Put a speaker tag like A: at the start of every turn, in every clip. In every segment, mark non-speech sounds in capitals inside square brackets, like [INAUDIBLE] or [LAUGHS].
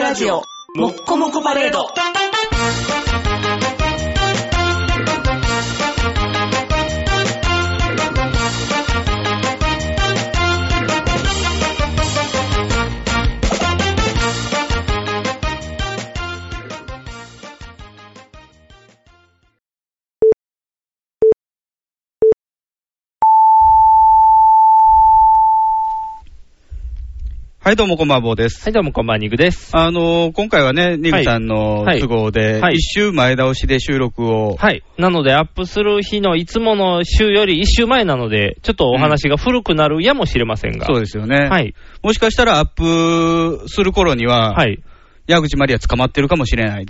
A: ラジオ、もっこもこパレード。
B: はい、どうもこんばんは、坊です。
C: はい、どうもこんばんは、肉です。
B: あのー今回はね、ニグさんの
C: はい
B: 都合で、
C: はい
B: 一周前倒しで収録を、
C: はい。なので、アップする日のいつもの週より一週前なので、ちょっとお話が古くなるやもしれませんが。
B: そうですよね、
C: はい。
B: もしかしたらアップする頃には、
C: はい。
B: 矢口まりや捕まってるかもしれない。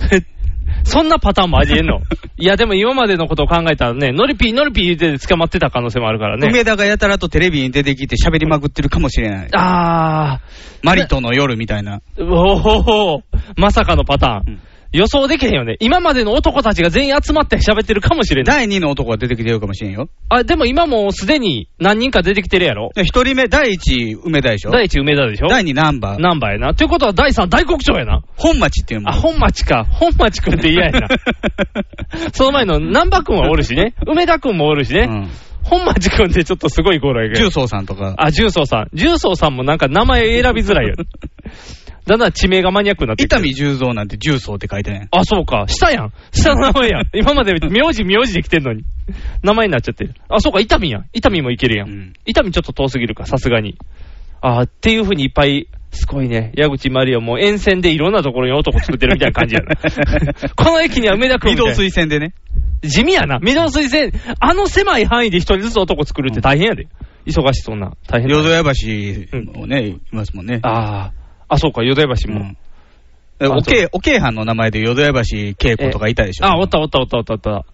C: そんなパターンもありえ
B: [LAUGHS]
C: んのいや、でも今までのことを考えたらね、ノリピー、ノリピー言うて捕まってた可能性もあるからね。
B: 梅田がやたらとテレビに出てきて喋りまくってるかもしれない。
C: あ
B: マリとの夜みたいな。
C: ー、おおまさかのパターン。
B: うん
C: 予想できへんよね。今までの男たちが全員集まって喋ってるかもしれない。
B: 第2の男が出てきてるかもしれんよ。
C: あ、でも今もうすでに何人か出てきてるやろ。
B: 1人目、第1梅田でしょ
C: 第一梅田でしょ
B: 第2ナンバー。
C: ナンバーやな。ということは第三大黒長やな。
B: 本町っていうも
C: あ、
B: ん。
C: 本町か。本町くんって嫌や
B: [LAUGHS]
C: な。その前の南波くんはおるしね。梅田くんもおるしね。
B: うん
C: 本町くんってちょっとすごい頃やけ
B: 重
C: ど。
B: 曹さんとか。
C: あ、重曹さん。重曹さんもなんか名前選びづら
B: [LAUGHS]
C: いよね。だんだん地名がマニアックになって
B: 伊
C: きて。
B: 丹十三なんて重曹って書いてない。
C: あ、そうか。下やん。下の名前やん。今まで名字名字で来てんのに。名前になっちゃってる。あ、そうか。伊丹やん。伊丹もいけるや。
B: うんん
C: 伊丹ちょっと遠すぎるか、さすがに。あーっていうふうにいっぱい、すごいね。矢口マリオも沿線でいろんなところに男作ってるみたいな感じやな。この駅には梅田
B: [LAUGHS] 移
C: 君みたい
B: 動
C: な
B: 推薦でね。
C: 地味やな。御堂水線、あの狭い範囲で一人ずつ男作るって大変やで。忙しそうな。大変だ
B: 淀屋橋もね、いますもんね。
C: ああ。あ、そうか、淀屋橋も。
B: うん。
C: あ
B: おけい、おけいはんの名前で淀屋橋恵子とかいたでしょ。
C: あ、おったおったおったおったおった。っ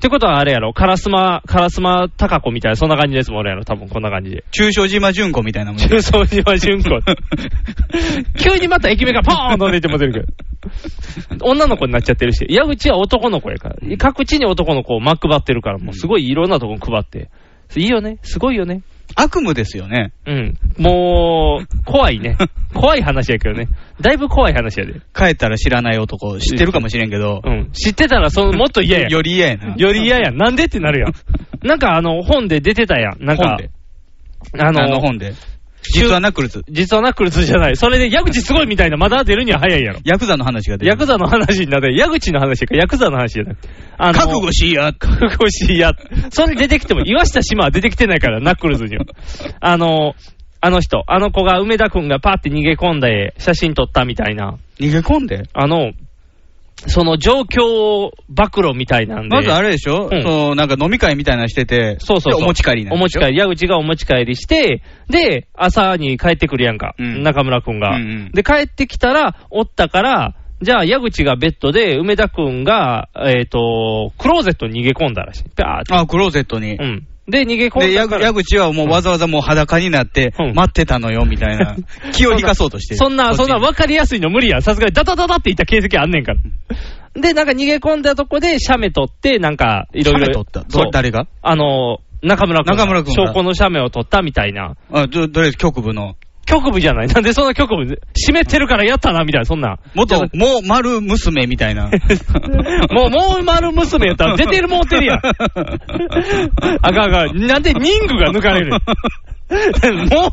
C: てことはあれやろ、カラスマ、カラスマタカコみたいな、そんな感じですもん、俺やろ、多分こんな感じで。
B: 中小島純子みたいなもん。
C: [LAUGHS] 中層には純子。急にまた駅名がポーンと出ても出るけど。女の子になっちゃってるし、矢口は男の子やから。各地に男の子をまくばってるから、もうすごいいろんなとこに配って。いいよね、すごいよね。
B: 悪夢ですよね。
C: うん。もう、怖いね。怖い話やけどね。だいぶ怖い話やで。
B: 帰ったら知らない男、知ってるかもしれんけど
C: う、ん。知ってたら、その、もっと嫌や。
B: [LAUGHS]
C: よ
B: より嫌やな。
C: り嫌や。なんでってなるやん。なんか、あの、本で出てたやん。なんか
B: 本、で。
C: あ
B: あ
C: の、
B: の本で。実はナックルズ。
C: 実はナックルズじゃない。それで、矢口すごいみたいな、まだ出るには早いやろ。
B: ヤクザの話が出て
C: ヤク
B: る。
C: ザの話になって、矢口の話か、ヤクザの話じゃなくて。あの
B: 覚悟しいや。
C: 覚悟しいや。それ出てきても、岩下島は出てきてないから、ナックルズには。あの、あの人、あの子が、梅田くんがパーって逃げ込んで、写真撮ったみたいな。
B: 逃げ込んで。
C: あの、その状況を暴露みたいなんで。
B: まずあれでしょ
C: うん
B: そう、なんか飲み会みたいなのしてて、
C: そうそうそう
B: でお持ち帰りなん
C: お
B: で
C: 持
B: し
C: ち
B: ょ
C: 帰り、矢口がお持ち帰りして、で、朝に帰ってくるやんか、
B: うん
C: 中村くんが、
B: うんうん
C: で、帰ってきたら、おったから、じゃあ、矢口がベッドで、梅田くんが、えっ、と、クローゼットに逃げ込んだらしい。パーって。
B: あ、クローゼットに
C: う。ん。で、逃げ込
B: で、
C: んだ
B: 矢
C: か
B: 口
C: ら
B: 矢。口はもうわざわざもう裸になって
C: う、ん
B: 待ってたのよ、みたい
C: [LAUGHS]
B: な。気を引かそうとしてる
C: そんな、そんな
B: こっ
C: 分かりやすいの無理や。さすがにダダダダって言った形跡あんねんから。で、なんか逃げ込んだとこで、写メ撮って、なんか、
B: ち
C: いろいろ。
B: 亀取った。
C: そう
B: ど誰が
C: あの、中村君が
B: 中村君が
C: 証拠の写メを撮ったみたいな。
B: あ、ととりあえず局部の。
C: 局部じゃない。 [LAUGHS] なんでそんな局部、湿ってるからやったな、みたいな、そんな。
B: 元
C: じゃ
B: [LAUGHS]
C: な、
B: もう丸娘みたいな。
C: もう、もう丸娘やったら出てるもうてる
B: [LAUGHS]
C: やん。あかんあかん。なんでリングが抜かれ
B: [LAUGHS]
C: るも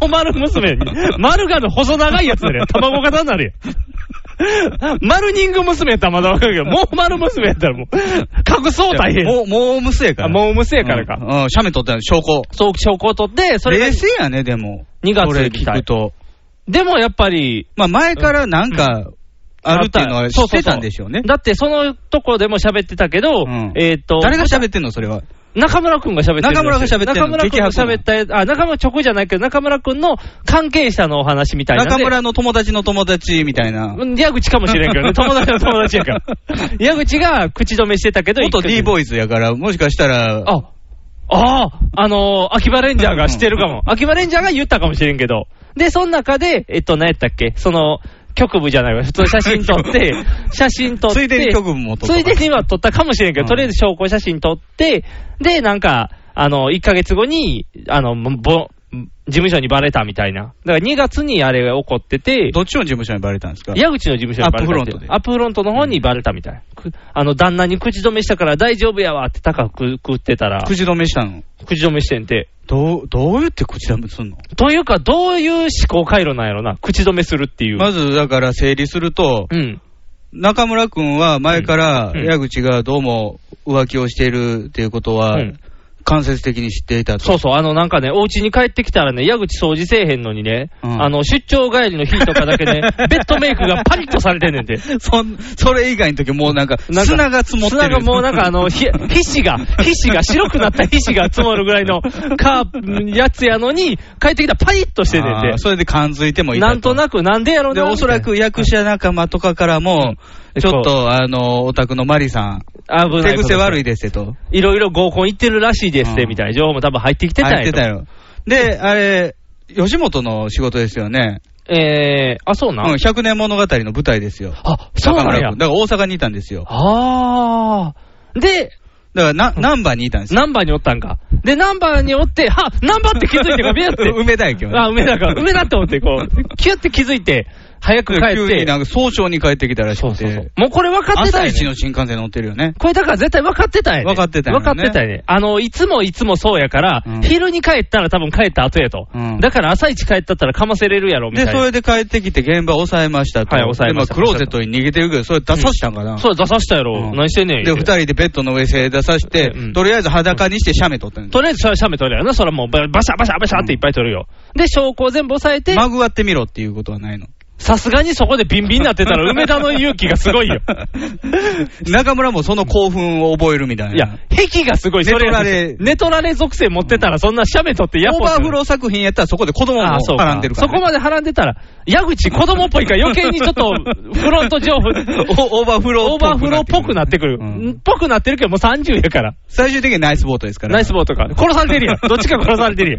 C: う丸娘。丸がの細長いやつだよ。卵型になるやん。丸ニング娘やったらまだわかるけど、もう丸娘やったらもう、隠そう大変。
B: もう、もう娘やから。
C: あもう娘やからか
B: うん。うん、写メ取ったの、証拠。
C: そう、証拠を取って、それが
B: 冷静やね、でも。
C: 2月
B: これ
C: みた
B: 聞
C: い
B: くと。
C: でもやっぱり、
B: まあ前からなんか、あるっていうのは知
C: そう
B: っ
C: そうそう
B: てたんでしょうね。
C: だってそのとこでも喋ってたけ
B: う
C: ど、
B: ん
C: えっ、と、
B: 誰が喋ってんの、それは。
C: 中村くんが喋ってるらしい。
B: 中村が喋ってる
C: 中村くんが
B: 激白の
C: 喋ったやつ、あ、中村直じゃないけど、中村くんの関係者のお話みたいなんで。
B: 中村の友達の友達みたいな。
C: うん矢口かもしれんけどね。友達の友達
B: [LAUGHS]
C: やから。矢口が口止めしてたけど、
B: 元 D
C: イ。
B: ボーイズやから、もしかしたら、
C: あ、ああ、あのー秋葉レンジャーがしてるかも。秋葉レンジャーが言ったかもしれんけど。で、その中で、えっと、何やったっけその、局部じゃないわ。普通の写真撮って、
B: [LAUGHS]
C: 写真撮って。
B: ついでに局部も撮っと
C: つ
B: か
C: いでには撮ったかもしれんけど、
B: うん
C: とりあえず証拠写真撮って、で、なんか、あの、1ヶ月後に、あの、ぼ、事務所にバレたみたいな。だから2月にあれが起こってて、
B: どっちの事務所にバレたんですか
C: 矢口の事務所にバレたってい
B: アップフ
C: う
B: ロントで
C: アップフロントの方にバレたみたい。くあの、旦那に口止めしたから大丈夫やわって高く食ってたら、
B: 口止めしたの。
C: 口止めしてんて。
B: どう、どうやって口止めすんの
C: というか、どういう思考回路なんやろな。口止めするっていう。
B: まず、だから整理すると、
C: うん。
B: 中村君は前から
C: うんうん
B: 矢口がどうも浮気をしているっていうことは
C: うん、
B: 間接的に知っていたと。
C: そうそう、あのなんかね、お家に帰ってきたらね、矢口掃除せえへんのにね、
B: うん
C: あの出張帰りの日とかだ
B: [LAUGHS]
C: けね、ベッドメイクがパリッとされてんねんて。
B: そんそれ以外の時もうなんか、
C: なんか
B: 砂が積もってる。
C: 砂がもうなんかあの、ひ皮脂が、皮脂が、白くなった皮脂が積もるぐらいのカープやつやのに、帰ってきたらパリッとしてんねん
B: あー
C: て。
B: それで感づいてもいい
C: なんとなく、なんでやろう
B: で、
C: な。
B: おそらく役者仲間とかからも、
C: うん
B: ちょっと、あの、お宅のマリさん、
C: 危な
B: 手
C: い、
B: 癖悪い
C: い。
B: ですってと。
C: いろいろ合コン行ってるらしいですって、
B: うん
C: みたいな情報も多分入ってきてたんや
B: 入
C: と
B: ってたよ。で、あれ、吉本の仕事ですよね。
C: えー、あ、そう
B: う
C: なん
B: ん、。100年物語の舞台ですよ。
C: あ、そう
B: 中
C: なん
B: 村
C: や
B: 君。。だから大阪にいたんですよ。
C: あー。で、
B: だからな、難波にいたんですよ。
C: ナンバーにおったんか。で、ナンバーにおって、はナンバーって気づいてか、ビューって。
B: [LAUGHS] 梅田駅はね
C: あ、梅田か。梅田って思って、こ
B: [LAUGHS]
C: う、キュって気づいて、早く帰って。
B: 急になんか早朝に帰ってきたらしくて。
C: そうそうそう。もうこれ分かって
B: 朝
C: たよ、
B: 一
C: ね。
B: の新幹線乗ってるよね。
C: これだから絶対分かってたんやね。
B: 分かってたんや
C: よ
B: ね
C: ね。分かってたんやね。あの、いつもいつもそうやから、
B: うん
C: 昼に帰ったら多分帰った後やと。
B: うん
C: だから朝一帰ったったらかませれるやろ、みたい
B: で、
C: な。
B: それで帰ってきて現場抑えましたと。
C: はい抑えました
B: であクローゼットに逃げてるけど、それ出さしたんかな。
C: そう出さしたやろ。
B: うん
C: 何してんねん。
B: で、
C: 言う
B: 二
C: て
B: 人でベッドの上正座さして、
C: うん
B: とりあえず裸にして写メ撮ったんです。
C: とりあえず写メ撮るやろな。それはもうババシャバシャバシャっていっぱい撮るよ。で、証拠を全部押さえて、
B: まぐわってみろっていうことはないの。
C: さすがにそこでビンビンになってたら、梅田の勇気がす
B: [LAUGHS]
C: ごいよ。
B: 中村もその興奮を覚えるみたいな。
C: いや、壁がすごい、それ
B: 寝取
C: やつ
B: られ
C: 寝取られ属性持ってたら、そんな写メ撮ってやっ
B: オー
C: ぽ
B: バーフロー作品やったらそこで子供も
C: ああそうか
B: 絡んでるから、
C: そこまではらんでたら、矢口子供っぽいから余計にちょっ
B: [LAUGHS]
C: とフロント情報、
B: おオーバーフロー
C: オーバーフローっぽくなってくる。
B: うん
C: っぽくなってるけど、もう30やから。
B: 最終的にはナイスボートですから。
C: ナイスボートか。殺されてるやん。どっちか殺されてる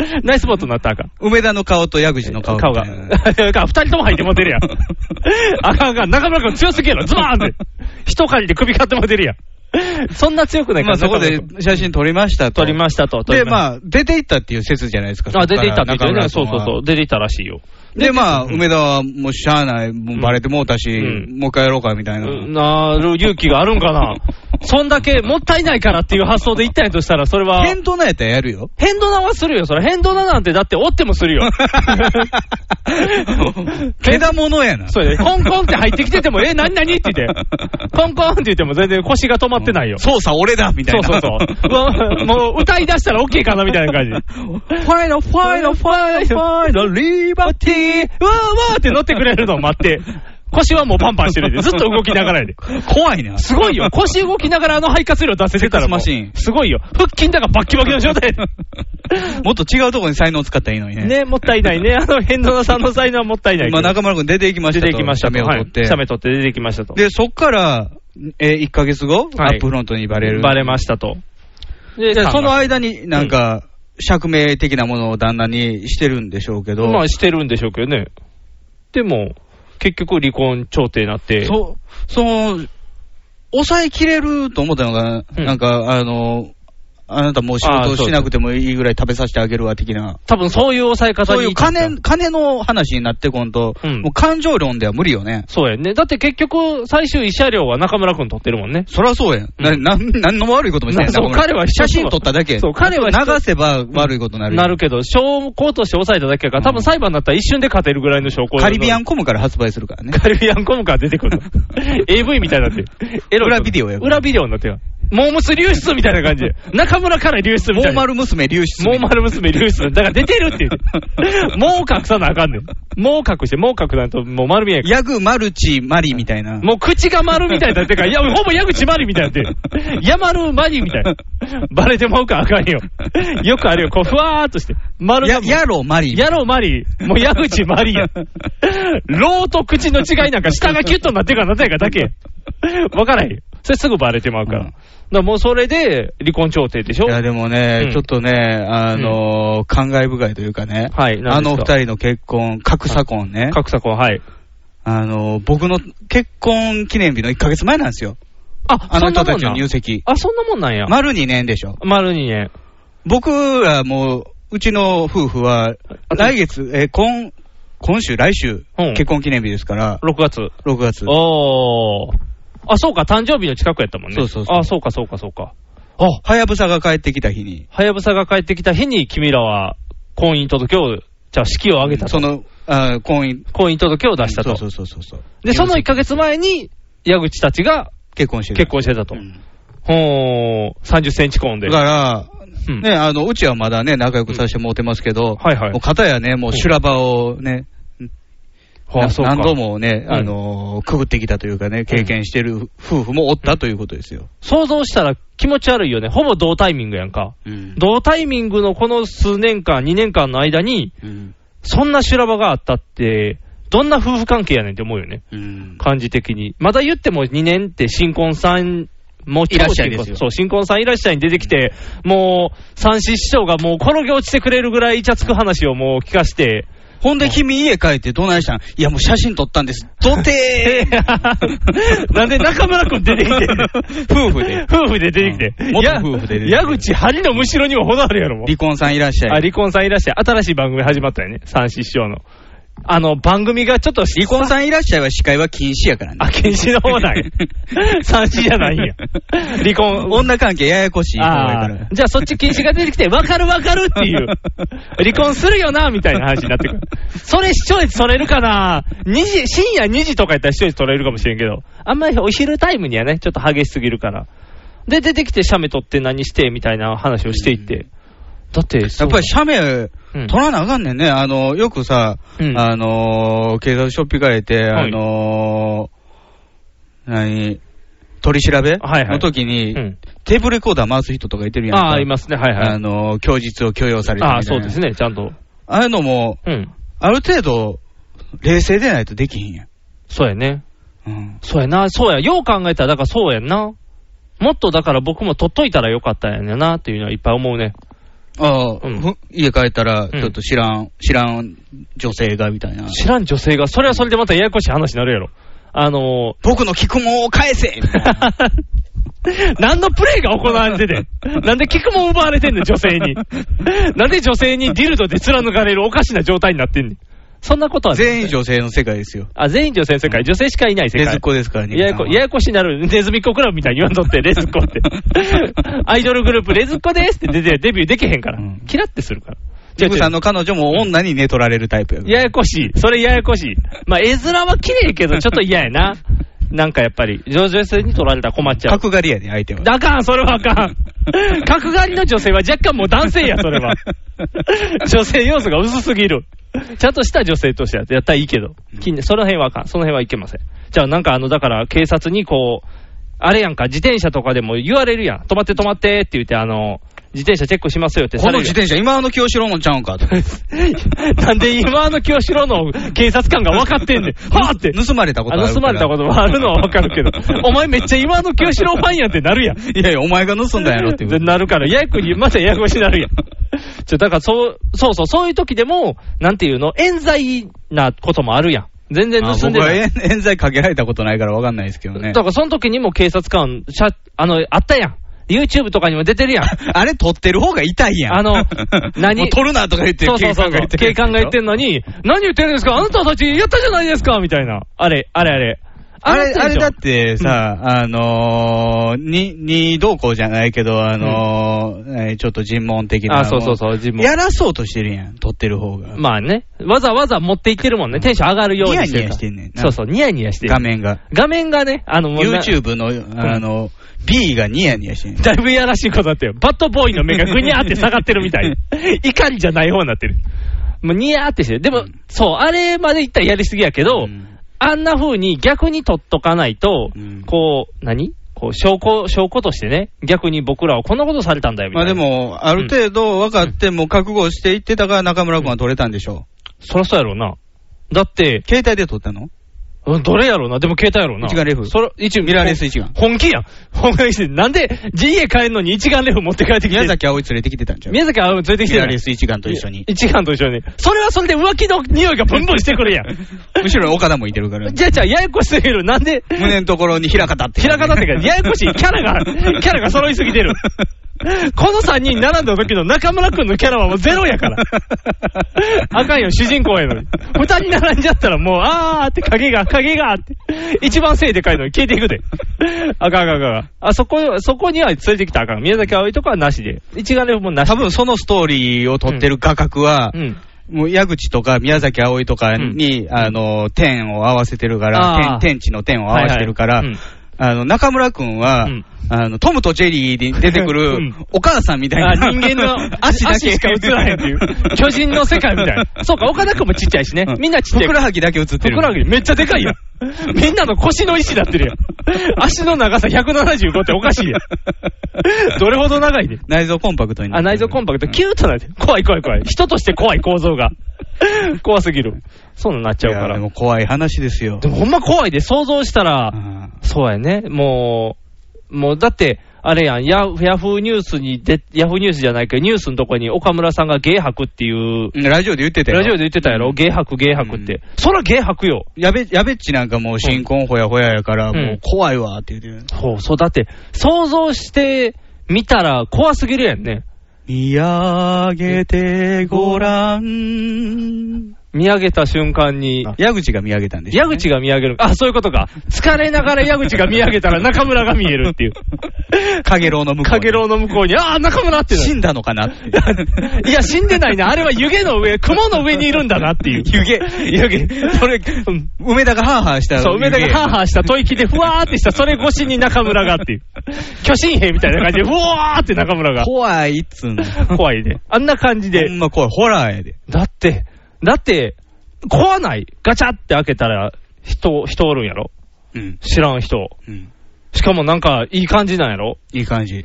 B: [LAUGHS]
C: やん。ナイスボートになったらあかん。
B: 梅田の顔と矢口の顔
C: 顔
B: みたい
C: が。
B: な
C: [LAUGHS] だから二人とも入ってもうてるや [LAUGHS] ん。あかんあかん。中村君強すぎやろ。ズバー [LAUGHS] ンって。一狩りで首買ってもうてるやん。そんな強くないか
B: まあ
C: ら。
B: そこで
C: 中村君
B: 写真撮りましたと。
C: 撮りましたと。
B: で、
C: あ。
B: まあ、出て行ったっていう説じゃないですか。
C: あ、出ていったって言
B: そこ
C: って
B: から
C: ね。
B: 中
C: そう
B: 村君
C: そう
B: は
C: そう。出ていったらしいよ。
B: で、まあ、梅田はもうしゃあない、もうバレてもうたし、
C: うん
B: もう一回やろうかみたいな。
C: なる勇気があるんか [LAUGHS] な。そんだけもったいないからっていう発想で行ったんやとしたら、それは。
B: 返答なんやったらやるよ。
C: 変動なはするよ。それ変動ななんてだって折ってもする [LAUGHS] よ。
B: けだものやな。
C: そうやね。コンコンって入ってきてても、え、何何って言って。コンコンって言っても全然腰が止まってないよ。
B: 操作俺だみたいな。
C: そう
B: [LAUGHS]
C: そうそう。もうもう歌い出したら OK かなみたいな感じ。ファイナル、ファイナル、ファイナル、ファイナル、リバティー、わーわーって乗ってくれるのを待って。腰はもうパンパンしてるで、ずっと動きながらやで。
B: 怖いな。
C: すごいよ。腰動きながらあの肺活量出せてたらもう。
B: セックスマシーン
C: すごいよ。腹筋だからバッキバキの状態。
B: [LAUGHS] もっと違うところに才能使ったらいいのにね。
C: ね、もったいないね。あの、変動なさんの才能はもったいないけど。
B: 今、中村君出ていきました
C: 出
B: と。
C: てきましたと。
B: 写メを撮って。
C: はい写メ撮って出てきましたと。
B: で、そっから、えー、1ヶ月後、
C: はい
B: アップフロントにバレる。
C: バレましたと。で
B: でその
C: 間
B: 間になんか、釈明的なものを旦那にしてるんでしょうけど。
C: まあしてるんでしょうけどね。でも、結局離婚調停になって。
B: そ、その、抑えきれると思ったのが、
C: うん
B: なんか、あの、あなたもう仕
C: あーそ
B: 事
C: うそう
B: しなくてもいいぐらい食べさせてあげるわ、的な。
C: 多分そういう抑え方
B: そう
C: に
B: いう金、金の話になってこんと、
C: うん
B: もう感情論では無理よね。
C: そうやね。だって結局、最終慰謝料は中村君取ってるもんね。
B: そりゃそうやん。な、
C: うん
B: なん、なんの悪いこともしてない。
C: そう彼は一
B: 写
C: つ
B: 真撮っただけ。
C: そう彼は一つ
B: 流せば悪いことになる。
C: なるけど、証拠として抑えただけやから、多分裁判になったら一瞬で勝てるぐらいの証拠
B: カリビア
C: ン。
B: ンコムから発売する
C: [LAUGHS]
B: からね。
C: カリビアンコムから出てく
B: [LAUGHS]
C: るの。AV みたいになってる。エロい
B: 裏ビデオや
C: 裏ビデオになってる。モームス流出みたいな感じで。中村から流出み
B: モ
C: たい
B: ー
C: な
B: マ。ル娘流出。
C: もう丸娘流出。だから出てるって言うて。もう隠さなあかんねん。もう隠して、もう隠さないと、もう丸見えんから
B: ヤグマルチマリみたいな。
C: もう口が丸みたいになってるから、いや、ほぼ矢口マリみたいになってる。やまるマリみたいな。バレてもうかあかんよ。よくあるよ。こう、ふわーっとして。丸が
B: や、やろマリ。
C: やろうマリー。もう矢口マリーや。ローと口の違いなんか下がキュッとなってるからなってないかだけや。わからへんよ。それすぐバレてまうから。
B: うん
C: だからもうそれで離婚調停でしょ
B: いや、でもね、
C: うん
B: ちょっとね、あのー感慨深いというかね、
C: はい
B: あ
C: 何です
B: の
C: か
B: 二人の結婚、格差婚ね、
C: 格差婚、はい。
B: あのー僕の結婚記念日の1ヶ月前なんですよ。
C: あ、
B: あの人たちの
C: そんなもんなん
B: 入籍。
C: あ、そんなもんなんや。
B: 丸2年でしょ。
C: 丸2年。
B: 僕らもう、うちの夫婦は、来月、えー今、今週、来週
C: うん、
B: 結婚記念日ですから、
C: 6月。
B: 6月。
C: おー。あ、そうか、誕生日の近くやったもんね。
B: そうそうそう
C: あ、そうか、そうか、そうか。あ、
B: はやぶさが帰ってきた日に、
C: はやぶさが帰ってきた日に君らは婚姻届を、じゃあ式を挙げた
B: そ。
C: と
B: の、あー婚姻。
C: 婚姻届を出したと。
B: そうそうそうそうそう。
C: で、その1ヶ月前に、矢口たちが
B: 結婚して
C: 結婚してたと。ほー、30センチ婚で。
B: だから、
C: うん
B: ね、あの、うちはまだね、仲良くさせてもらってますけど、
C: はいはい
B: もう片やね、もう修羅場をね、
C: は
B: な
C: あ、そうか。
B: 何度もね、
C: うん
B: あのーくぐってきたというかね、経験してる夫婦もおったということですよ。
C: 想像したら気持ち悪いよね。ほぼ同タイミングやんか。
B: うん
C: 同タイミングのこの数年間、2年間の間に、
B: うん
C: そんな修羅場があったって、どんな夫婦関係やねんって思うよね。
B: うん
C: 感じ的に。まだ言っても2年って新婚さん、もう
B: いらっしゃいですよ
C: そう、新婚さんいらっしゃいに出てきて、もう、三子師匠がもう転げ落ちてくれるぐらいイチャつく話をもう聞かして、
B: ほんで、君家帰ってどないしたんいや、もう写真撮ったんです。どて
C: [LAUGHS] なんで中村くん出て
B: [LAUGHS]
C: きてんねん
B: 夫婦で。
C: 夫婦で出てきて
B: うん。元夫婦で出てきて
C: や矢口、針のむしろにも程あるやろ、もう。
B: 離婚さんいらっしゃ
C: あ、
B: い。
C: 離婚さんいらっしゃい。新しい番組始まったよね。三子師匠の。あの、番組がちょっと
B: 離婚さんいらっしゃいは司会は禁止やからね。
C: あ、禁止の方
B: [LAUGHS]
C: なんや。三子じゃないんや。離婚。
B: 女関係ややこしい方やか
C: あ
B: ら
C: ー。じゃあそっち禁止が出てきて、わかるわかるっ
B: [LAUGHS]
C: ていう。離婚するよな、みたいな話になってくる。それ視聴率取れるかな2時、深夜2時とかやったら視聴率取れるかもしれんけど、あんまりお昼タイムにはね、ちょっと激しすぎるから。で、出てきて、写メ撮って何して、みたいな話をしていって。だって、や
B: やっぱり写メ
C: うん
B: 取らなあかんねんね。あの、よくさ、
C: うん
B: あのー警察署っぴかれて、
C: は
B: あ
C: い
B: のー何、取り調べ
C: はいはい
B: の時に、
C: うん
B: テーブルレコーダー回す人とかいてるやんか。
C: ああ、いますね、はいは
B: あ
C: い。
B: のー供述を強要されてみたいな。
C: ああ、そうですね、ちゃんと。
B: ああいうのも、
C: うん。
B: ある程度、冷静でないとできひんやん。
C: そうやね。
B: うん。
C: そうやな、そうや、よう考えたら、だからそうやんな。もっとだから僕も取っといたらよかったんやねんなっていうのはいっぱい思うね。
B: ああ、
C: うん
B: ふ家帰ったら、
C: ん
B: ちょっと知らん、知らん女性がみたいな。
C: 知らん女性が、それはそれでまたややこしい話になるやろ。あの
B: 僕の菊もを返せみ
C: [LAUGHS]
B: たいな
C: ー、 [LAUGHS] 何のプレイが行われててんなんで菊も奪われてんねん、女性に。なんで女性にディルドで貫かれるおかしな状態になってんねん。そんなことはね
B: 全員女性の世界ですよ。
C: あ、全員女性の世界、女性しかいない世
B: レズ
C: 界
B: っ。子ですからね。
C: ややこ、ややこしになる。ネズミっ子クラブみたいに言わんとって、レズっ子
B: [LAUGHS]
C: って。アイドルグループ、レズっ子ですって出てデビューできへんから
B: うん。
C: キラってするから。
B: ジ
C: 違う
B: グ
C: 違う
B: さんの彼女も女に寝取られるタイプやから
C: ややこしい。それややこしい。まあ、絵面は綺麗
B: [LAUGHS]
C: けど、ちょっと嫌やな。なんかやっぱり、上女性に取られたら困っちゃう。
B: 角刈りやで、相手は。
C: あかん、それはあ
B: [LAUGHS]
C: かん。角刈りの女性は若干もう男性や、それは。 [LAUGHS] 女性要素が薄すぎる。ちゃんとした女性としてやったらいいけど、近年その辺はあかん。その辺はいけません。じゃあなんかあの、だから警察にこう、あれやんか、自転車とかでも言われるやん。止まって止まってって言って、あの、自転車チェックしますよって
B: こ
C: さ
B: の
C: れる
B: 自
C: やん。
B: 転車、今の清志郎のちゃうん
C: [LAUGHS]
B: かと。
C: なんで今の清志郎の警察官が分かってんねん。はぁっ
B: [LAUGHS]
C: て。
B: 盗まれたことあるから。
C: あ盗まれたこともあるのは分かるけど、お前めっちゃ今の清志郎ファンやんってなるやん。
B: いやいや、お前が盗んだんやろっていうこと。
C: なるから、ややこに、またややこしになるやん。ちょ、だからそう、そうそう、そういう時でも、なんていうの、冤罪なこともあるやん。全然
B: あ
C: 盗ん
B: 僕
C: で
B: は
C: ない。
B: 冤冤罪かけられたことないからわかんないですけどね
C: だ。からその時にも警察官、しゃあの、あったやん。YouTube とかにも出てるやん。
B: あれ取ってる方が痛いやん。
C: あの
B: [LAUGHS]
C: 何
B: もう取るなとか言って、
C: そうそうそう。警官が言って
B: る
C: んのに、何言ってるんですかあなたたちやったじゃないですかみたいな。あれ、あれあれ。
B: あれ、
C: な
B: あ
C: たで
B: れ
C: しょ
B: だってさ、あのー、に、に同行じゃないけど、あのー、えーちょっと尋問的な。
C: あそうそうそう尋問
B: やらそうとしてるやん、取ってる方が。
C: まあね。わざわざ持っていってるもんね。テンション上がるようにし
B: ニ
C: てる
B: ヤニヤしてんねんな
C: そうそう、ニヤニヤしてる
B: 画。面が。
C: 画面がね、あの、もうな
B: YouTube の、あの、B がニヤニヤしてんねん
C: だいぶいやらしいことだったよ。バッドボーイの目がぐにゃーって下がってる
B: [LAUGHS]
C: みたい。怒りじゃない方になってる。もうニヤーってしてる。でも、そう、あれまでいったらやりすぎやけど、
B: うん
C: あんな風に逆に取っとかないと、
B: うん
C: こう、何こう、証拠、証拠としてね、逆に僕らはこんなことされたんだよ、み
B: ま
C: たい
B: あ
C: な。
B: で、も、ある程度分かって、もう覚悟していってたから中村君は取れたんでしょ
C: そらそうやろうな。だって
B: う。、携帯で取ったの
C: うんどれやろうな、でも携帯やろうな。
B: 一眼レフ
C: それ、一
B: ミラーレス一眼
C: 本気やん。本気して、なんで、GA 帰るのに一眼レフ持って帰ってきて。
B: 宮崎葵連れてきてたんちゃう
C: 宮崎あ連れてきて
B: ミラー
C: ない
B: レス一眼と一緒に。
C: 一眼と一緒に。それはそれで浮気の匂いがブンブンしてくるやん。
B: [LAUGHS] 後ろに岡田もいてるから。
C: じゃあじゃあ、ややこしすぎる。なんで、
B: 胸のところに平方って。 [LAUGHS]
C: 平方ってか、ややこしい。キャラが、キャラが揃いすぎてる。この3人並んだ時の中村くんのキャラはもうゼロやから。あかんよ、主人公やのに。2人並んじゃったらもう、あーって影が、影がって。一番背でかいのに消えていくで。あかんあかんあかん。あそこ、そこには連れてきたらあかん。宮崎葵とかはなしで。一眼レフもなし
B: 多。分そのストーリーを撮ってる画角は、
C: うん。
B: もう矢口とか宮崎葵とかに、あの、点を合わせてるか
C: あー
B: ら、天天地の点を合わせてるから、
C: はいはいうん
B: あの、中村くんは、
C: うん
B: あの、トムとジェリーに出てく
C: [LAUGHS] う
B: る
C: ん
B: お母さんみたいな。。
C: あ人間の足だけしか映らへんって [LAUGHS] いう巨人の世界みたいな。そうか、岡田くんもちっちゃいしね
B: う。
C: みんなちっちゃ
B: [LAUGHS]
C: い。
B: ふくらはぎだけ映ってる。
C: ふくらはぎめっちゃで [LAUGHS] かいやん。みんなの腰の石だってるやん。足の長さ175っておかしいやん。どれほど長いで。
B: [LAUGHS] 内臓コンパクトにな
C: あ、内臓コンパクト、キュートなんて。怖い怖い怖い。人として怖い構造が。怖すぎる。そうなんなっちゃうか
B: いや
C: ら
B: で。も怖い話ですよ。
C: でもほんま怖いで、想像したら、
B: うん
C: そうやね、もう、もうだって、あれやんヤ、ヤフーニュースにで、ヤフーニュースじゃないけど、ニュースのとこに岡村さんが芸博っていう、
B: ラジオで言ってたよ。
C: ラジオで言ってたやろ、芸博、芸博って。
B: うん
C: そら芸博よ。
B: やべ、やべっちなんかもう新婚ほやほややから、
C: うん
B: もう怖いわって言ってる。
C: そう、そう、だって、想像してみたら怖すぎるやんね。
B: 見上げてごらん。
C: 見上げた瞬間に、
B: 矢口が見上げたんでしょ
C: 矢口が見上げる。あ、そういうことか。疲れながら矢口が見上げたら中村が見える
B: [LAUGHS]
C: っていう。
B: かげろうの向こうに。
C: かげろうの向こうに、ああ、中村ってなる
B: 死んだのかなって。
C: [LAUGHS] いや、死んでないな。あれは湯気の上、雲の上にいるんだなっていう。
B: 湯気、湯気。それ、梅田がハーハーした。
C: そう、梅田がハーハーした吐息で、ふわーってした、それ越しに中村がっていう。巨神兵みたいな感じで、ふわーって中村が。
B: 怖いっつうの。
C: 怖いね。あんな感じ
B: ほ
C: で。
B: んま怖い。ホラーやで。
C: だって、だって、怖ない。ガチャって開けたら、人、人おるんやろ。
B: うん。
C: 知らん人。
B: うん。
C: しかもなんか、いい感じなんやろ。
B: いい感じ。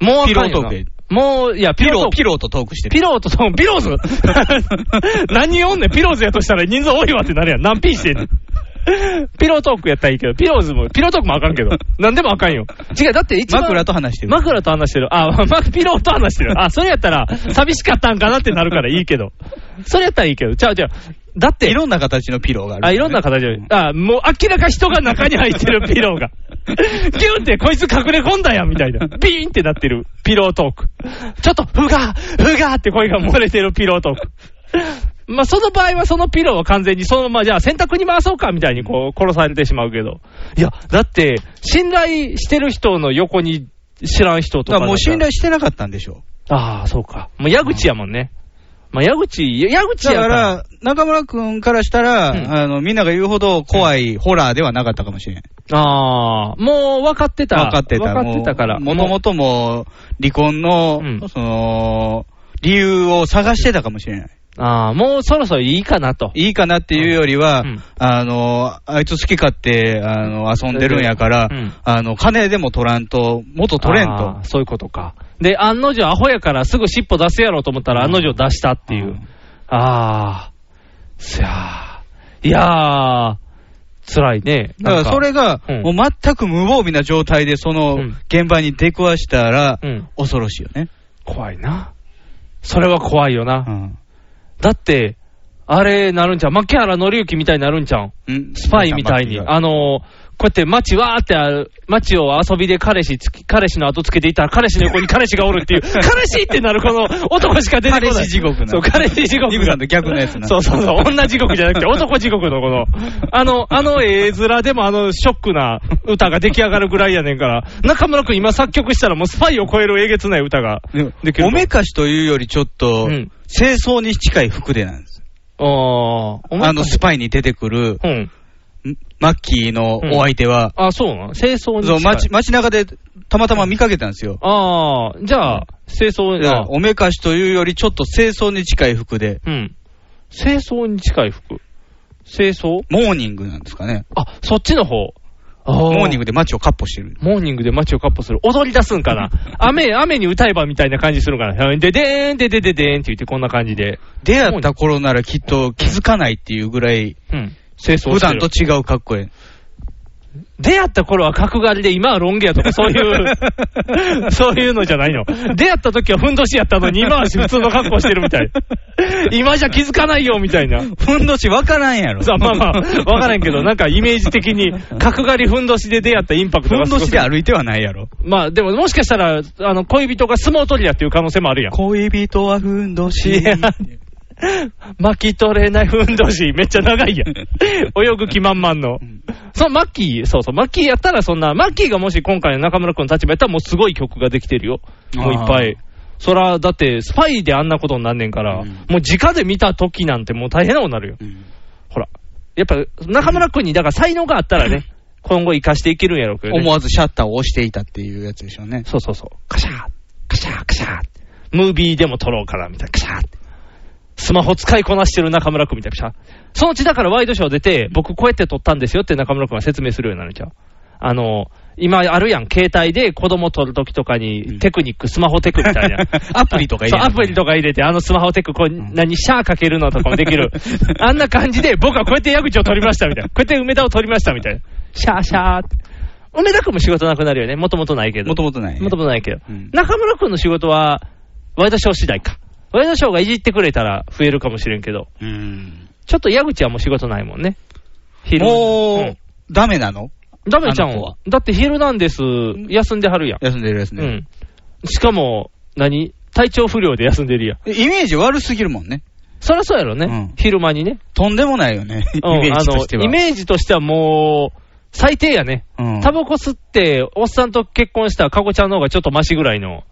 C: もうあかん
B: ピロー
C: よ
B: トー
C: な
B: クや
C: もう、いや、ピ
B: ピ
C: ロート
B: ロ
C: ー
B: ー、
C: ク
B: ピローとトークしてる。
C: ピローとその、ピローズ何人おんねん、ピローズやとしたら人数多いわってなるやん。何ピンしてんねん。ピロートークやったらいいけど、ピローズも、ピロートークもあかんけど、何でもあかんよ。違う、だって一番。
B: 枕と話してる。
C: 枕と話してる。あ、ま、ピローと話してる。あ、それやったら、寂しかったんかなってなるからいいけど。それやったらいいけど。ちゃうちゃう。だって、
B: いろんな形のピローがある。
C: あ、いろんな形で。あ、もう明らか人が中に入ってるピ
B: [LAUGHS]
C: ローが。ギュンってこいつ隠れ込んだやんみたいな。ピーンってなってるピロートーク。ちょっと、ふがふがって声が漏れてるピロートーク。まあ、その場合はそのピローは完全にそのままじゃあ洗濯に回そうかみたいにこう殺されてしまうけど。いや、だって、信頼してる人の横に知らん人と
B: だ
C: か
B: からもう信頼してなかったんでしょ。
C: ああ、そうか。もう矢口やもんね。まあ、矢口、矢口
B: だ
C: や
B: か
C: か。
B: らら、中村くんからしたら、
C: うん
B: あの、みんなが言うほど怖いホラーではなかったかもしれない。
C: ああ、もう分かってた。
B: 分かってた。
C: 分かってたから。
B: もともとも、離婚の、
C: うん
B: その、理由を探してたかもしれない。
C: ああ、もうそろそろいいかなと。
B: いいかなっていうよりは、
C: うん
B: あの、あいつ好き勝手、あの、遊んでるんやから、
C: うん
B: あの、金でも取らんと、元取れん
C: あ
B: と
C: あ。そういうことか。で、案の定アホやからすぐ尻尾出せやろうと思ったら、
B: うん
C: 案の定出したっていう。
B: うん
C: ああ、いやー、いやー、辛いね。
B: だからそれが、
C: うん
B: もう全く無防備な状態で、その
C: うん
B: 現場に出くわしたら、
C: うん
B: 恐ろしいよね。
C: 怖いな。それは怖いよな。
B: うん
C: だって、あれなるんちゃう牧原紀之みたいになるんちゃう
B: うん
C: スパイみたいに、あのーこうやって街わーってある、街を遊びで彼氏つき、彼氏の後つけていったら、彼氏の横に彼氏がお
B: [LAUGHS]
C: るっていう、彼氏ってなるこの男しか出てこない。
B: 彼氏地獄な
C: そう、彼氏地獄が。
B: ニブさんと逆のやつな
C: そうそうそう、女地獄じゃなくて男地獄のこの、あの、あの絵面でもあのショックな歌が出来上がるぐらいやねんから、中村くん今作曲したらもうスパイを超えるえげつない歌が
B: でも
C: できる。
B: おめかしというよりちょっと、
C: うん
B: 清掃に近い服でなんです。
C: あーおめ
B: あのスパイに出てくる、
C: うん。
B: んマッキーのお相手は、
C: あ、そうなの清掃に近
B: そう
C: い。
B: 街街中でたまたま見かけたんですよ。
C: ああ、じゃあ、清掃、
B: だか
C: あ
B: らおめかしというよりちょっと清掃に近い服で、
C: うん。清掃に近い服。清掃
B: モーニングなんですかね。
C: あ、そっちの方。
B: モーニン
C: グ。
B: グで街をカッポしてる。
C: モーニングで街をカッポする。踊り出す
B: [LAUGHS]
C: んかな雨、雨に歌えばみたいな感じするんかな。ででーん、ででででーんって言ってこんな感じで。
B: 出会った頃ならきっと気づかないっていうぐらい、
C: うん。清掃
B: 普
C: して
B: 段
C: る
B: と違う格好や。
C: 出会った頃は角刈りで、今はロン毛やとか、そう
B: [LAUGHS]
C: いう、そういうのじゃないの。出会った時はふんどしやったのに、今は普通の格好してる
B: [LAUGHS]
C: みたい。今じゃ気づかないよ、みたいな。
B: ふんどしわからんやろ。
C: さあ [LAUGHS] まあまあ、
B: [LAUGHS]
C: わからんけど、なんかイメージ的に、角刈りふんどしで出会ったインパクト
B: ふ
C: が
B: ん
C: すご
B: ど
C: く
B: しで歩いてはないやろ。
C: まあでも、もしかしたら、あの、恋人が相撲取りだっていう可能性もあ
B: [LAUGHS]
C: るやん。
B: 恋人はふんどし。
C: いや巻き取れないふんどし、めっちゃ長
B: [LAUGHS]
C: いやん。泳ぐ気満々の。そのマッキー、そうそう、マッキーやったらそんな、マッキーがもし今回の中村君の立場やったらもうすごい曲ができてるよ。もういっぱい。そら、だって、スパイであんなことになんねんから、
B: うん
C: もう直で見た時なんてもう大変なことになるよ。
B: うん
C: ほら。やっぱ、中村君に、だから才能があったらね、今後生かしていけるんやろうけど、ね。
B: 思わずシャッターを押していたっていうやつでしょうね。
C: そうそうそう。カシャー、カシャー、カシャー。ムービーでも撮ろうから、みたいな。カシャー。スマホ使いこなしてる中村君みたいな。カシャー。そのうちだからワイドショー出て、僕こうやって撮ったんですよって中村君が説明するようになるじゃん。あの、今あるやん、携帯で子供撮るときとか
B: うん
C: にテクニック、スマホテクみたいな。
B: [LAUGHS] アプリとか入
C: そ
B: れ
C: う、
B: て
C: アプリとか入れて、あのスマホテク、こう、
B: ん
C: 何、シャーかけるのとかもで
B: [LAUGHS]
C: きる。 [LAUGHS] あんな感じで、僕はこうやって矢口を取りましたみたいな。こうやって梅田を取りましたみたいな。シャーシャーって。梅田君も仕事なくなるよね。もともとないけど。
B: もともとないね。
C: もともとないけど、
B: うん
C: 中村君の仕事は、ワイドショー次第か。ワイドショーがいじってくれたら増えるかもしれんけど、
B: うん。
C: ちょっと矢口はもう仕事ないもんね。昼
B: もう、ダメなの
C: うんダメちゃ
B: あ
C: ん
B: の子
C: は
B: は。
C: だって昼なんです、休んではるやん。
B: 休んでるやつ
C: う
B: ね。
C: ん。しかも、何体調不良で休んでるやん。
B: イメージ悪すぎるもんね。
C: そりゃそうやろね。
B: うん
C: 昼間にね。
B: とんでもないよね。 [LAUGHS] イ
C: うん
B: メージとしては。
C: あのイメージとしてはもう、最低やね。
B: うん
C: タバコ吸って、おっさんと結婚したカゴちゃんの方がちょっとマシぐらいの。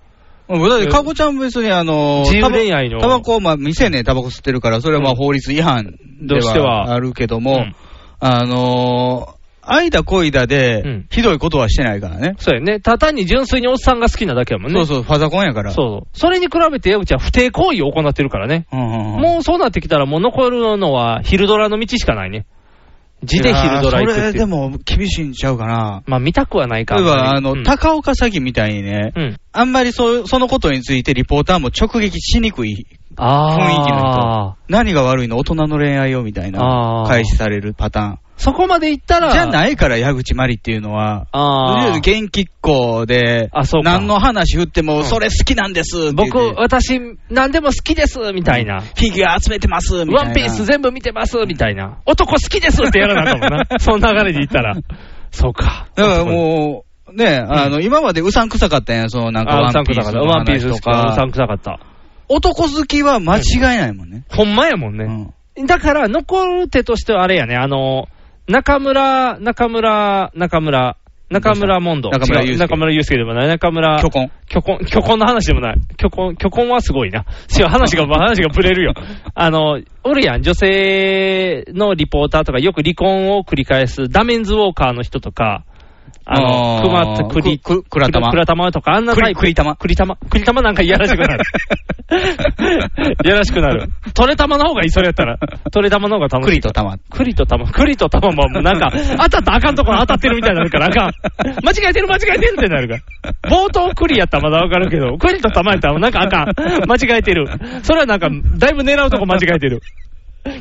B: うんだって、かごちゃん別にあの、
C: 自由恋愛の
B: タバタバコ、まあ、未成年タバコ吸ってるから、それはま
C: う
B: あ
C: ん
B: 法律違反で
C: としては
B: はあるけども、
C: うん
B: あのー、愛だ恋だ
C: う
B: で
C: ん、
B: ひどいことはしてないからね。
C: そうやね。ただ単に純粋におっさんが好きなだけやもんね。
B: そうそう、ファザコンやから。う。
C: そうそう。それに比べて矢口は不定行為を行ってるからね。
B: うんうんうん
C: もうそうなってきたら、もう残るのは昼ドラの道しかないね。字で昼ドラ
B: いやー
C: 行くっ
B: それ
C: てい
B: で
C: う。
B: も厳しいんちゃうかな。
C: まあ見たくはないか
B: 例えば、あの、
C: うん
B: 高岡詐欺みたいにね、
C: うん。
B: あんまりそうそのことについてリポーターも直撃しにくい。雰囲気
C: あ
B: の何が悪いの大人の恋愛よみたい
C: あ
B: な
C: ー、
B: 開始されるパタ
C: 人。そこまで行った
B: ーン。
C: ら。
B: じゃないから、矢口まりっていうのは。とりあえ
C: あ
B: ず
C: あ。
B: 元気っ子で
C: あそう、か
B: 何の話振って
C: うん
B: も、それ好きなんですって言って
C: 僕、私、何でも好きです、みたいな。
B: フィギュア集めてますみたいな。
C: ワンピース全部見てます、みたいな。男好きですってやらなあかんも
B: [LAUGHS]
C: んな。その流れで言ったら。そうか。
B: だからもう、ね、あの、今までうさんくさかったんや、そのなんか
C: あ、
B: ワ
C: うさ
B: ン
C: んく
B: ピ
C: さ
B: ー
C: か
B: ス
C: った。
B: の
C: ワンピー
B: 話
C: ス
B: と
C: 好きうさ
B: か
C: ん。くさかった。
B: 男好きは間違いないもんね。
C: ほんまやもんね。
B: うん
C: だから、残る手としてはあれやね、あの、中村、中村、中村、中村モンド。
B: 中村
C: 違
B: 祐介
C: う中村祐介でもない、中村、
B: 虚婚。
C: 虚婚、虚婚の話でもない。虚婚、虚婚はすごいな。違う、話
B: [LAUGHS]
C: が、話がぶれるよ。あの、おるやん、女性のリポーターとか、よく離婚を繰り返す、ダメンズウォーカーの人とか、あの、熊田、栗、
B: く、くらたま。
C: くらたまとか、あんなタイプ。
B: くりたま
C: くりたま。くりたまなんかいやらしく
B: [LAUGHS]
C: なる。やらしくなる。取れたまの方がいい、それやったら。取れたまの方が楽しい。
B: 栗と。たま。
C: 栗と玉、栗と玉ももうなんか、当たったらあかんところ当たってるみたいになるから、あかん。間違えてる、間違えてるってなるから。冒頭栗やったらまだわかるけど、栗と玉やったらなんかあかん。
B: [LAUGHS]
C: 間違えてる。それはなんか、だいぶ狙うとこ間違えてる。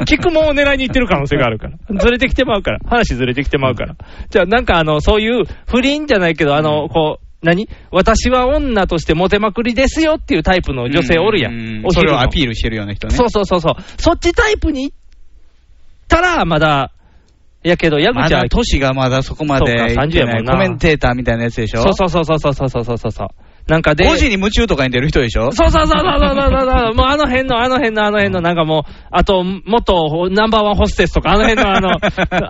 C: 聞くもんを狙いに行ってる可能性があるから。ずれてきてまうから。話ずれてきてまうから。じゃあなんかあの、そういう不倫じゃないけど、あの、こう、何私は女としてモテまくりですよっていうタイプの女性おるや。
B: うんん
C: お
B: そ
C: 昼
B: れ
C: の
B: をアピールしてるような人ね。
C: そうそうそうそう。そっちタイプに行ったら、まだ、やけど、矢
B: ま
C: 口は
B: だ、年がまだそこまで
C: そうか
B: 行って
C: 30や
B: な
C: も
B: い
C: んな
B: コメンテーターみたいなやつでしょ
C: そうそうそうそうそうそうそうそうそう。なんかで、
B: 5時に夢中とかに出る人でしょ
C: そうそうそうそうそうそうそう。もうあの辺の、あの辺の、あの辺の、なんかもう、あと、元ナンバーワンホステスとか、あの辺の、
B: [LAUGHS]
C: あの、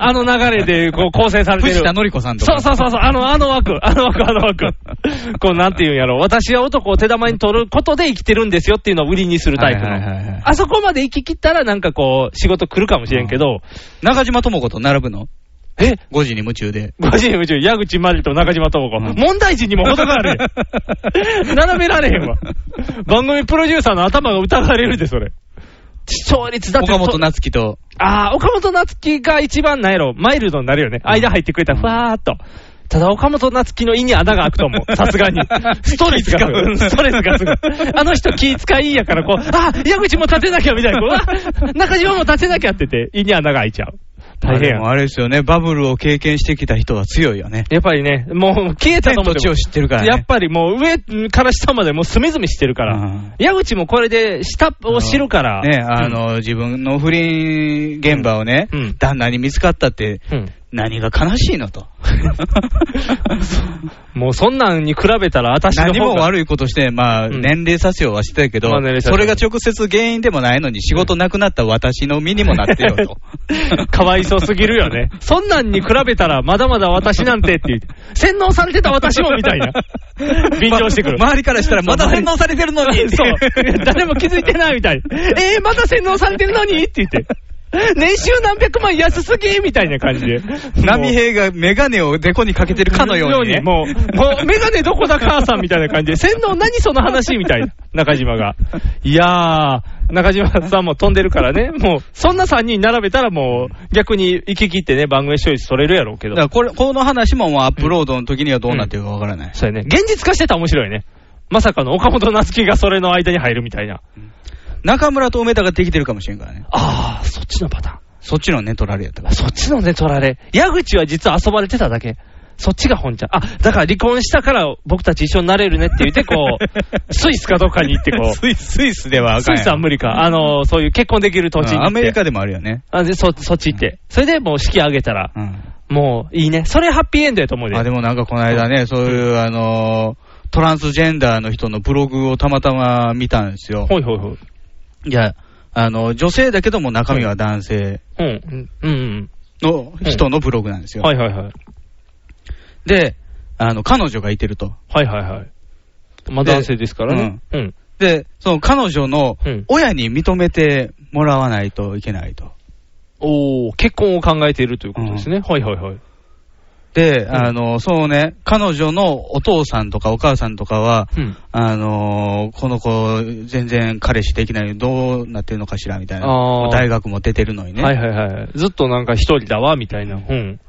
C: あの流れで、こう、構成されてる。
B: 藤田紀子さんと
C: そ
B: か。
C: うそうそうそう、あの、あの枠、あの枠、あの枠。こう、なんていうんやろ私は男を手玉に取ることで生きてるんですよっていうのを売りにするタイプの。
B: はいはいはいはい
C: あそこまで行き切ったら、なんかこう、仕事来るかもしれんけど、
B: 中島智子と並ぶの
C: え
B: ?5 時に夢中で。
C: 五時に夢中、矢口真理と中島智子。
B: うん
C: 問題児にも程がある
B: [LAUGHS]
C: やん。並べられへんわ。 [LAUGHS] 番組プロデューサーの頭が疑われるで、それ。視聴率だって。
B: 岡本夏樹と。
C: ああ、岡本夏樹が一番なんやろ、マイルドになるよね。間入ってくれたら、ふわーっと。ただ、岡本夏樹の胃に穴が開くと思 [LAUGHS] う。さすがに。ストレスがすごい。うんストレスがすごい。あの人気使いいやから、 [LAUGHS] こう、あ、矢口も立てなきゃみたいな、こう、あ中島も立てなきゃってて、胃に穴が開いちゃう。大変や
B: あでもあれですよね、バブルを経験してきた人は強いよね。
C: やっぱりね、もう消えた
B: 天
C: と
B: と
C: 思って
B: 地
C: も
B: を知ってるからね。
C: やっぱりもう上から下までもう隅々してるから、
B: うん
C: 矢口もこれで下を知るから、
B: ね、あの、自分の不倫現場をね、
C: うん
B: 旦那に見つかったって、
C: うん、うん
B: 何が悲しい
C: [LAUGHS]
B: のと。
C: もうそんなんに比べたら、私の方が
B: 何も悪いことして、まあ、
C: うん
B: 年齢差しをはしてたけど、
C: まあ年齢差し
B: それが直接原因でもないのに、仕事なくなった私の身にもなってよと。
C: かわいそうすぎる
B: [LAUGHS]
C: よね。そんなんに比べたら、まだまだ私なんてって言う洗脳されてた私もみたいな。 [LAUGHS] 便乗してくる。
B: ま周りからしたら、まだ洗脳されてるのにって [LAUGHS]
C: そう。誰も気づいてないみたい。えー、まだ洗脳されてるのにって言って。年収何百万安すぎみたいな感じで。
B: 波平がメガネをデコにかけてるかのように、ね。
C: もう、
B: [LAUGHS]
C: もう、メガネどこだ母さんみたいな感じで、洗脳何その話みたいな、中島が。いやー、中島さんも飛んでるからね、もう、そんな3人並べたらもう、逆に行き切ってね、番組視聴率取れるやろうけ
B: だ
C: ど
B: か。らこれ、この話ももうアップロードの時にはどうなってるかわからない。
C: そうやね。現実化してたら面白いね。まさかの岡本夏樹がそれの間に入るみたいな。
B: 中村と梅田ができてるかもしれんからね。
C: あー、そっちのパタ
B: そっちのね、取られやったか
C: ーン。 [LAUGHS] そっちのね、取られ。矢口は実は遊ばれてただけ。そっちが本ちゃん。あ、だから離婚したから僕たち一緒になれるねって言って、こ
B: [LAUGHS]
C: う、スイスかどっかに行ってこ
B: ら。
C: う、
B: イス、スイスではあ
C: ス
B: かん
C: イ
B: やん
C: スは無理か。あの、そういう結婚できる土地に行って。
B: あアメリカでもあるよね。
C: あでそ、そっち行って。それでもう式挙げたら
B: う、ん。
C: もういいね。それハッピーエンドやと思うで。
B: あ、でもなんかこの間ね、そういう、あのートランスジェンダーの人のブログをたまたま見たんですよ。
C: ほいほいほい。
B: いや、あの、女性だけども中身は男性
C: うん。うん。うん
B: の人のブログなんです
C: うん。
B: よ。
C: はいはいはい。
B: で、あの、彼女がいてると。
C: はいはいはい。まあ
B: で
C: 男性ですからね。うん。
B: で、その彼女の
C: うん
B: 親に認めてもらわないといけないと。
C: おー、結婚を考えているということですね。はいはいはい。
B: で、あの、そうね、彼女のお父さんとかお母さんとかは、
C: うん。
B: あのーこの子、全然彼氏できないのにどうなってるのかしらみたいな
C: あー、
B: 大学も出てるのにね、
C: はいはいはい。ずっとなんか一人だわ、みたいな。うん。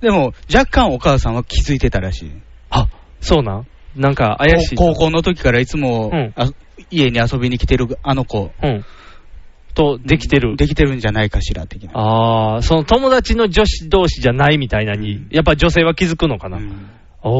B: でも若干お母さんは気づいてたらしい、
C: あ、そうなんなんか怪しい。
B: 高高校の時からいつも、
C: うん
B: あ家に遊びに来てるあの子、
C: うん。と、できてる。
B: できてるんじゃないかしら的な。
C: ああ、その友達の女子同士じゃないみたいなに、やっぱ女性は気づくのかな。
B: うん
C: おー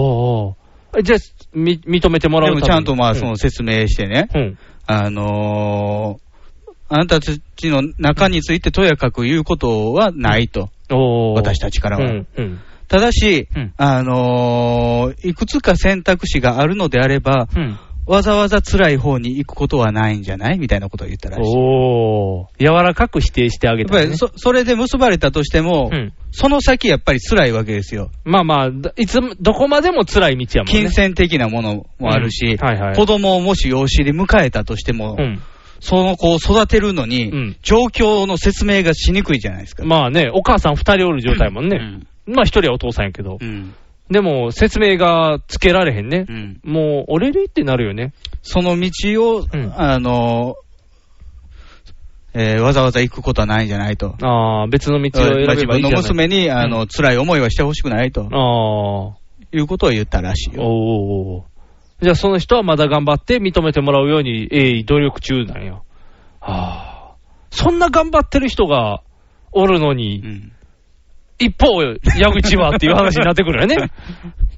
C: おーえじゃあ、み認めてもら
B: でも
C: うために
B: ちゃんとまあ
C: うん
B: その説明してね、
C: うん。
B: あのーあなたたちの中についてとやかく言うことはないと、
C: おー
B: 私たちからは。
C: うん。うん。
B: ただし、
C: うん
B: あのーいくつか選択肢があるのであれば、
C: うん。
B: わざわざ辛い方に行くことはないんじゃないみたいなことを言ったらしい。
C: おー柔らかく否定してあげ、
B: やったぱ
C: ね。
B: りそそれで結ばれたとしても、
C: うん。
B: その先やっぱり辛いわけですよ。
C: まあまあ、だいつも、どこまでも辛い道やもんね。
B: 金銭的なものもあるし、
C: うんはいはい
B: 子供をもし養子で迎えたとしても、
C: うん。
B: その子を育てるのに、
C: うん
B: 状況の説明がしにくいじゃないですか。
C: まあね、お母さん二人おる状態もんね。まあ一人はお父さんやけど
B: う。ん
C: でも、説明がつけられへんね
B: う。ん
C: もう、俺でってなるよね。
B: その道を、
C: うん
B: あの、えーわざわざ行くことはないんじゃないと。
C: ああ、別の道を選べばい
B: 自
C: いじゃない
B: 分の娘にあの、
C: う
B: 辛い思いはしてほしくないと
C: ああ。
B: いうことを言ったらしい
C: おー
B: よ。
C: おーおーじゃあ、その人はまだ頑張って認めてもらうように、鋭意努力中なんよ。はあ。そんな頑張ってる人がおるのに、
B: うん
C: 一方、矢口はっていう話になってくるよ [LAUGHS] ね。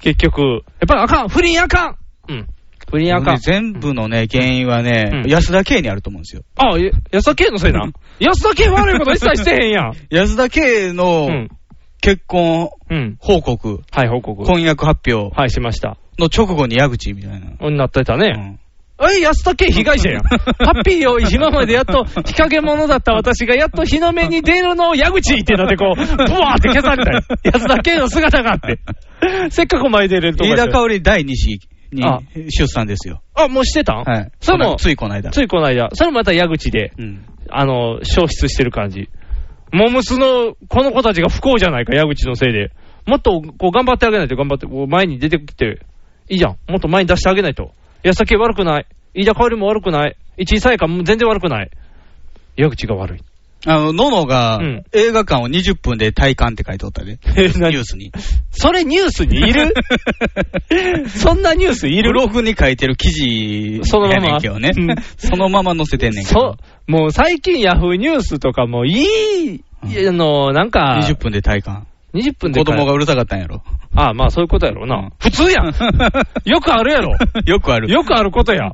C: 結局。やっぱりあかん不倫あかんうん。不倫あかん。
B: 全部のね、原因はね、
C: うん
B: 安田圭にあると思うんですよ。
C: あ、や安田圭のせい [LAUGHS] な。安田圭悪いこと一切してへんや [LAUGHS] ん。
B: 安田圭
C: う
B: の
C: ん。
B: 結婚
C: うん。
B: 報告、
C: はい、報告。
B: 婚約発表
C: はい、しました。
B: の直後に矢口みたいな。
C: うんなってたね。
B: うん
C: え、安田圭被害 [LAUGHS] 者やん。ハッピーよ、今までやっと日陰者だった私がやっと日の目に出るのを矢口ってなってこう、ブワーって消されたよ。 [LAUGHS] 安田圭の姿があって。 [LAUGHS] せっかく前出れるとこ
B: 飯
C: やった
B: 田香織第2子に
C: あ
B: 出産ですよ。
C: あ、もうしてた
B: は
C: ん
B: い。
C: それも、
B: ついこの間。
C: ついこの間。それもまた矢口で、
B: うん。
C: あの、消失してる感じ。モムスの、この子たちが不幸じゃないか、矢口のせいで。もっと、こう、頑張ってあげないと、頑張って、こう前に出てきて、いいじゃん。もっと前に出してあげないと。安田圭悪くない。飯田香織も悪くない。一位さやかも全然悪くない。矢口が悪い。
B: あの、ののが
C: うん
B: 映画館を20分で体感って書いておったで。
C: え
B: ニ
C: 何
B: ュースに。
C: それニュースにいる
B: [LAUGHS]
C: そんなニュースい
B: ブ
C: る
B: ログに書いてる記事
C: そのまま
B: やねんけどね
C: うん。
B: そのまま載せてんねんけ
C: そ
B: ど。
C: う、もう最近ヤフーニュースとかもいいいや、あの、なんか、
B: 20分で体感。
C: 20分で
B: 子
C: 帰る
B: 供がうるさかったんやろ。
C: ああ、まあそういうことやろう
B: うん
C: な。普通やん。よくあるやろ。
B: よくある。
C: よくあることや。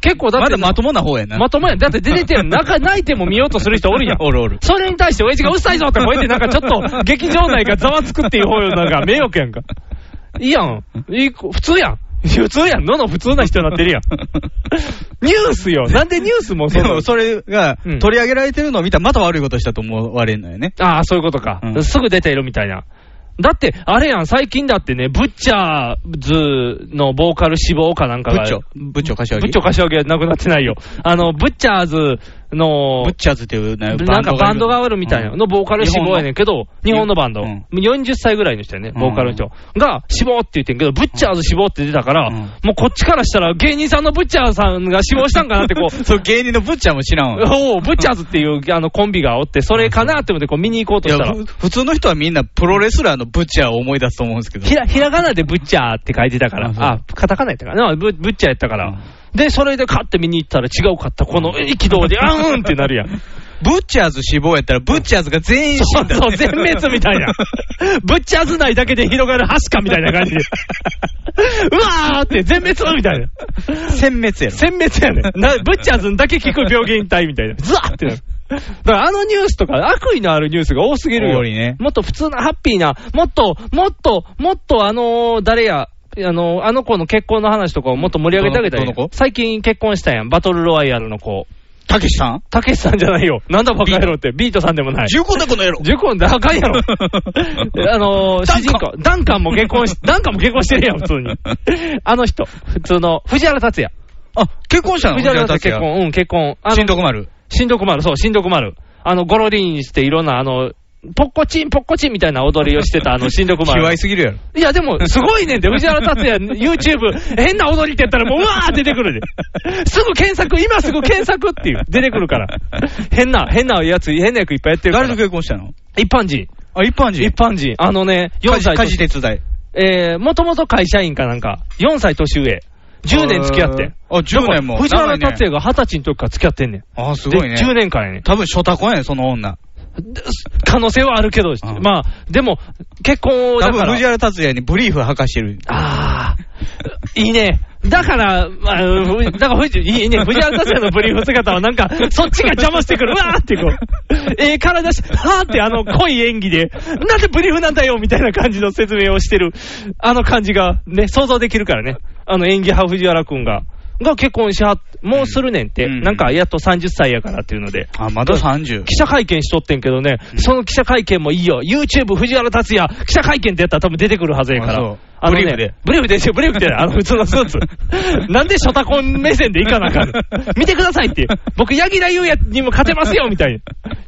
C: 結構だっ
B: ま
C: て、
B: だまともな方やな。
C: まともやん。だって出て
B: [LAUGHS]
C: てやん。中泣いても見ようとする人おるやん。
B: おるおる。
C: それに対して、親父がうっさいぞって吠えて、なんかちょっ
B: [LAUGHS]
C: と劇場内がざわつくっていう方よ、なんか迷惑やんか。いいやん。いい普通やん。普通やん。のの普通な人になっ
B: [LAUGHS]
C: てるやん。ニュースよ。なんでニュースもそ
B: で
C: の
B: も、それが
C: うん
B: 取り上げられてるのを見たら、また悪いことしたと思われるのよね。
C: ああ、そういうことか、
B: うん
C: すぐ出てるみたいな。だって、あれやん、最近だってね、ブッチャーズのボーカル志望かなんか
B: ブ
C: が。
B: ッチョ、ブッチョ柏木。
C: ブッチョ柏木はなくなってないよ。あの、ブッチャーズの
B: ブッ、チャーズっていうね
C: なんかバンドがあるみたいな、
B: うん
C: のボーカル志望やねんけど、日
B: 日
C: 本
B: 本の
C: のバンド。
B: うん
C: 40歳ぐらいの人やね、
B: うん
C: ボーカルの人。が、志望って言ってんけど、ブッチャーズ志望って出たから、
B: うん
C: もうこっちからしたら、芸人さんのブッチャーさんが志望したんかなってこう、
B: [LAUGHS] そう、芸人のブッチャーも知らんわ。
C: [LAUGHS] おお、ブッチャーズっていうあのコンビがおって、それかなって思ってこう見に行こうと
B: い
C: し
B: や、
C: たら。
B: ふ普通の人はみんなプロレスラーのブッチャーを思い出すと思うんですけ
C: [LAUGHS]
B: ど。
C: ひら、ひらがなでブッチャーって書いてたから
B: あ、そう
C: あカタカナやったからな、ブブッチャーやったか
B: う
C: ら、
B: ん
C: で、それで買って見に行ったら違うかった、この憤動で、あーんって
B: [LAUGHS]
C: なるやん。
B: ブッチャーズ死亡やったら、ブッチャーズが全員死
C: そ
B: ん
C: う
B: だ。
C: そう、全滅みたい
B: [LAUGHS]
C: な。ブッチャーズ内だけで広がるハシカみたいな感じで。うわーって全滅みたいな。
B: 殲滅やろ。
C: 殲滅やねん。なブッチャーズにだけ効く病原体みたいな。ズワーってなる。だからあのニュースとか、悪意のあるニュースが多すぎるよ。
B: 多いね
C: もっと普通な、ハッピーな、もっと、もっと、もっと、あのー誰や、あのーあの子の結婚の話とかをもっと盛り上げてあげたらいいやん
B: どのどの子
C: 最近結婚したやん、バトルロワイヤルの子。
B: たけしさん
C: たけしさんじゃないよ。なんだバカ野郎って、ビートさんでもない。
B: 重厚だこの野郎。
C: ジュコンであかんや
B: [LAUGHS]
C: ろ。あのー、
B: ダ
C: 主
B: ンカン
C: 人公、ダンカンも結
B: [LAUGHS]
C: 婚し、ダンカンも結婚してるやん、普通に。あの人、普通の、藤原竜也。
B: あ、結婚したの
C: 藤原竜也結
B: 結婚。
C: 婚、うん、結婚。あ
B: し
C: の
B: ん、どくまる。
C: しんどくまる、そう、しんどくまる。あの、ゴロリンしていろんな、あの、ポッコチン、ポッコチンみたいな踊りをしてた、あの、しんどくま
B: 卑
C: る
B: 猥。すぎるやろ。
C: いや、でも、すごいねんで、藤原達也、YouTube、変な踊りってやったら、もう、
B: [LAUGHS]
C: うわー出てくるで。すぐ検索、今すぐ検索っていう、出てく
B: [LAUGHS]
C: るから。変な、変なやつ、変な役いっぱいやってるか
B: 誰と
C: ら。
B: 結婚したの
C: 一般人。
B: あ、一般人
C: 一般人。あのね、4
B: 家事
C: 歳
B: 家事手伝い。
C: えー、もともと会社員かなんか、4歳年上。10年付き合って。
B: あ、10年も。
C: 藤原達
B: 長いね
C: 也が20歳の時から付き合ってんねん。
B: あ、すごいね
C: で。10年間やね
B: [LAUGHS]
C: ん。
B: 多分、ショタコやねその女。
C: 可能性はあるけど、
B: ん
C: まあ、でも、結婚を、
B: 多
C: だ
B: 分
C: から
B: 藤。原達也にブリーフ吐かしてる。
C: あー、いいね。だから、まあ、ふだから藤、いいね。藤原達也のブリーフ姿はなんか、そっちが邪魔してくる。うわーってこう。ええ体し、はーってあの濃い演技で、なんでブリーフなんだよみたいな感じの説明をしてる。あの感じが、ね、想像できるからね。あの演技派藤原くんが。が結婚しはっ、もうするねんって。
B: うん
C: なんか、やっと30歳やからっていうので。
B: あ、まだ30。
C: 記者会見しとってんけどね、その記者会見もいいよ、YouTube 藤原達也、記者会見ってやったら多分出てくるはずやか
B: あそ
C: ら
B: う。
C: あの
B: ブ
C: ね
B: リーフで。
C: ブリーフでしょ、ブリーフで、あの普通のス
B: [LAUGHS]
C: ーツ。なんでショタコン目線でいかなあかんの見てくださいっていう。僕、柳楽優也にも勝てますよ、みたいな。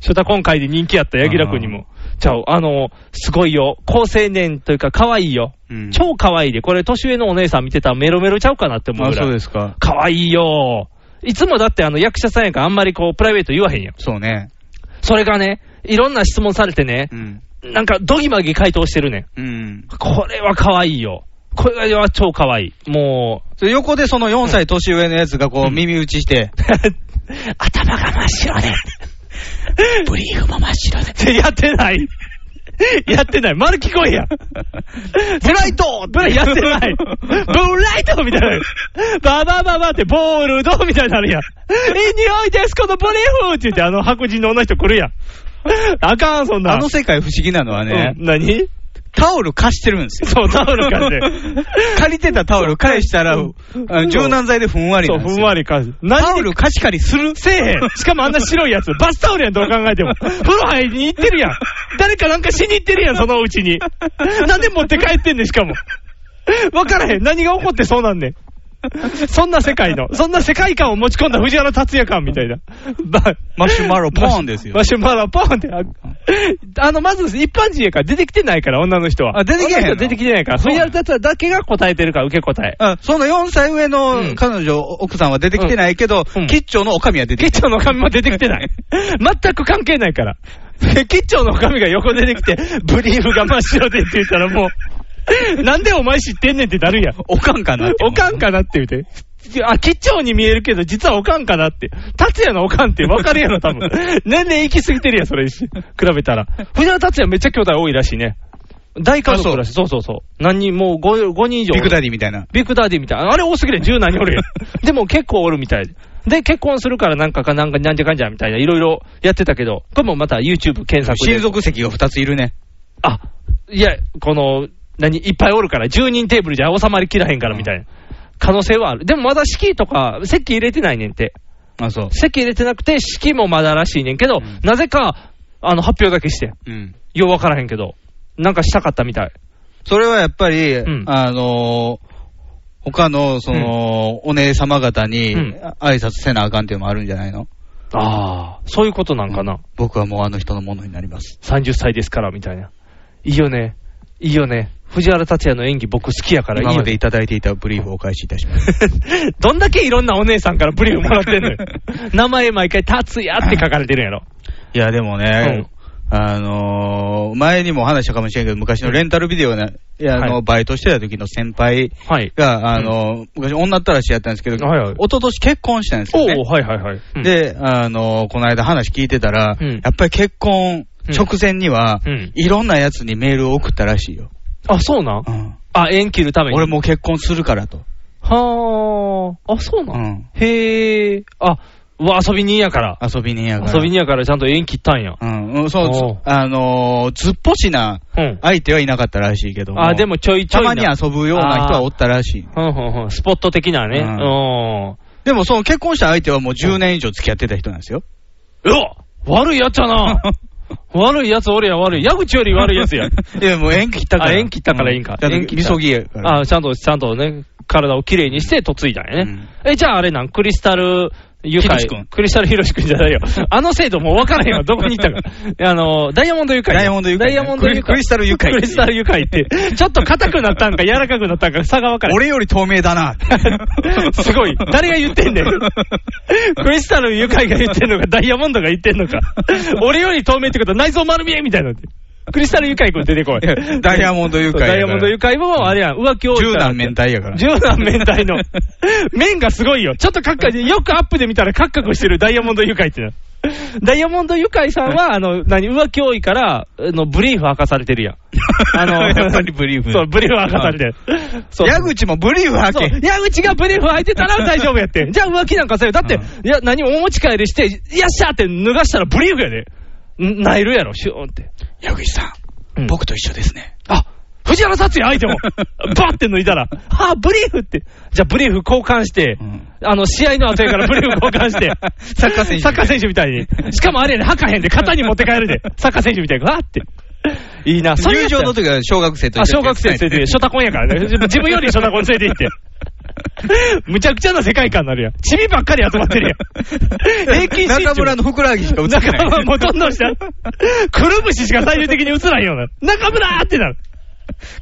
C: ショタコン界で人気やった柳楽君にも。ちゃう、あの、すごいよ。高青年というか、可愛いよ。
B: うん
C: 超可愛いで、これ年上のお姉さん見てたらメロメロちゃうかなって思う
B: あ、
C: ぐら
B: そう
C: い。
B: ですか。
C: 可愛いよ。いつもだってあの役者さんやからあんまりこうプライベート言わへんやん。
B: そうね。
C: それがね、いろんな質問されてね
B: う、ん。
C: なんかドギマギ回答してるねん。
B: うん。
C: これは可愛いよ。これは超可愛い。もう、 [LAUGHS]
B: それ横でその4歳年上のやつがこう耳打ちして、
C: 頭が真っ
B: [LAUGHS]
C: 白で、ブリーフも真っ白で。ってやってない。やってない。丸聞こえやん。ブライトブラやってない。ブ
B: [LAUGHS]
C: ライトみたいな。ババババってボールドみたいになるやん。いい匂いです、このブリーフって言って、あの白人の女の人来るやん。あかん、そんな。
B: あの世界不思議なのはね、
C: うん何
B: タオル貸してるんですよ。
C: そう、タオル貸して。
B: 借りてたタオル返したら、あの柔軟剤でふんわり
C: [LAUGHS] そ
B: な
C: う、
B: んですよ
C: ふんわり貸して。
B: タ
C: 何
B: オル貸し借りする
C: せえへん。しかもあんな白い [LAUGHS] やつ。バスタオルやん、どう考えても。風呂入りに行ってるやん。誰かなんかしに行って [LAUGHS] るやん、そのうちに。なんで持って帰ってんねん、しかも。わからへん。何が起こってそうなんねん。そんな世界の、そんな世界観を持ち込んだ藤原達也感みたいな。ば
B: マシュマロポーンですよ
C: マ。シュマロポーンって。ああの、まず一般人やから出てきてないから、女の人は。
B: あ出てけへんの
C: 女の人は出てきてないから。藤原達也だけが答えてるから、受け答え。
B: あその4歳上
C: うん
B: の彼女、奥さんは出てきてないけど、
C: うん
B: 吉兆のおかみは出て
C: 吉
B: きて
C: 兆の神も出てきてない。全く関係ないから。吉兆の神が横出てきて、ブリーフが真っ白でって言ったらもう、なんでお前知ってんねんってなるやん。
B: おかんかなって
C: おかんかなって言うて。あ、吉兆に見えるけど、実はおかんかなって。達也のおかんって分かるやろ、多分。年々行き過ぎてるやん、それ、比べたら。藤原達也めっちゃ兄弟多いらしいね。大家族らしい。そうそうそう。何人、もう 5, 五人以上。
B: ビッグダディみたいな。
C: ビッグダディみたいな。あれ多すぎる十何人
B: [LAUGHS]
C: おるやん。でも結構おるみたいで。で、結婚するからなんかかなんかなんじゃかんじゃみたいな、いろいろやってたけど、これもまた YouTube 検索で
B: 親。族席が2ついるね。
C: あ、いや、この、何、いっぱいおるから、10人テーブルじゃ収まりきらへんからみたいな。可能性はある。でもまだ式とか、席入れてないねんて。
B: あ、そう。
C: 席入れてなくて、式もまだらしいねんけ
B: う
C: ど、
B: ん
C: なぜか、あの、発表だけして。
B: うん。
C: ようわからへんけど。なんかしたかったみたい。
B: それはやっぱり、
C: ん
B: あのー他の、その、お姉様方に
C: うん
B: 挨拶せなあかんっていうのもあるんじゃないの
C: ああ、そういうことなんかな。
B: 僕はもうあの人のものになります。
C: 30歳ですから、みたいな。いいよね。いいよね。藤原達也の演技僕好きやからいい
B: 今
C: よ
B: ま
C: ね
B: でいただいていたブリーフをお返しいたします。
C: [LAUGHS] どんだけいろんなお姉さんからブリーフもらってんの [LAUGHS] よ。名前毎回、達也って書かれてるんやろ。
B: いや、でもね、あのー前にも話したかもしれんけど、昔のレンタルビデオな、いやあの
C: はい
B: バイトしてた時の先輩
C: はい。
B: が、あのー昔女ったらしやったんですけど、
C: はいはい
B: 一昨年結婚したんですよ、
C: お
B: ね。
C: おはいはいはい。うん、
B: で、あの、この間話聞いてたら、
C: うん
B: やっぱり結婚直前には、
C: うん
B: いろんなやつにメールを送ったらしいよ。
C: あ、そうなん
B: うん
C: あ、縁切るために。
B: 俺。もう結婚するからと。
C: はあ、あ、そう
B: う
C: なん、
B: ん
C: へえ、あ、うわ、遊び人やから。
B: 遊び人やから。
C: 遊び人やからちゃんと縁切ったんや。
B: うんうん、そう
C: お
B: ず
C: う、
B: あのーずっぽしな
C: うん。
B: 相手はいなかったらしいけども。
C: あ、でもちょいちょ
B: たま
C: いな。
B: に遊ぶような人はおったらしい。
C: うんうんうん。スポット的なね。
B: う
C: うんん。う
B: でもその結婚した相手はもう10年以上付き合ってた人なんですよ。
C: わ悪いやつや [LAUGHS] な。
B: [LAUGHS]
C: 悪いやつ俺や悪い。矢口より悪いやつや。
B: い [LAUGHS] や、もう縁切ったから。
C: あ縁切ったからいいんか
B: うだって
C: 縁切っ
B: み
C: た
B: そぎやから。
C: あ、ちゃんと、ちゃんとね、体をきれいにして嫁いだんやね。え、じゃああれなん、クリスタル、ゆか
B: ひろし
C: い
B: 君。
C: クリスタルヒロシ君じゃないよ。あの制度もう分からへんわ。どこに行
B: [LAUGHS]
C: ったか。あの、ダイヤモンドユカイ。
B: ダイヤモンドユカイ
C: ダイヤモンドユカイ
B: クリクリスタルユカイ
C: クリスタルユカイって。ちょっと硬くなったんか柔らかくなったんか差が分からへん。
B: 俺より透明だな。
C: [LAUGHS] すごい。誰が言ってんねん。
B: [LAUGHS]
C: クリスタルユカイが言ってんのか、ダイヤモンドが言ってん
B: [LAUGHS]
C: のか。俺より透明ってことは内臓丸見えみたいなの。クリスタルユカイ君出てこ
B: いや
C: い。
B: [LAUGHS] ダイヤモンドユカイやから
C: ダイヤモンドユカイも、あれやん、浮気を。
B: 柔軟面体やから。
C: 柔軟面体の。面がすごいよ。ちょっとカッカよくアップで見たらカッカクしてるダイヤモンドユカイってな。ダイヤモンドユカイさんは、あの、何、浮気多いから、あの、ブリーフ明かされてるやん。あの、
B: [LAUGHS] やっぱりブリーフ
C: そう、ブリーフ明かされてる。そう
B: 矢口もブリーフ
C: そう
B: 履け。
C: 矢口がブリーフ履いてたら大丈夫やって。じゃあ浮気なんかせよ。だって、
B: う
C: いや、何もお持ち帰りして、よっしゃーって脱がしたらブリーフやで。んナイルやろ、シューンって。
B: 矢口さん、
C: うん
B: 僕と一緒ですね。
C: あ藤原達也相 [LAUGHS] 手も、バッて抜いたら、あブリーフって、じゃあブリーフ交換して、
B: うん
C: あの試合の後やからブリーフ交換して、
B: サッカー選手
C: [LAUGHS] サッカー選手みたいに、しかもあれやね、吐かへんで、肩に持って帰るで、サッカー選手みたいに、わーって、いいな、そうい
B: 入
C: うやつや
B: 場の時は小学生と
C: あ、
B: 一緒
C: 小学生連れて
B: [LAUGHS]
C: [LAUGHS] 行って、ショタコンやからね。自分よりショタコン連れて行って。むちゃくちゃな世界観になるやん。チビばっかり集まってるやん。 [LAUGHS] 平均身長。
B: 中村のふくらはぎしか映って
C: 中
B: な
C: 村
B: い。
C: もうどんどんした。くるぶししか最終的に映らんような。中村ーってなる。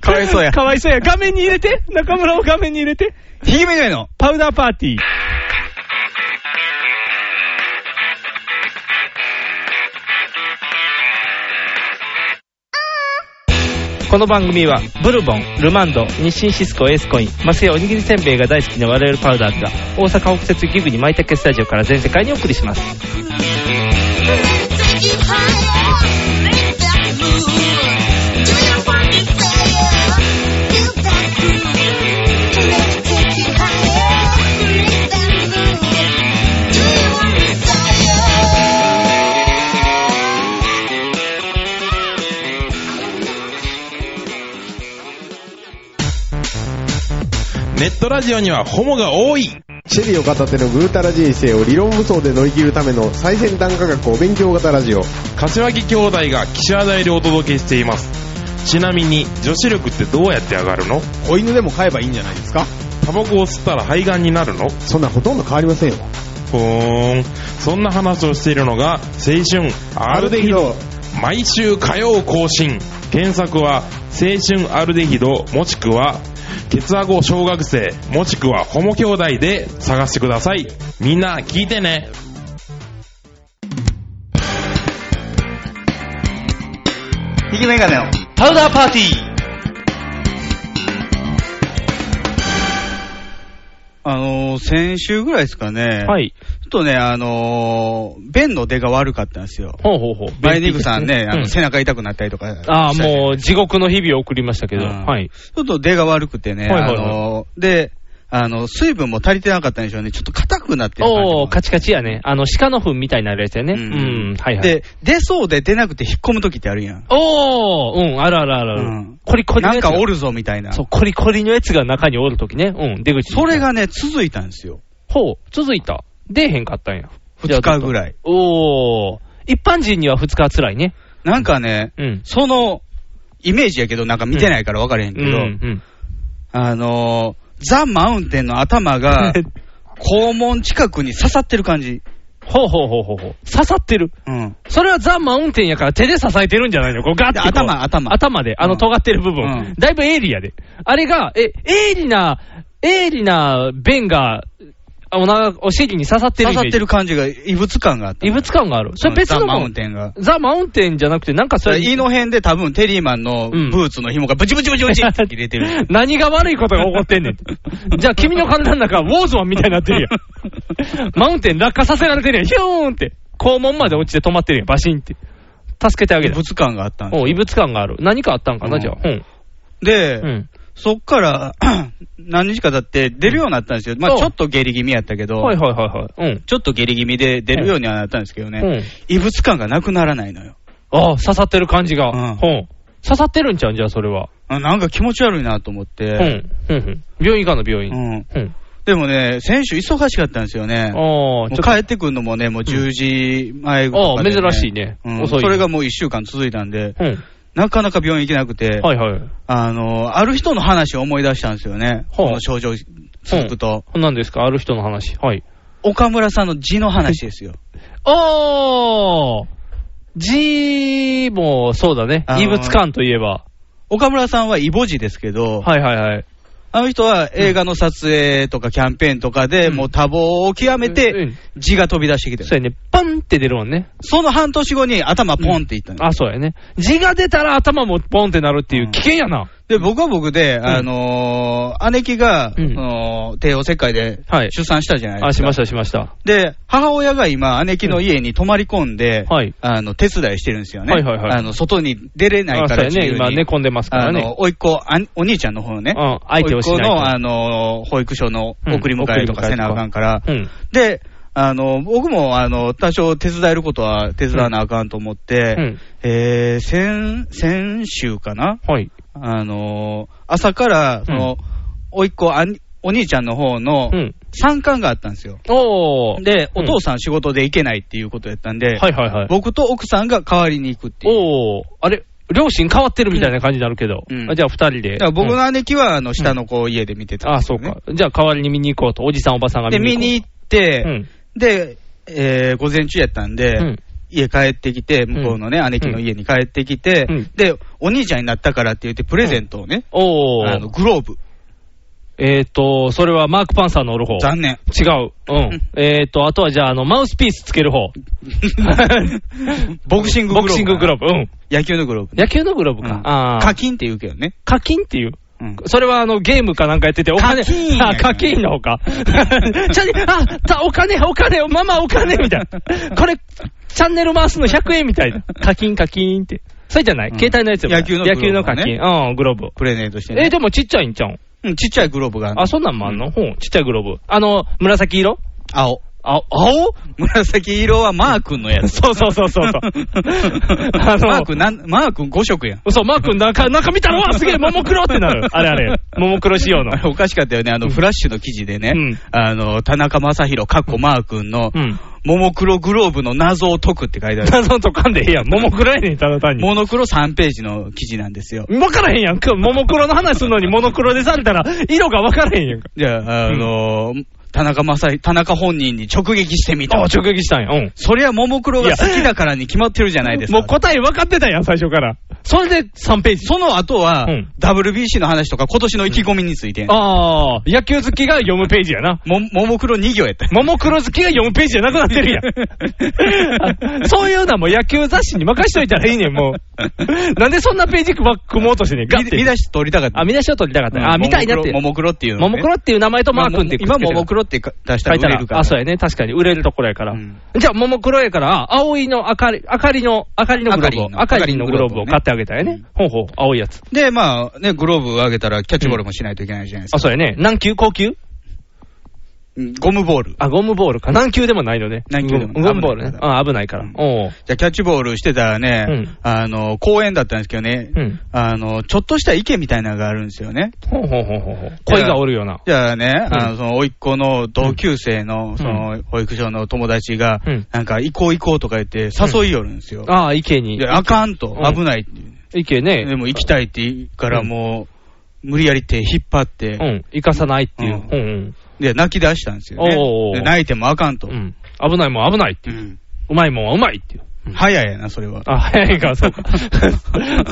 B: かわいそうや
C: かわいそうや。画面に入れて。中村を画面に入れて。
B: [LAUGHS] ひげめがいの。
C: パウダーパーティー。この番組はブルボン、ルマンド、日清シスコエースコイン、マスやおにぎりせんべいが大好きな我々パウダーズが大阪北節ギグに舞茸スタジオから全世界にお送りします。
D: Take it higher, make that move. Do you want it better? Feel that groove. Let's take it higher, make that move. Do you want it better?
E: ネットラジオにはホモが多い
F: シェリーを片手のぐうたら人生を理論武装で乗り切るための最先端科学お勉強型ラジオ。
E: 柏木兄弟が岸和田よりお届けしていますちなみに女子力ってどうやって上がるの
F: 子犬でも飼えばいいんじゃないですか
E: タバコを吸ったら肺がんになるの
F: そんなんほとんど変わりませんよ。
E: ふーんそんな話をしているのが青春アルデヒド毎週火曜更新検索は青春アルデヒドもしくはケツアゴ小学生もしくはホモ兄弟で探してくださいみんな聞いてね
B: ひげめがいの。
C: パウダーパーティー
B: あのもう先週ぐらいですかね。。
C: はいい。
B: ちょっとね、あのー、便の出が悪かったんですよ。
C: ほうほうほう。
B: 梅肉さんね、あ
C: うん
B: の背中痛くなったりとか。
C: ああ、
B: う。
C: もう地獄の日々を送りましたけど。
B: うん
C: はい。
B: ちょっと出が悪くてね、
C: はいはい
B: あ
C: はい
B: のー、で、あの、水分も足りてなかったんでしょうね。ちょっと硬くなってる感じ
C: お
B: も
C: ー、カチカチやね。あの、鹿の糞みたいになるやつやね。う
B: うんん、
C: はいはい。
B: で、出そうで出なくて引っ込む時ってあるやん。
C: おー、うん、あるあるあるある。
B: うん
C: コリコリの
B: なん
C: やつが。
B: かおるぞみたいな。
C: そう、コリコリのやつが中におるときね。うん、出口。
B: それ。がね、続いたんですよ。
C: ほう、続いた。出えへんかったんや。
B: 2日ぐらい。
C: おー、一般人には2日は辛いね。
B: なんかね、
C: うん。
B: その、イメージやけど、なんか見てないから分からへんけ
C: う
B: ど、
C: ん、うん。
B: あのー、ザ・マウンテンの頭が、肛門近くに刺さってる感じ。
C: [LAUGHS] ほうほうほうほうほう。刺さってる。
B: うん。
C: それはザ・マウンテンやから手で支えてるんじゃないのこうガッてこう
B: 頭頭
C: 頭で、あの
B: うん
C: 尖ってる部分。
B: うん
C: だいぶ鋭利やで。あれが、え、鋭利な、鋭利な弁が、あお腹、お尻に刺さってる
B: 刺
C: イメ
B: さ
C: ー
B: っ
C: ジ
B: てる感じが、異物感があった。
C: 異物感がある。それ別の
B: ザ・
C: もん
B: マウンテンが。
C: ザ・マウンテンじゃなくて、なんかそ
B: そ
C: れ、
B: れ、胃の辺で多分、テリーマンのブーツの紐がブチブチブチブチって切れてる。
C: [LAUGHS] 何が悪いことが起こってんね
B: [LAUGHS]
C: ん。じゃあ君の体の中、ウォーズマンみたいになってるやん。
B: [LAUGHS]
C: マウンテン落下させられてるやん。ヒューンって。肛門まで落ちて止まってるやん。バシンって。助けてあげ
B: 異
C: た。
B: 物感があったんです
C: おう異物感がある。何かあったんかな、
B: うん
C: じゃあ。うん。
B: で、
C: うん。
B: そっから [CLEARS THROAT] 何日か経って出るようになったんですよ。ま
C: お
B: あちょっと下痢気味やったけど、
C: はいはいはいはい。うん。
B: ちょっと下痢気味で出るようにはなったんですけどね、
C: うん
B: 異物感がなくならないのよ。
C: ああ、刺さってる感じが。う
B: うんん。
C: 刺さってるんちゃうんじゃあ、それは。
B: あなんか気持ち悪いなと思っ
C: う
B: て、
C: ん。うんうん。病院かの
B: う
C: 病院。
B: ん
C: うん。
B: でもね、先週忙しかったんですよね。
C: ああ、
B: も
C: ち
B: う
C: ょっ
B: 帰ってくるのもね、もう10時前ぐらい、
C: ああ珍しいね
B: うん
C: 遅いね
B: それがもう1週間続いたんで、
C: と。うん。
B: なかなか病院行けなくて、
C: はいはい。
B: あの、ある人の話を思い出したんですよね。
C: ほう
B: この症状続くと。
C: 何ですかある人の話。はい。
B: 岡村さんの字の話ですよ。
C: ああ字も、そうだね
B: あ。の
C: 異物感といえば。
B: 岡村さんはイボ字ですけど、
C: はいはいはい。
B: あの人は映画の撮影とかキャンペーンとかで、
C: うん
B: もう多忙を極め
C: う
B: て
C: ん、
B: 字が飛び出してきて
C: そう
B: る。
C: やね。パンって出るもんね。
B: その半年後に頭ポンっていったの。
C: あ、そうやね。字が出たら頭もポンってなるっていう危険やな。
B: で、僕は僕で、あのー、姉貴が、
C: うん
B: その帝王切開で
C: はい
B: 出産したじゃない
C: あ、
B: です
C: し
B: か。
C: ましたしました。
B: で、母親が今、姉貴の家に泊まり込んで、
C: はい
B: あの、手伝いしてるんですよね。
C: はいはいはい
B: あの、外に出れない
C: あ、
B: か
C: そう
B: ら
C: や
B: 自
C: ね。
B: 由に。
C: 今寝込んでますか
B: あ
C: らね。
B: の、おいっ子、あんお兄ちゃんの方のね、
C: うん相手をしない
B: 甥っ
C: と
B: 子の、あの、保育所の
C: うん
B: 送り迎えとかせなあかんから、
C: うん。
B: で、あの、僕も、あの、多少手伝えることは手伝わなあかんと思って、
C: うん
B: えー、先、先週かな
C: はい。
B: あの、朝から、その、おいっ子、あんお兄ちゃんの方の
C: うん。
B: 参観があったんですよ。
C: おー。
B: で、
C: うん
B: お父さん仕事で行けないっていうことやったんで、
C: はいはいはい。
B: 僕と奥さんが代わりに行くっていう。
C: おー。あれ両親変わってるみたいな感じになるけど。
B: うん
C: あじゃあ二人で。
B: だから僕
C: うん
B: の姉貴は、あの、下の子を家で見てたん
C: あ、
B: です
C: そ
B: よ、
C: う
B: ね
C: か。じゃあ代わりに見に行こうと。おじさんおばさんが
B: で、
C: 見
B: 見に
C: に行こ
B: 行って、
C: う。
B: で、えー午前中やったんで、
C: うん。うん。
B: 家帰ってきて、向こうのね、姉貴の家に帰ってきて、
C: うん
B: で、お兄ちゃんになったからって言って、プレゼントをね、
C: お
B: あの
C: ー。
B: グローブ、
C: えっと、それはマークパンサーのおる方。
B: 残念。
C: 違う。うん。えっと、あとはじゃあ、あの、マウスピースつける方。
B: [LAUGHS] ボクシンググローブ。
C: ボクシンググローブ。うん。
B: 野球のグローブね、
C: 野球のグローブ
B: う
C: か。
B: ん
C: あ
B: 課
C: あ。
B: 金って言うけどね。
C: 課金っていう。
B: うん
C: それはあのゲームかなんかやってて、お金、
B: 課金や
C: あ課金のほか。 [LAUGHS] ちゃんあたお金、お金、ママお金みたいな。これ、チャンネル回すの100円みたいな。課金、課金って。それじゃない、
B: うん
C: 携帯のやつよ
B: 野球のグローブ
C: 野球の課金。うん、グローブ。
B: プレゼントして
C: えー
B: ね。
C: でもちっちゃいんちゃうん。
B: うん、ちっちゃいグローブがあるの
C: あ、そんなんもあんの、ほうちっちゃいグローブ。あの、紫色
B: 青。
C: あ、青
B: 紫色はマー君のやつ。。
C: そうそうそうそうそうあの
B: マー君なん、マー君5色やん。
C: そう、マー君中、中見たら、うわ、すげえ、ももクロっ
B: [LAUGHS]
C: てなる。あれあれ。ももクロ仕様の
B: あ。れおかしかったよね、あの、フラッシュの記事でね、
C: うん
B: あの、田中将大、かっこマー君の、
C: うん。
B: ももクログローブの謎を解くって書いてある。
C: 謎とかんでええやん。ももクロやねん、ただ単に。
B: モノクロ3ページの記事なんですよ。
C: わからへんやん。今日モモクロの話するのにモノクロでされたら、色がわからへんやんか。
B: じゃあ、あのー田中正宏、田中本人に直撃してみ
C: あ
B: た
C: あ、。直撃したんや。うん。
B: そりゃ、ももクロが好きだからに決まってるじゃないですか。
C: もう答え分かってたやん、最初から。それで3ページ。
B: その後は、
C: うん
B: WBC の話とか、今年の意気込みについて、
C: ああ、野球好きが読むページやな。
B: も、ももクロ2行やった。
C: [LAUGHS] ももクロ好きが読むページじゃなくなってるや
B: [LAUGHS]
C: ん。そういうのはもう野球雑誌に任しといたらいいねん、もう。なんでそんなページ組ま組もうとしてんねん、ガッ
B: 見
C: て
B: 見。出し取りたかった。
C: あ、見出しを取りたかった。あ、見たいなって。
B: ももクロっていうのね。
C: ももクロっていう名前とマー君って
B: まあも今、もも
C: ク
B: クロってか出した
C: 書
B: ら
C: いた
B: 売れ
C: ら
B: るか。ら。
C: あ、そうやね。確かに売れるところやから。
B: うん
C: じゃあ、ももクロやから、あ、葵の明かり、明かりの、明かりのグローブを、
B: 明
C: 明
B: か
C: か
B: り
C: り
B: の
C: の
B: グ
C: グ
B: ロ
C: ロ
B: ーブ
C: ーブ
B: ね
C: を買ってあげたよね。ほうほう、青いやつ。
B: で、まあね、グローブ上げたらキャッチボールもしないといけないじゃないですか
C: あ、。そうやね。何球高級
B: うんゴムボール。
C: あ、ゴムボールか。何球でもないのね。
B: 軟球でもない
C: ゴムボールね。あ、危ないから。
B: うん
C: おう
B: じゃあキャッチボールしてたらね、
C: うん
B: あの、公園だったんですけどね、
C: うん
B: あの、ちょっとした池みたいなのがあるんですよね。
C: ほうほうほうほうほう。恋がおるよな。
B: じゃあね、あの、
C: う
B: その、甥っ子の同級生の、その、保育所の友達が
C: うん、
B: なんか、行こう行こうとか言って誘いよるんですよ。
C: ああ、池に
B: で、。あかんと
C: う、ん
B: 危ないっていう。
C: 池ね。
B: でも行きたいって言うから、もう、無理やり手引っ張っ
C: う
B: て、
C: ん。行かさないっていう。
B: う
C: うん
B: で、泣き出したんですよ
C: おー
B: ね。で泣いてもあかんと
C: うん。う。ん。危ないもん、危ないって
B: う
C: いう。
B: ん
C: うまいもんはうまいっていう。
B: 早いやな、それは。
C: あ、早いか、そ
B: [LAUGHS]
C: うか。そ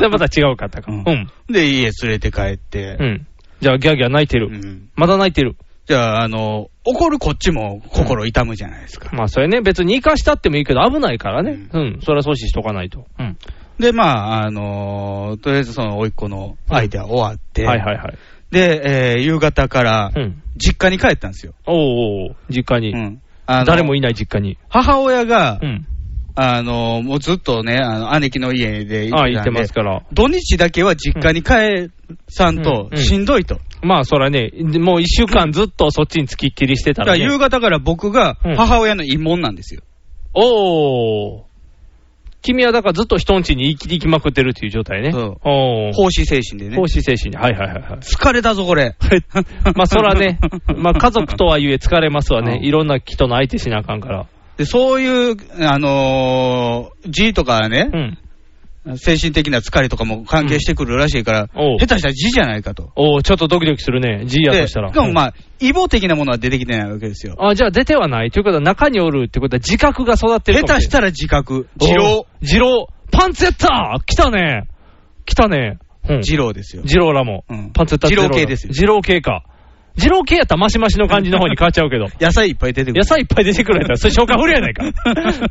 C: れまた違うかったか。
B: う
C: うんん。
B: で、家連れて帰って
C: う、ん。じゃあ、ギャーギャー泣いて
B: う
C: る。
B: ん
C: まだ泣いてる。
B: じゃあ、あの、怒るこっちも心痛むじゃないですか。
C: まあ、それね、別に生かしたってもいいけど、危ないからね。
B: う
C: うん。それは阻止しとかないと。うん。
B: で、まあ、あの、とりあえずその、甥っ子の相手は終わって、
C: はいはいはい。
B: で、えー夕方から
C: うん。
B: 実家に帰ったんですよ。
C: おうおう実家
B: う
C: に。
B: んあの
C: 誰もいない実家に。
B: 母親が
C: う、ん。
B: あの、もうずっとね、あの兄貴の家で行
C: ああ、
B: って
C: 言ったて
B: んで
C: ますから。
B: 土日だけは実家に帰さんと
C: うん
B: しんどいと。
C: まあ、そらね、でもう一週間ずっとそっちに付きっきりしてた
B: だからら
C: ね。
B: 夕方から僕が
C: うん
B: 母親の慰問なんですよ。
C: おー。君はだからずっと人ん家に行き行きまくってるっていう状態ね。
B: そう
C: おー。
B: 奉仕精神でね。
C: 奉仕精神に。はいはいはいはい。
B: 疲れたぞ、これ。
C: [LAUGHS] まあ、そら
B: [LAUGHS]
C: ね、まあ、家族とはいえ疲れますわね。
B: うん
C: いろんな人の相手しなあかんから。
B: で、そういう、あのー、G とかね
C: う、ん。
B: 精神的な疲れとかも関係してくるらしいから、
C: おう
B: 下手したら G じゃないかと。
C: おー、ちょっとドキドキするね。G や
B: で
C: とし
B: した
C: ら。
B: かもまあ、異母的なものは出てきてないわけですよ。
C: うんあ、じゃあ出てはない。ということは中におるってことは自覚が育ってる
B: 下
C: かもれ
B: 手
C: ん
B: したら自覚。自郎
C: お。ー二郎。パンツやった来たね。来たね。うん
B: 自郎ですよ。
C: ジローらも。
B: うん
C: パンツタッチ
B: 二郎系ですよ
C: ジロー系か。ジロー系やったらマシマシの感じの方に変わっちゃ
B: [LAUGHS]
C: うけど。
B: 野菜いっぱい出てくる
C: 野。菜いっぱい出てくるやったら、それ消化不良やな
B: [LAUGHS]
C: いか。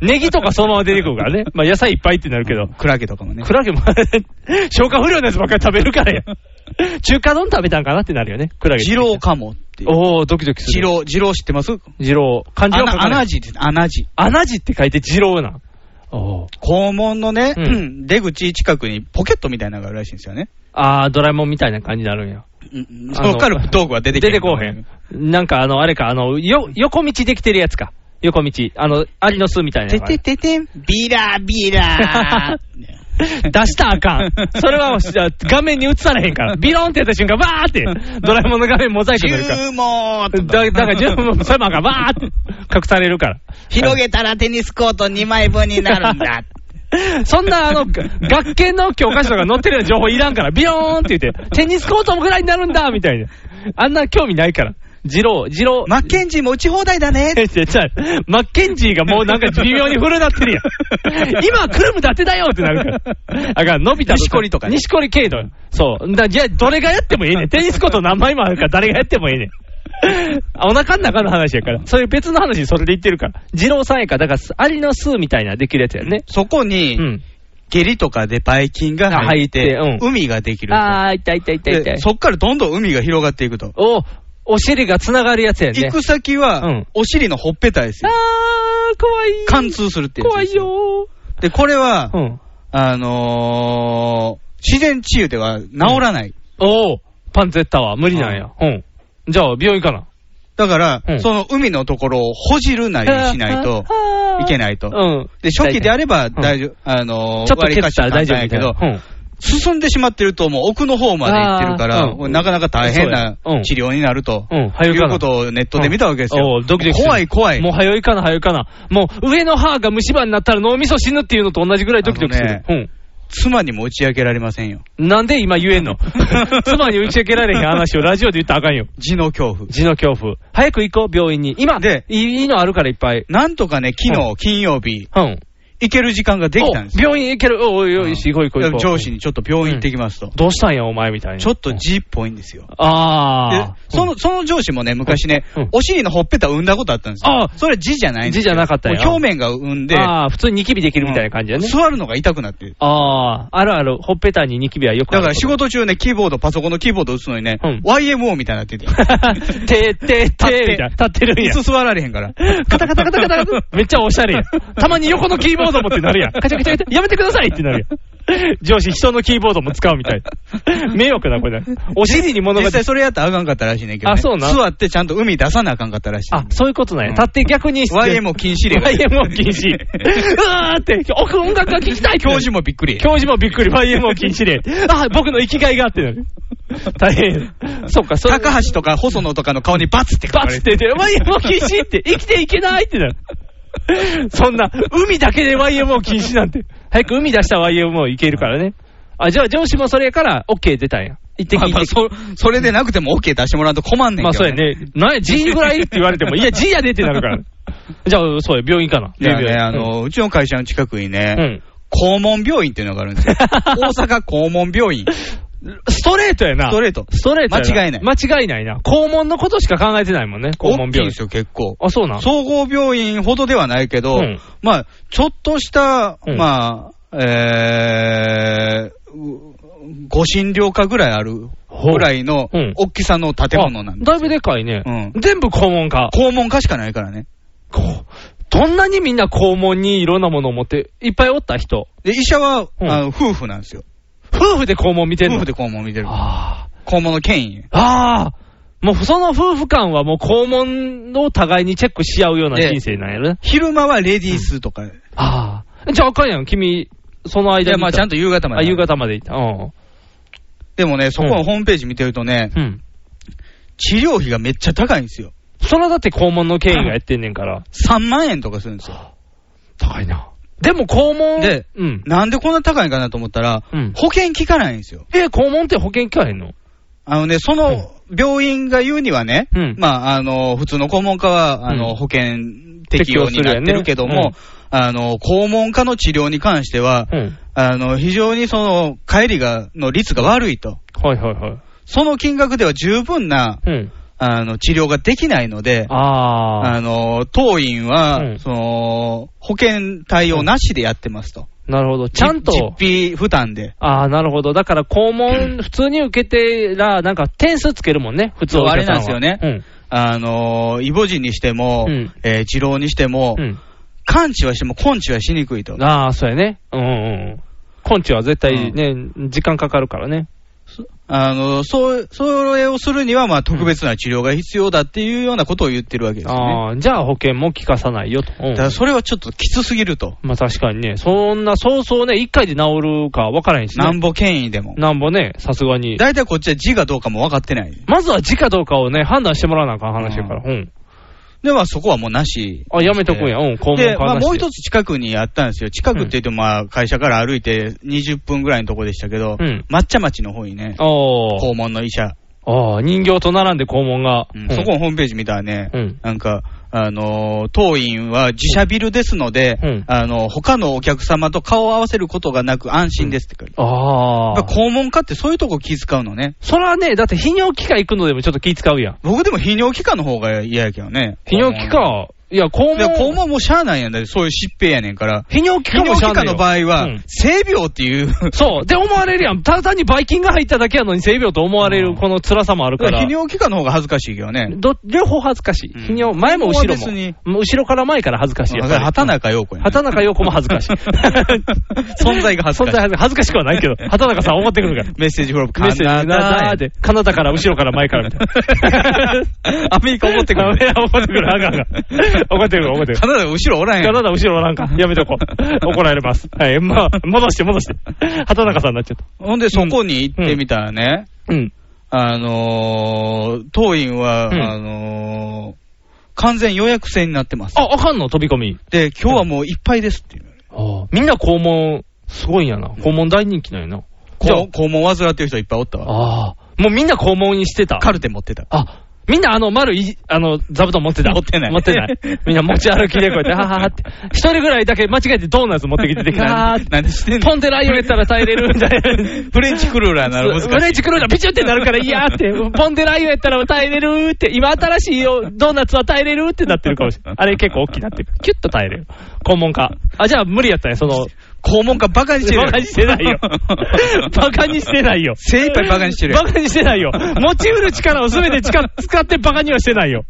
C: ネギとかそのまま出てくるからね。まあ野菜いっぱいってなるけど。
B: クラゲとかもね
C: ク。ラゲも [LAUGHS] 消化不良のやつばっかり食べるからや。 [LAUGHS] 中華丼食べたんかなってなるよね。クラゲ。
B: 二郎。かもっていう。
C: おー、ドキドキす
B: 二
C: る。。
B: 郎、二郎知ってます
C: ジロー。漢字は書
B: 穴
C: かない
B: 穴。地です。穴地。
C: 穴地って書いてジローなん。おー。
B: 肛門のね、
C: う
B: 出口近くにポケットみたいなのがあるらしいんですよね。
C: あー、ドラえもんみたいな感じになるんや。
B: うんうん
C: あ
B: そ
C: の
B: こから道具は出てき
C: 出てこうへん。。なんかあの、あれか、あの、よ、横道できてるやつか。横道。あの、アリの巣みたいな
B: て
C: やつ。
B: てててん、ビラビラ
C: [LAUGHS] 出したらあかん。それは、じゃあ画面に映されへんから。ビロンってやった瞬間、バーって、ドラえもんの画面モザイクになるから。
B: 注文と
C: だだから、じゃあ、それもあかん。バーって
B: [LAUGHS]
C: 隠されるから。
A: 広げたらテニスコート2枚分になるんだ。
C: [LAUGHS] そんな、
B: [LAUGHS]
C: あの、学研の教科書とか載ってるような情報いらんから、ビヨーンって言って、テニスコートもぐらいになるんだみたいな。あんな興味ないから。ジロー、ジロー。
B: マッケンジーも打ち放題だね。
C: えちゃちゃ [LAUGHS] マッケンジーがもうなんか微妙に古なってる
B: [LAUGHS]
C: やん。今、クルム伊達だよってなるから。あかん、伸びた
B: 錦織とかね
C: 西織系の。そう。だじゃあ、どれがやってもいい
B: [LAUGHS]
C: ねん。テニスコート何枚もあるから、誰がやってもいいねん。 [LAUGHS] あお腹の中の話やから。それ別の話にそれで言ってるから。二郎さんやから、だから、アリの巣みたいなできるやつやんね。
B: そこに、
C: うん。
B: 下痢とかでばい菌が入って、
C: 入ってうん
B: 海ができると。
C: あー、痛い痛い痛い痛
B: で
C: い。
B: そっからどんどん海が広がっていくと。
C: お、お尻がつながるやつやね。
B: 行く先
C: う
B: は
C: ん、
B: お尻のほっぺたです
C: あ
B: よ。
C: ー、怖い。
B: 貫通するってやつ
C: 怖
B: で
C: い
B: すよ。
C: よ
B: で、これは
C: ー。う、ん。
B: あのー、自然治癒では治らない。
C: おお、パンツェッタは無理なんや。うん。じゃあ、病院かな。
B: だから、
C: うん
B: その海のところをほじるなりしないといけないと。
C: うん。
B: で、初期であ
C: れ
B: れば
C: ん
B: 大丈夫、あのー、
C: ちょっと蹴
B: 割
C: ったら大
B: りかし
C: 丈
B: 簡単
C: 夫
B: や
C: や
B: け
C: け
B: ど
C: ど。、うん。
B: 進んでしまってるともう奥の方まで行ってるから、
C: あーうん
B: なかなか大変な
C: そうやうん
B: 治療になると、
C: うん早い
B: い
C: かな
B: うことをネットで見たわけですよ。
C: おうドキドキする
B: 怖い怖い。
C: もう早いかな、早いかな。もう、上の歯が虫歯になったら脳みそ死ぬっていうのと同じぐらいドキドキする
B: あ。妻にも打ち明けられませんよ。
C: うん。なんで今言えんの [LAUGHS] 妻に打ち明けられへん話をラジオで言ったらあかんよ。
B: 痔の恐怖。
C: 字の恐怖。早く行こう、病院に。今、
B: で
C: いいいのあるからいっぱい。
B: なんとかね、昨日、
C: う
B: 金曜日、
C: うん。
B: 行ける時間ができたんですよ。
C: 病院行ける。おいおいおい、行こう行こう行こう。
B: 上司にちょっと病院行ってきますと。
C: どうしたんや、お前みたいな。
B: ちょっと G っぽいんですよ。
C: ああ。
B: でその、その上司もね、昔ね
C: うん、
B: お尻のほっぺたを産んだことあったんですよ。
C: あ
B: それは字じゃないんですよ
C: 字じゃなかったんや
B: もう表面が産んで、
C: ああ、普通にニキビできるみたいな感じだね。
B: 座るのが痛くなって。
C: ああ、あるある、ほっぺたにニキビはよくあ
B: だ
C: る
B: か
C: こ
B: ら仕
C: と。
B: 事中ね、キーボード、パソコンのキーボード打つのにね、
C: うん
B: YMO みたいになってて。
C: [LAUGHS] てーてーてーみたいな。立ってるんや
B: 椅。子座られへんから。
C: カタカタカタカタ。めっちゃおしゃれやん。たまに横のキーボードもってなるやん。カチャカチャカチャ。やめてくださいってなるやん。上司、人のキーボードも使うみたい。迷惑だ、これ。お尻に物が
B: 実際それやったらあかんかったらしいねんけど、ね。
C: あそうなん
B: 座ってちゃんと海出さなあかんかったらしい、
C: あ、そういうことなんや。
B: うん
C: 立って逆に。
B: YMO 禁止令が
C: YMO 禁
B: [LAUGHS]
C: 止。 [LAUGHS] うわーって、奥音楽が聞きたい
B: 教授もびっくり。
C: 教授もびっくり、YMO 禁止令。あ、僕の生きがいがあってな
B: [LAUGHS]
C: る。大変。そっか、それ。
B: 高橋とか細野とかの顔にバツって書か
C: バ
B: れ
C: ツってて言って、YMO 禁
B: [LAUGHS]
C: 止って、生きていけないってなる。そんな、海だけで YMO 禁止なんて。早く海出したら YMO いけるからね。あ、じゃあ上司もそれから OK 出たんや。行ってき
B: まあ
C: 行
B: ま
C: っ
B: あ
C: て
B: そ
C: き。
B: それでなくても OK 出してもらうと困んねんけど、
C: まあそうや。ね。なんや、G ぐらいって言われても、いや、G やでってな
B: [LAUGHS]
C: るから。じゃあ、そうや、病院かな。
B: じゃあね、あ
C: 病院
B: の、うちの会社の近くにね、
C: うん。
B: 肛門病院っていうのがあるんです
C: [LAUGHS]
B: よ。大阪肛門病院。
C: ストレートや
B: ス
C: な。
B: トレート
C: ストレートや
B: 間違いない
C: 間違いないな。肛門のことしか考えてないもんね。肛門
B: 大きいん
C: 病
B: で
C: 院
B: す。よ、結構。
C: あ、そうなん。
B: 総合病院ほどではないけど、
C: うん
B: まあ、ちょっとした、
C: うん
B: まあ、えー、うご診療科ぐらいあるぐらいの
C: うん
B: 大きさの建物なん
C: あ
B: で、
C: だいぶでかいね。
B: う
C: 全部肛門か。
B: 肛門科しかないからね。
C: こどんなにみんな肛門にいろんなものを持って、いっぱいおった人。
B: で、医者は、
C: うん
B: あの夫婦なんですよ。
C: 夫婦で肛門見てるの
B: 夫婦で肛門見てる。
C: あ
B: 肛門の権威。
C: あ。ああ。もうその夫婦間はもう肛門を互いにチェックし合うような人生なんやね。
B: 昼間はレディースとか。
C: ああ。じゃああかんやん、君、その
B: い
C: 間
B: や、
C: に
B: まあ、ちゃんと夕方ま
C: あ、
B: で。
C: 夕方まで行った。うん。
B: でもね、そこのホームページ見てるとね、
C: うん。
B: 治療費がめっちゃ高いんですよ。
C: それはだって肛門の権威がやってんねんから。
B: 3万円とかするんですよ。
C: 高いな。でも肛門。
B: で
C: うん。
B: なんでこんな高いんかなと思ったら、
C: うん
B: 保険効かないんですよ。
C: え、肛門って保険聞かへんの
B: あのね、その病院が言うにはね、
C: [LAUGHS] うん
B: まあ、あの、普通の肛門科は、あ
C: う
B: の、
C: ん
B: 保険適用になってるけども、あの、肛門科の治療に関しては、
C: うん。
B: あの、非常にその、帰りが、の率が悪いと。
C: はいはいはい。
B: その金額では十分な、
C: うん。
B: あの、治療ができないので、
C: ああ。
B: あの、当院は、
C: うん
B: その、保険対応なしでやってますと。
C: なるほど。ちゃんと。
B: 実費負担で。
C: ああ、なるほど。だから、肛門、普通に受けてら、なんか点数つけるもんね、普通
B: そう
C: お客
B: あ
C: さは
B: れなんですよ
C: ね。
B: あのー、イボジにしても、
C: うん
B: えー治療にしても、
C: うん。
B: 完治はしても根治はしにくいと
C: うん。。ああ、そうやね。うんうんうん。根治は絶対ね、時間かかるからね。
B: あのー、そう、それをするには、まあ、特別な治療が必要だっていうようなことを言ってるわけですよね。
C: ああ、じゃあ保険も効かさないよと。うん
B: だからそれはちょっときつすぎると。
C: まあ確かにね、そんな、そうそうね、一回で治るか分からへんしね。
B: なんぼ権威でも。
C: なんぼね、さすがに。
B: 大体こっちは字がどうかも分かってない。
C: まずは字かどうかをね、判断してもらわなあかん話やから。うん。
B: で、まあ、そこはもうなし。
C: あ、やめとくんや。うん、肛門
B: で、まあ、もう
C: つ。
B: 一つ近くにあったんですよ。近くって言っても、まあ、会社から歩いて20分ぐらいのとこでしたけど、
C: うん
B: 抹茶町の方にね、
C: おー
B: 肛門の医者、
C: ああ、人形と並んで肛門が。
B: うん
C: うん
B: そこのホームページ見たらね、
C: うん
B: なんか、あのー当院は自社ビルですので、
C: うん
B: あの他のお客様と顔を合わせることがなく安心ですって書いて
C: あ
B: あ
C: あ。
B: る、だから肛門科ってそういうとこ気遣うのね。
C: それはね、だって泌尿器科行くのでもちょっと気使うやん。
B: 僕でも泌尿器科の方が嫌やけどね。
C: 泌尿器科、いや、肛
B: 肛門で肛
C: 門。
B: 門もしゃあないやんだってそういう疾病やねんから。
C: 泌尿器
B: 泌
C: 科も
B: 尿
C: しゃ
B: 器
C: あな
B: 科
C: いよ
B: の場合は、
C: うん
B: 性病っていう。
C: そう。で、思われるやん。ただ単にばい菌が入っただけやのに性病と思われ
B: うん
C: るこの辛さもあるから
B: 泌。尿器科の方が恥ずかしいけどね。
C: ど両方恥ずかしい。
B: うん
C: 泌尿、前も後ろも。
B: 肛門は別
C: もう後ろから前から恥ずかしい。やっぱり
B: 畑中陽子やね。
C: [LAUGHS] 畑中陽子も恥ず [LAUGHS] かしい。
B: 存在が恥ずかしい
C: 存在恥ずかしくはないけど、畑中さん怒ってくるから。
B: メッセージフォロー
C: [LAUGHS] メッセージ、な
B: や。
C: ーで、カナダから後ろから前からみたいな
B: アメリカ怒ってくる
C: [LAUGHS] アメリカ怒ってくる。あかんあかん怒ってくる、怒ってくる。
B: カナダ後ろおらへんや
C: ガ
B: ん。
C: ナダ後ろはなんか、やめとこう。怒られます。はい、まあ、戻して戻して。畑中さんになっちゃっ
B: ほんで、そこに行ってみたらね、
C: た。うん。
B: あのー、当院は、
C: うん
B: あのー、完全予約制になってます。
C: あ、あかんの飛び込み。
B: で、今日はもういっぱいですっていう。
C: みんな肛門、すごいんやな。肛門大人気なんやな。じゃ
B: こう肛門患ってる人いっぱいおったわ。
C: あ、ああ。もうみんな肛門にしてた。
B: カルテ持ってた。
C: あ、みんなあの丸い、あの、座布団持ってた。
B: 持ってない
C: 持ってない。みんな持ち歩きでこうやって、はははって。一人ぐらいだけ間違えてドーナツ持ってきてて、
B: な
C: ガ
B: ん
C: ー
B: で
C: って。
B: なんでしてんの
C: ポンテラー入れたら耐えれるみたいな。
B: [LAUGHS] フレンチクルーラーなら難しい。
C: フレンチクルーラーピチュってなるから、いやーって、ポンデラー油やったら耐えれるーって、今新しいよドーナツは耐えれるーってなってるかもしれない。あれ結構大きくなってる。キュッと耐えれる。肛門化。あ、じゃあ無理やったね、その、
B: 肛門かバカにしてるやん。
C: バカにしてな
B: [LAUGHS]
C: いよ。バカにしてないよ。
B: 精一杯バカにしてるやん
C: バカにしてないよ。持ち得る力を全
B: [LAUGHS]
C: て使使ってバカにはしてないよ。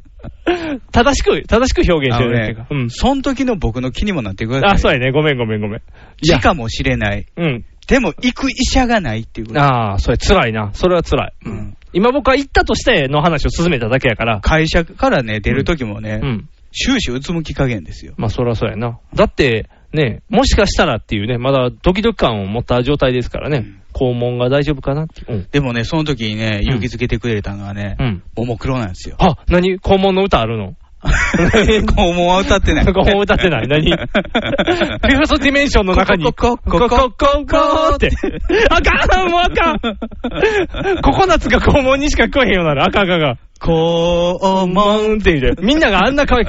C: 正しく、正しく表現してるだけが
B: あのねその時の僕の気にもなってください。
C: あ、そうやね。ごめんごめんごめん。
B: 死かもしれない。
C: うん。
B: でも、行く医者がないっていうこと。
C: ああ、それ辛いな。それは辛い。
B: うん
C: 今僕は行ったとしての話を進めただけやから。
B: 会社からね、出る時もね、
C: うん。
B: 終始うつむき加減ですよ。
C: まあそりゃそうやな。だって、ね、もしかしたらっていうね、まだドキドキ感を持った状態ですからね。肛門が大丈夫かなって。うん。
B: でもね、その時にね、
C: ん
B: 勇気づけてくれたのはね
C: う、ん。
B: ももクロなんですよ。
C: あ、何肛門の歌あるの
B: [LAUGHS] 肛門は歌ってない。
C: 肛門歌ってな
B: [LAUGHS]
C: い何フィフスディメンションの中に、
B: ココココココ
C: ココって。あかんもうあかんココナツが肛門にしか食わへんようになる、赤がが。
B: 肛
C: バ
B: 門。
C: ーンって言うて、みんながあんな可愛い。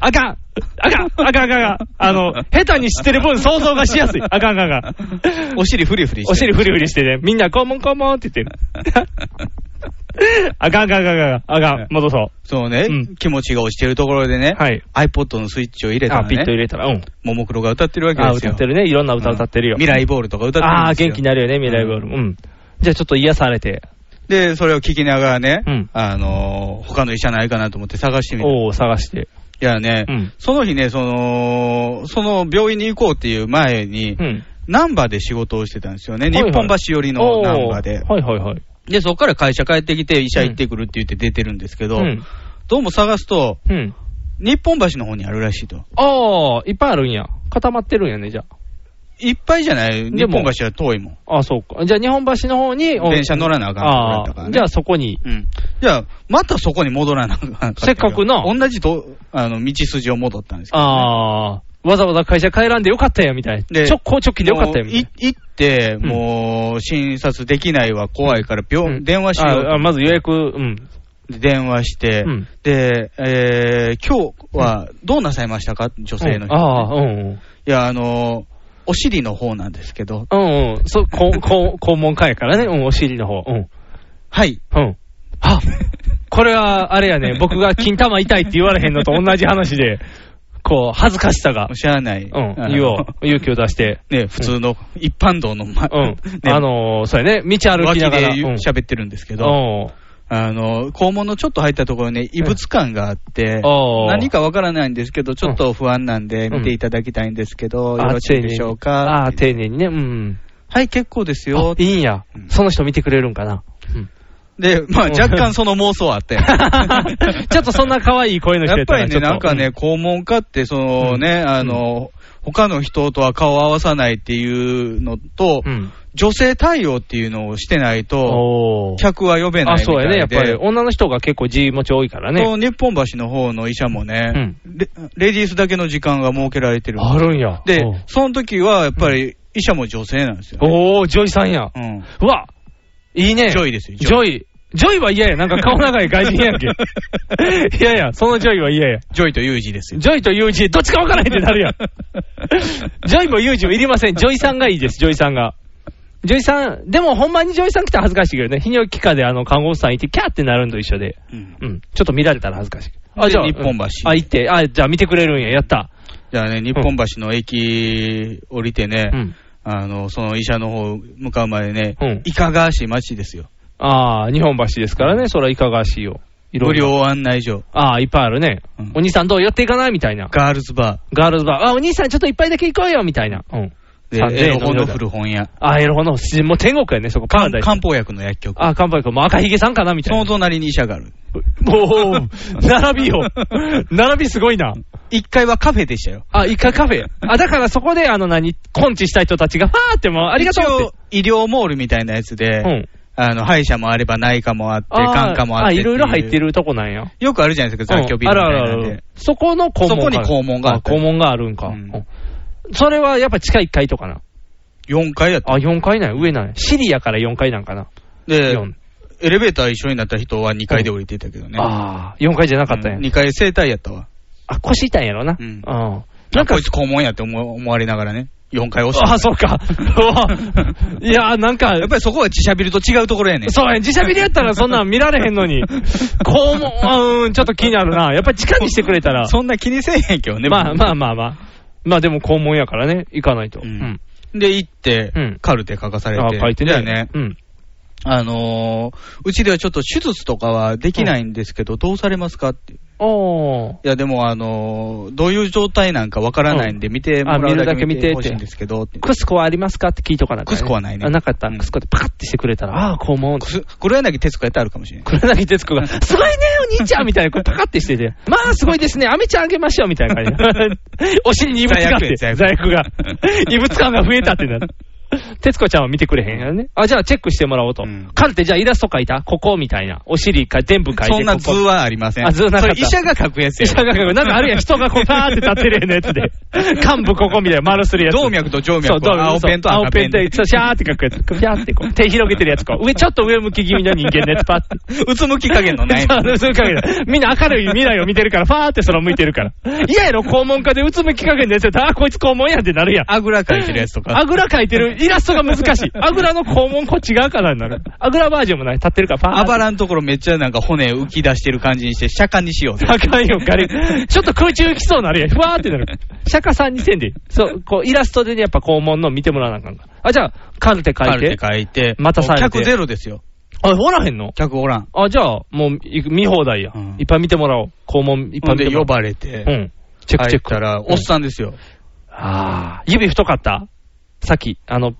C: あかんあかんあかんあかんあかんあの、下手に知ってる分想像がしやすい。あかんあかんあかん。
B: お尻フリフリして
C: お尻フリフリしてね、みんな肛門肛門って言ってる。あかんあかんあかんあかん、あかん、戻そう。
B: そうね、
C: うん
B: 気持ちが落ちてるところでね、
C: はい。
B: iPod のスイッチを入れた
C: あ、
B: ら
C: ピッと
B: ね
C: 入、れたら、うん。
B: ももクロが歌ってるわけ
C: あ、
B: です
C: 歌
B: よ。
C: ってるね。いろんな歌歌ってるよ。
B: 未来ボールとか歌って
C: ああー、
B: るんですよ。
C: 元気になるよね、未来ボール。うん。じゃあちょっと癒されて、
B: で、それを聞きながらね、
C: うん
B: あのー他の医者ないかなと思って探してみた。い
C: 王を探して。
B: やね、
C: うん
B: その日ね、その、その病院に行こうっていう前に
C: う、ん。
B: 難波で仕事をしてたんですよね。
C: はいはい
B: 日本橋寄りの難波で
C: おー。はいはいはい。
B: で、そこから会社帰ってきて、医者行ってくるって言って出てるんですけど、
C: うん。
B: どうも探すと、
C: うん。
B: 日本橋の方にあるらしいと。
C: ああ、いっぱいあるんや。固まってるんやね、じゃ
B: いっぱいじゃない日
C: でも
B: 本橋は遠いもん。
C: あ。あそうか。じゃあ日本橋の方に、お
B: 電車乗らなあかん
C: あ
B: とこだったから
C: あ、
B: ね
C: じゃあそこに。
B: うん。じゃあ、またそこに戻らなあかんったよ
C: せっかくな
B: 同じと、あの、道筋を戻ったんですけど。
C: ああ、わざわざ会社帰らんでよかったや、みたいな。
B: で
C: 直行直帰でよかったや、みたい
B: も
C: な。
B: うい行って、
C: ん
B: もう、診察できないは怖いから、病、
C: うん
B: 電話しよう
C: ああまず予約、うん。
B: で電話して、
C: うん
B: で、えー、今日はどうなさいましたか女性の人。い
C: ああ、うん
B: や、あの、お尻の方なんですけど、
C: うん。うんうん。そう、こうこう肛門科やからね。うん、お尻の方。うん。
B: はい。
C: うん。あこれは、あれ
B: [LAUGHS]
C: やね、僕が金玉痛いって言われへんのと同じ話で、こう、恥ずかしさが
B: お、しゃあない。
C: うん
B: あの、
C: 言おう。勇気を出して。
B: [LAUGHS] ね、普通の、一般道の、ま、
C: うん。あのー、そうやね、道歩
B: 脇
C: き
B: で
C: ながら。うん
B: 喋ってるんですけど、
C: うん
B: あの、肛門のちょっと入ったところに異物感があって、
C: ああ
B: 何かわからないんですけど、ちょっと不安なんで
C: うん
B: 見ていただきたいんですけど、
C: あ
B: よろしいでしょう
C: あ
B: か
C: あ、。丁寧にね。うん。
B: はい、結構です
C: あ
B: よ。
C: いいんや。その人見てくれるんかな。 [LAUGHS] うん
B: で、まあ
C: うん
B: 若干その妄想はあっ
C: [LAUGHS]
B: たよ [LAUGHS]
C: ちょっとそんな可愛い声の人
B: やっ
C: た
B: ぱ
C: ら
B: りね、なんかね、、肛門科って、そのね、あの、他の人とは顔を合わさないっていうのと
C: ちょっとう、ん。
B: 女性対応っていうのをしてないと、
C: おー
B: 客は呼べない
C: あ、
B: みたいで。
C: そうやね。やっぱり女の人が結構字持ち多いからね。
B: と日本橋の方の医者もね、レレディースだけの時間が設けられてるんですよ
C: あるんや。
B: で
C: おう、
B: その時はやっぱり医者も女性なんですよ、ね。
C: おー、ジョイさんや。
B: うん。
C: うわいいね。
B: ジョイですよ
C: ジョイ。ジョイは嫌や。なんか顔長い外人や
B: [LAUGHS]
C: んけ。いやいや、そのジョイは嫌や。
B: ジョイとユージですよ。
C: ジョイとユージ、どっちか分からへんってなるやん。ジョイもユージもいりません。ジョイさんがいいです、ジョイさんが。ジョイさん、でもほんまにジョイさん来たら恥ずかしいけどね。泌尿器科であの、看護師さんいて、キャーってなるんと一緒で。
B: うん
C: うん。ちょっと見られたら恥ずかしい。
B: で日本橋
C: うんあ、行って。あ、じゃあ見てくれるんや。やった。
B: じゃあね、日本橋の駅降りてね、
C: うん。
B: あの、その医者の方向かうまでね、
C: うん
B: いかがわしい街ですよ。
C: ああ、日本橋ですからね。そらいかがわしいよ。いろ
B: 無
C: いろ。
B: 料案内所、
C: ああ、いっぱいあるね。
B: うん
C: お兄さんどう寄っていかないみたいな。
B: ガールズバ
C: ガールズバー。あ、お兄さんちょっと一杯だけ行こうよみたいな。うん。
B: ー、でエロ本の古本屋、
C: あ、エロ本の、もう天国やね、そこ。パラ
B: 漢
C: ダイス。
B: 漢方薬の薬局、
C: あ、乾杯君、もう赤ひげさんかなみた
B: そ
C: い
B: の
C: な。
B: 隣に医者がある。
C: もう、並びよ。並びすごいな。
B: 1階はカフェでしたよ。
C: あ、一回カフェ。あ、だからそこで、あの何、根治した人たちが、わーってもう、ありがとうっ
B: 一応、医療モールみたいなやつで、
C: て。うん。
B: あの、歯医者もあれば内科もあって、
C: あー
B: 眼科もあってって
C: あ、いろいろ入って
B: る。
C: るとこなんや。
B: よくあるじゃないですか、雑居ビル
C: うんあ
B: み
C: る
B: たい
C: ある
B: な
C: あ
B: んで。
C: る。そこの肛門
B: そこに肛門があ
C: あ
B: ったり
C: 肛門があるんか。
B: うん
C: うんそれはやっぱ地下1階とかな。
B: 4階やった。
C: あ、4階なんや上なんや。シリアから4階なんかな。
B: で、
C: 四
B: エレベーター一緒になった人は2階で降りてたけどね。
C: ああ、4回じゃなかったんや。
B: 2階生体やったわ。
C: あ、腰痛いんやろな。
B: う
C: うんん。な
B: なんん
C: か
B: かこいつ肛門やって思思われながらね、4階押した。
C: あ、そう
B: [LAUGHS]
C: か。うわいやー、なんか、
B: やっぱりそこは自社ビルと違うところやねん。
C: そうや、自社ビリやったらそんなん見られへんの
B: [LAUGHS]
C: に、こうも、うん、ちょっと気になるな。やっぱり地下にしてくれたら。
B: そんな気にせえへんけどね。
C: まあ
B: 僕
C: まあまあまあ。まあでも肛門やからね、行かないと。
B: う
C: うんん。
B: で、行って、
C: うん
B: カルテ書かされて。
C: あ書いてね。
B: だよね。
C: うん。
B: あのーうちではちょっと手術とかはできないんですけど、どうされますかって。い
C: おー。
B: や、でも、あのーどういう状態なんかわからないんで、見てもら
C: あ見
B: う
C: る
B: だ
C: だ
B: け
C: け
B: 見
C: 見
B: て
C: て
B: ほしいんですけど、って
C: クスコはありますかって聞いとかなきゃ
B: クスコはないね
C: あなかった。
B: うん
C: クスコでパカってしてくれたら、ああ、肛門。
B: 黒柳徹子やったらあるかもしれない。
C: 黒柳
B: [LAUGHS]
C: 徹子が、すごいね、お兄ちゃんみたいな、こうパカってしてて、まあ、すごいですね、アメちゃんあげましょうみたいな
B: [LAUGHS]
C: 感じで、お尻に異物があって、
B: 罪
C: 罪
B: 悪
C: 悪
B: 罪
C: が、異物感が増えたってな
B: [LAUGHS]
C: る。徹子ちゃんは見てくれへんやね。あ、じゃあチェックしてもらおうと。
B: うん
C: カルテ、じゃあイラスト描いたここみたいな。お尻か全部描いて。
B: そんな
C: こ
B: 図
C: こ
B: はありません。
C: あ図なかった
B: それ医者が書くやつ
C: 医
B: や
C: 者が描く [LAUGHS] なんかあるやん、人がこう、パーって立ってるやつで。幹部ここみたいな丸するやつ。
B: 動脈と静
C: そう、
B: 脈
C: どう
B: は青ペンと
C: そう
B: 赤ペン
C: 青
B: で
C: ペン。と、シャーって書くやつ。ピャーってこう、手広げてるやつこう。上、ちょっと上向き気味の人間のやつパって。
B: うつむき加減のない。
C: [LAUGHS] そうそういう関係だみんな明るい未来を見てるから、ファーってその向いてるから。いややろ、肛門科でうつむき加減のやつやったらあ、こいつ肛門やんってなるやん。
B: あぐら書いてるやつとか
C: あ。ぐら描いてるイラストが難しい。あぐらの肛門こっち側からになる。あぐらバージョンもない。立ってるから、ファー
B: あばらんところめっちゃなんか骨浮き出してる感じにして、釈迦にしようぜ。
C: あかんよ、ガリ。ちょっと空中浮きそうになるやん。ふわーってなる。釈迦さんにせんでいい。そう、こう、イラストでね、やっぱ肛門の見てもらわなあかんから。あ、じゃあ、カルテ書
B: カ
C: い
B: ル
C: て
B: テ。書いて。
C: またされて
B: 客ゼロですよ。
C: あ、おらへんの
B: 客おらん。
C: あ、じゃあ、もう、い見放題や
B: うん。
C: いっぱい見てもらおう。肛門いっぱ
B: ほ
C: い
B: ん
C: 見て
B: で
C: もらお
B: 呼
C: う。
B: ばれて。
C: うん。チェックチェック。
B: 入ったら、おっさんですよ。
C: ああ、指太かったさっき、あの、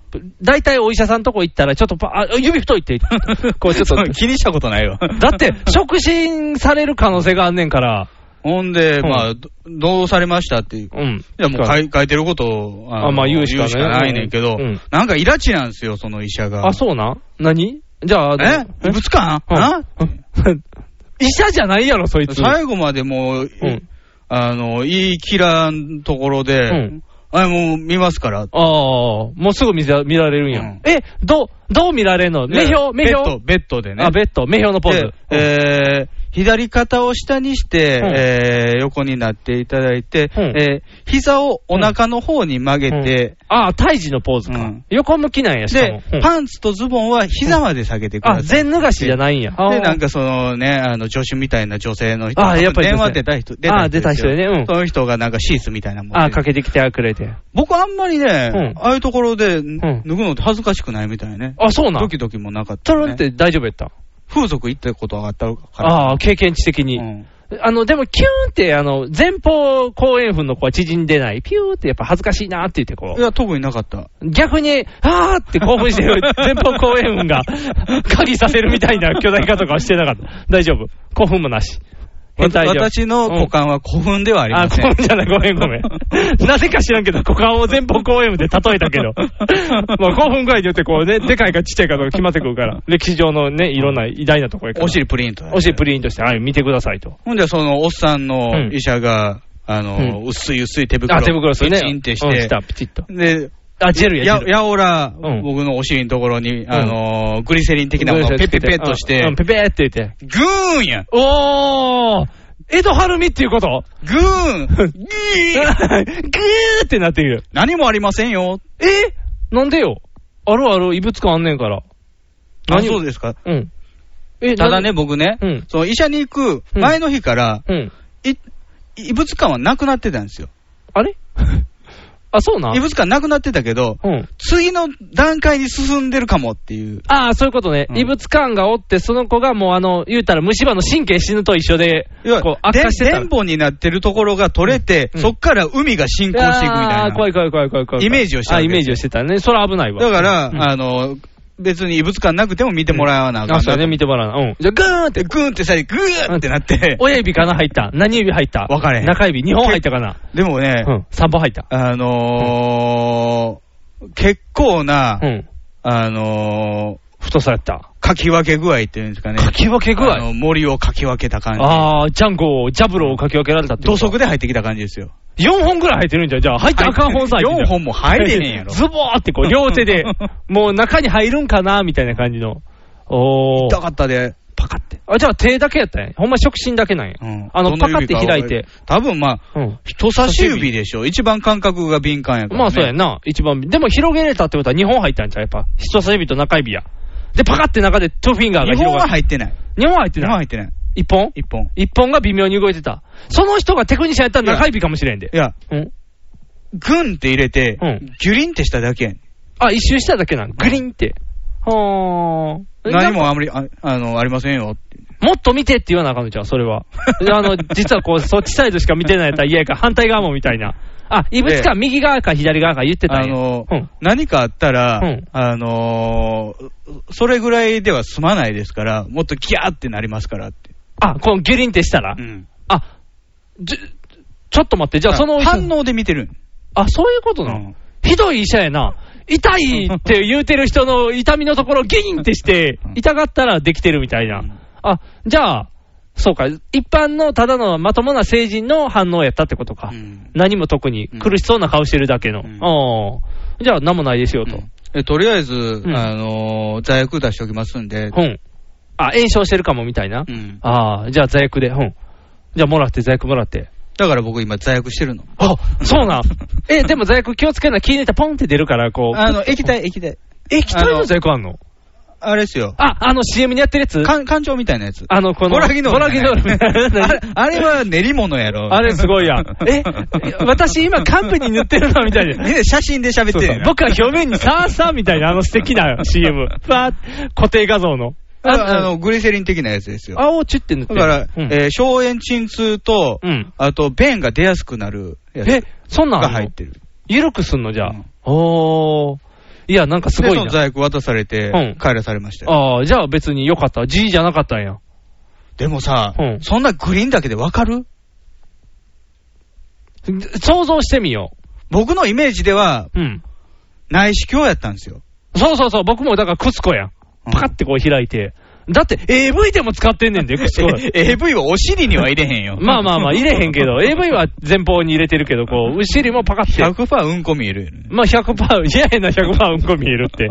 C: 大体お医者さんとこ行ったら、ちょっとパ、あ、指太いって、 [LAUGHS]
B: [LAUGHS]
C: こうちょっと
B: そう。気にしたことないよ。
C: だって、触診される可能性があんねんから、
B: ほんで、
C: ん
B: まあ、どどうされましたっていう。
C: うん。
B: いや、もう書い書いてることを、の
C: あまあ言うしかない
B: ないねんけど
C: うん、
B: なんかイラチなんですよ、その医者が。
C: あ、そうなん何じゃあ、
B: え異物感あ
C: うん [LAUGHS] 医者じゃないやろ、そいつ。
B: 最後までもう、
C: うん。
B: あの、言い切らんところ
C: う
B: で
C: ん、
B: あ、もう見ますから。
C: ああ、もうすぐ見せ見られるんや。
B: うん
C: え、ど、どう見られんの目標、目
B: ベッド、
C: 標。
B: ベッドでね。
C: あ、ベッド、目標のポーズ。
B: でえー左肩を下にして、
C: うん
B: えー横になっていただいて、
C: うん
B: えー膝をお腹の方に曲げて、
C: うんああ、胎児のポーズか。
B: うん
C: 横向きなんや、しかも
B: で。、
C: うん
B: パンツとズボンは膝まで下げてください。
C: あ、全脱がしじゃないんや。
B: で、なんかそのね、あの、助手みたいな女性の人、
C: あやっぱり
B: 電
C: 女性
B: 話出た人、出
C: あ出た人
B: で
C: ですね
B: よ
C: うん
B: その人がなんかシースみたいなもんで。
C: あ、かけてきてくれて。
B: 僕あんまりね、
C: うん
B: ああいうところで脱ぐ
C: ん
B: のって恥ずかしくないみたいね。
C: あ、そうなん
B: ド。キドキもなかった、
C: ト
B: ね。
C: ロンって大丈夫やった。
B: 風俗行ったことがあったから。
C: ああ、経験値的に。
B: うん
C: あの、でも、キューンって、あの、前方後円墳の子は縮んでない。ピューってやっぱ恥ずかしいなって言ってこ
B: いや、特になかった。
C: う。逆に、あーって興奮して [LAUGHS] る前方後円墳が、 [LAUGHS] 鍵させるみたいな巨大化とかはしてなかった。大丈夫。興奮もなし。変態じゃ
B: 私の股間は古墳ではあり
C: あ、
B: ません。
C: ごめんじゃない、ごめんごめん。なぜか知らんけど、股間を前方後円で例えた [LAUGHS] けど。まあ、興奮具合によってこうね、でかいかちっちゃいかとか決まってくるから。歴史上のね、いろんな偉大なとこへ
B: [LAUGHS] お尻プリントだね、
C: お尻プリントして、はい、見てくださいと。
B: ほんで、そのおっさんの
C: うん
B: 医者が、あの、
C: う
B: 薄い薄い手袋。
C: あ、手袋でするね。
B: ピチンってし
C: うん
B: て
C: し。た、ピチッと。
B: で、
C: あ、ジェルや、
B: や
C: ジェル。
B: やおら、
C: うん
B: 僕のお尻のところに、あのー、グリセリン的なものをペペペっとし
C: う
B: て
C: ん、ペペーって言って。
B: グーンや
C: おー江戸晴美っていうこと
B: グ
C: [LAUGHS]
B: ーンギ
C: ぐ
B: ーン
C: ーってなっている。
B: 何もありませんよ
C: えなんでよあるある、異物感あんねんから。
B: あ、
C: 何を
B: そうですか。
C: うん。え
B: ただね、、僕ね、
C: うん
B: その医者に行く前の日から、
C: 何うん。
B: い異物感はなくなってたんですよ。
C: あれ [LAUGHS] あ、そうな
B: 異。物感なくなってたけど、
C: うん。
B: 次の段階に進んでるかもっていう。
C: ああ、そういうことね。
B: うん
C: 異物感がおって、その子がもうあの、言うたら虫歯の神経死ぬと一緒で、
B: いや
C: こう悪化してたら。
B: 電波になってるところが取れて、
C: うん
B: そっから海が進行していくみた
C: あ
B: い
C: ー怖
B: な。
C: い怖い怖い怖い怖い。
B: イメージをしてた
C: あ
B: わ
C: イ
B: けですよ
C: メージをしてたね。それは危ないわ。
B: だから、
C: うん
B: あの、別に異物感なくても見てもらわなあか
C: あ、
B: ん
C: そ
B: な
C: うね、見てもらうな。うん。じゃあ、グーンって
B: で、。グーンってさ、グーってなって、
C: 親指かな入った。何指入った
B: 分かれへん
C: 中指、2本入ったかな。
B: でもね、
C: うん。3本入った。
B: あのー、結構な、
C: うん。
B: あの
C: 太さやった。
B: ー、かき分け具合っていうんですかね。
C: かき分け具
B: あ
C: 合。
B: の森をかき分けた感
C: ああ、ジャンゴを、ジャブロをかき分けられたっ
B: じ。
C: てこ
B: 土
C: と。
B: 足で入ってきた感じですよ。
C: 4本ぐらい入ってるんじゃん。じゃあ、入ったらあかん本さ。
B: 4本も入れねえんやろ。 [LAUGHS]
C: ズボーってこう、両手で、もう中に入るんかなみたいな感じの。おー。
B: 痛かったで、パカって。
C: あ、じゃあ手だけやったんや。ほんま触診だけなんや。
B: うん
C: あの、
B: ど
C: パカっ
B: 指
C: て
B: か
C: 開いて。
B: 多分まあ、
C: うん。
B: 人差し指でしょ。一番感覚が敏感やから、ね。
C: まあそうやな、一番。でも広げれたってことは2本入ったんちゃうやっぱ。人差し指と中指や。で、パカって中でトゥフィンガーが
B: 日本
C: 広が
B: は
C: る。
B: 入ってない。
C: 2本入って
B: 日本は
C: な
B: 入
C: い。
B: ってない。
C: 1本
B: 一本。
C: ?1 本が微妙に動いてた。その人がテクニシャンやったら中指かもしれんで
B: い。や、
C: うん。
B: グンって入れて、
C: うん
B: ギュリンってしただけやん。
C: あ、一周しただけなん。グリンって。はー。
B: 何もあまり、ああの、ありませんよって。
C: もっと見てって言わなあかんのじゃん、そ
B: [LAUGHS]
C: れは。あの、実はこう、そっちサイドしか見てないやったら嫌やから、反対側もみたいな。あ、異物か、右側か、左側か言ってた
B: あ
C: んや。
B: の、
C: うん。
B: 何かあったら、
C: うん
B: あのーそれぐらいでは済まないですから、もっとギャーってなりますからって。
C: あ、このギュリンってしたら、
B: うん
C: あ、ちょ、ちょっと待って、じゃあその、
B: 反応で見てるん。
C: あ、そういうことなの、
B: うん
C: ひどい医者やな。痛いって言うてる人
B: [LAUGHS]
C: の痛みのところをギーンってして
B: うん、
C: 痛がったらできてるみたいな。あ、じゃあ、そうか、一般のただのまともな成人の反応やったってことか。
B: うん
C: 何も特に
B: うん
C: 苦しそうな顔してるだけ
B: う
C: の。
B: ん
C: ああじゃあ、何もないですよと。
B: でとりあえず、
C: ん
B: あのー座薬出しておきますんで、
C: うん。あ、炎症してるかもみたいな。
B: うん
C: ああ、じゃあ、座薬で。うん。じゃあ、もらって、座薬もらって。
B: だから僕今座薬してるの。
C: あ、そ
B: [LAUGHS]
C: うなん。え、でも座薬気をつけな、気に入ったらポンって出るから、こう。
B: あの、液体、液体。
C: 液体の座薬あんの
B: あれですよ。
C: あ、あの CM にやってるやつ
B: かん感情みたいなやつ。
C: あの、この。
B: ボラギノール。
C: ボラギノール。
B: [LAUGHS] あれあれは練り物やろ。
C: あれすごいや
B: [LAUGHS]
C: ん。え、私今カンペに塗ってるな、みたいな。
B: ね写真で喋っ
C: そう
B: て
C: そう
B: る。
C: 僕は表面にサーサーみたいな、あの素敵な
B: [LAUGHS]
C: CM。わー固定画像の。
B: ああの、グリセリン的なやつですよ。
C: 青チュって塗って
B: だ
C: る。
B: から、
C: うん
B: えー消炎鎮痛と、
C: うん
B: あと、便が出やすくなるやつ
C: え、そんなん
B: が
C: あん
B: 入
C: の
B: ってる。
C: 緩くすんの、じゃあ
B: うん。
C: おー。いや、なんかすご
B: で
C: い
B: その
C: な。
B: 座薬渡されて、
C: うん
B: 帰らされましたよ。
C: ああ、じゃあ別に良かった。G じゃなかったんや。
B: でもさ、
C: うん
B: そんなグリーンだけでわかる
C: 想像してみよ
B: 僕のイメージでは、
C: う。うん。
B: 内視鏡やったんですよ。
C: そうそうそう、僕もだからクスコやん。
B: うん
C: パカってこう開いて。だって AV でも使ってんねんで、
B: [LAUGHS]
C: クスコ。
B: え AV はお尻には入れへんよ。
C: まあまあまあ、入れへんけど、AV は前方に入れてるけど、こう、後ろもパカ
B: [LAUGHS]
C: って。
B: 100%うんこ見えるよね。
C: まあ100%、嫌やな100%うんこ見え
B: [LAUGHS]
C: るって。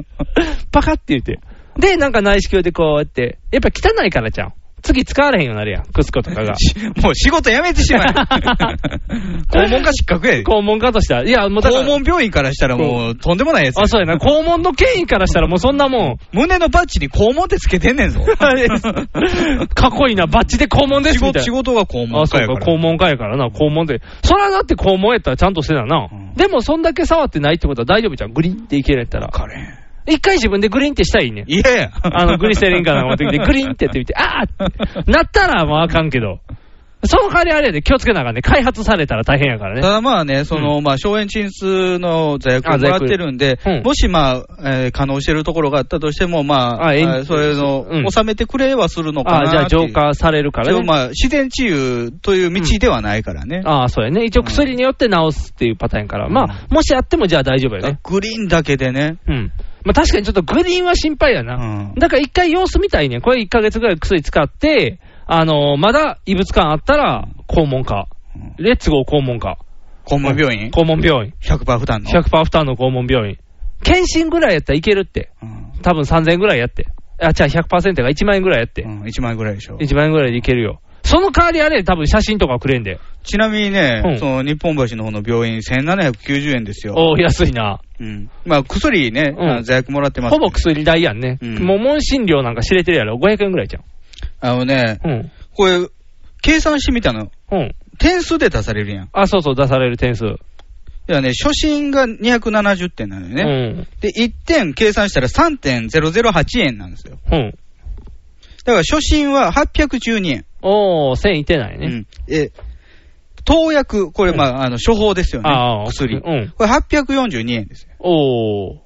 C: パカって言って。で、なんか内視鏡でこうやって。やっぱ汚いからちゃう。次使われへんようになるやん。クスコとかが。
B: [LAUGHS] しもう仕事辞めてし
C: [LAUGHS]
B: まえ。肛門科失格やで。
C: 肛門家としては。いや、もうだから
B: 肛門病院からしたらもうとんでもないやつや
C: あ、そうやな。肛門の権威からしたらもうそん
B: [LAUGHS]
C: なもん。
B: 胸のバッチに肛門ってつけてん
C: [LAUGHS]
B: ねんぞ。
C: かっこいいな。バッチで肛門です
B: 仕
C: み
B: 事
C: たい
B: 仕
C: な。
B: 事が肛門
C: あ、そ
B: 科や
C: うか、
B: から。
C: 肛門家やからな、肛門で。そらだって肛門やったらちゃんとしてたな。
B: うん
C: でも、そんだけ触ってないってことは大丈夫じゃん。グリンっていけるやったら。
B: かれん。
C: 一回自分でグリンってしたらいいねん。
B: いやいや。
C: あの、グリセリンかなんか持ってきて、グリンってやってみて、あーってなったらもうあかんけど。その代わりあれやで、気をつけなあかんね。開発されたら大変やから
B: た
C: ね。
B: だまあね、その、まあ、消炎鎮痛の座薬を
C: あ
B: も
C: 座
B: ら
C: 薬
B: ってるんで、
C: うん
B: もしまあ、えー可能してるところがあったとしても、まあ、
C: あ延期
B: あそれの、
C: うん
B: 収めてくれはするのか
C: あ
B: な
C: ーじゃあ浄
B: っていう
C: 化されるから
B: 一応
C: ね。
B: まあ、自然治癒という道ではないからね。
C: ああ、そうやね。一応薬によって治すっていうパターンやから。まあ、もしあってもじゃあ大丈夫やね。
B: グリーンだけでね。
C: うん。まあ確かにちょっとグリーンは心配やな。
B: うん
C: だから一回様子見たいね。これ1ヶ月ぐらい薬使って、あのーまだ異物感あったら、肛門科。レッツゴー肛門科。
B: 肛門病院
C: 肛門病院。
B: 100%負担の。
C: 100%負担の肛門病院。検診ぐらいやったらいけるって。
B: うん
C: 多分3000円ぐらいやって。あ、じゃあ100%が1万円ぐらいやって。
B: うん、1万円ぐらいでしょ。
C: 1万円ぐらいでいけるよ。その代わりあれ、多分写真とかくれんで。
B: ちなみに
C: う
B: ね
C: ん、
B: その日本橋の方の病院、1790円ですよ。
C: おお安いな。
B: うん。まあ、薬ね、
C: うん
B: あの座薬もらってます。
C: ほぼ。薬代やんね。
B: うん
C: もう問診料なんか知れてるやろ。500円ぐらいじゃん。
B: あのね、
C: うん。
B: これ、計算してみたの。
C: うん。
B: 点数で出されるやん。
C: あ、そうそう、出される点数。
B: ではね、初心が270点なのよ
C: う
B: ね。で、1点計算したら3.008円なんですよ。
C: ん。うん。
B: だから初心は812円。
C: おー、1000いってないね。
B: うん。え、投薬、これ、まあ、あの、処方ですよね。
C: ああ、
B: 薬。こ
C: うん。
B: れ842円ですよ。
C: おー。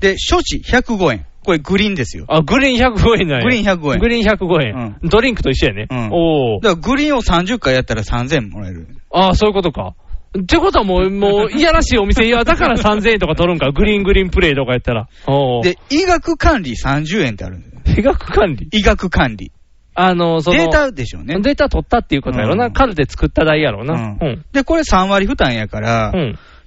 B: で、処置105円。これグリーンですよ。
C: あ、グリーン105円なんや。
B: グリーン105円
C: グリーン105円。ドリンクと一緒やね。
B: うん
C: おー
B: だ。からグリーンを30回やったら3000円もらえる。
C: ああ、そういうことか。ってことはもう、もう、いやらしいお店、いや、だから3000円とか取るんか、グリーングリーンプレイとかやったら。おー
B: で、医学管理30円ってあるんですよ。
C: 医学管理
B: 医学管理。
C: あの、その、
B: データでしょうね。
C: データ取ったっていうことやろな。
B: うん
C: カルテ作った代やろな。うん。うん。
B: で、これ3割負担やから、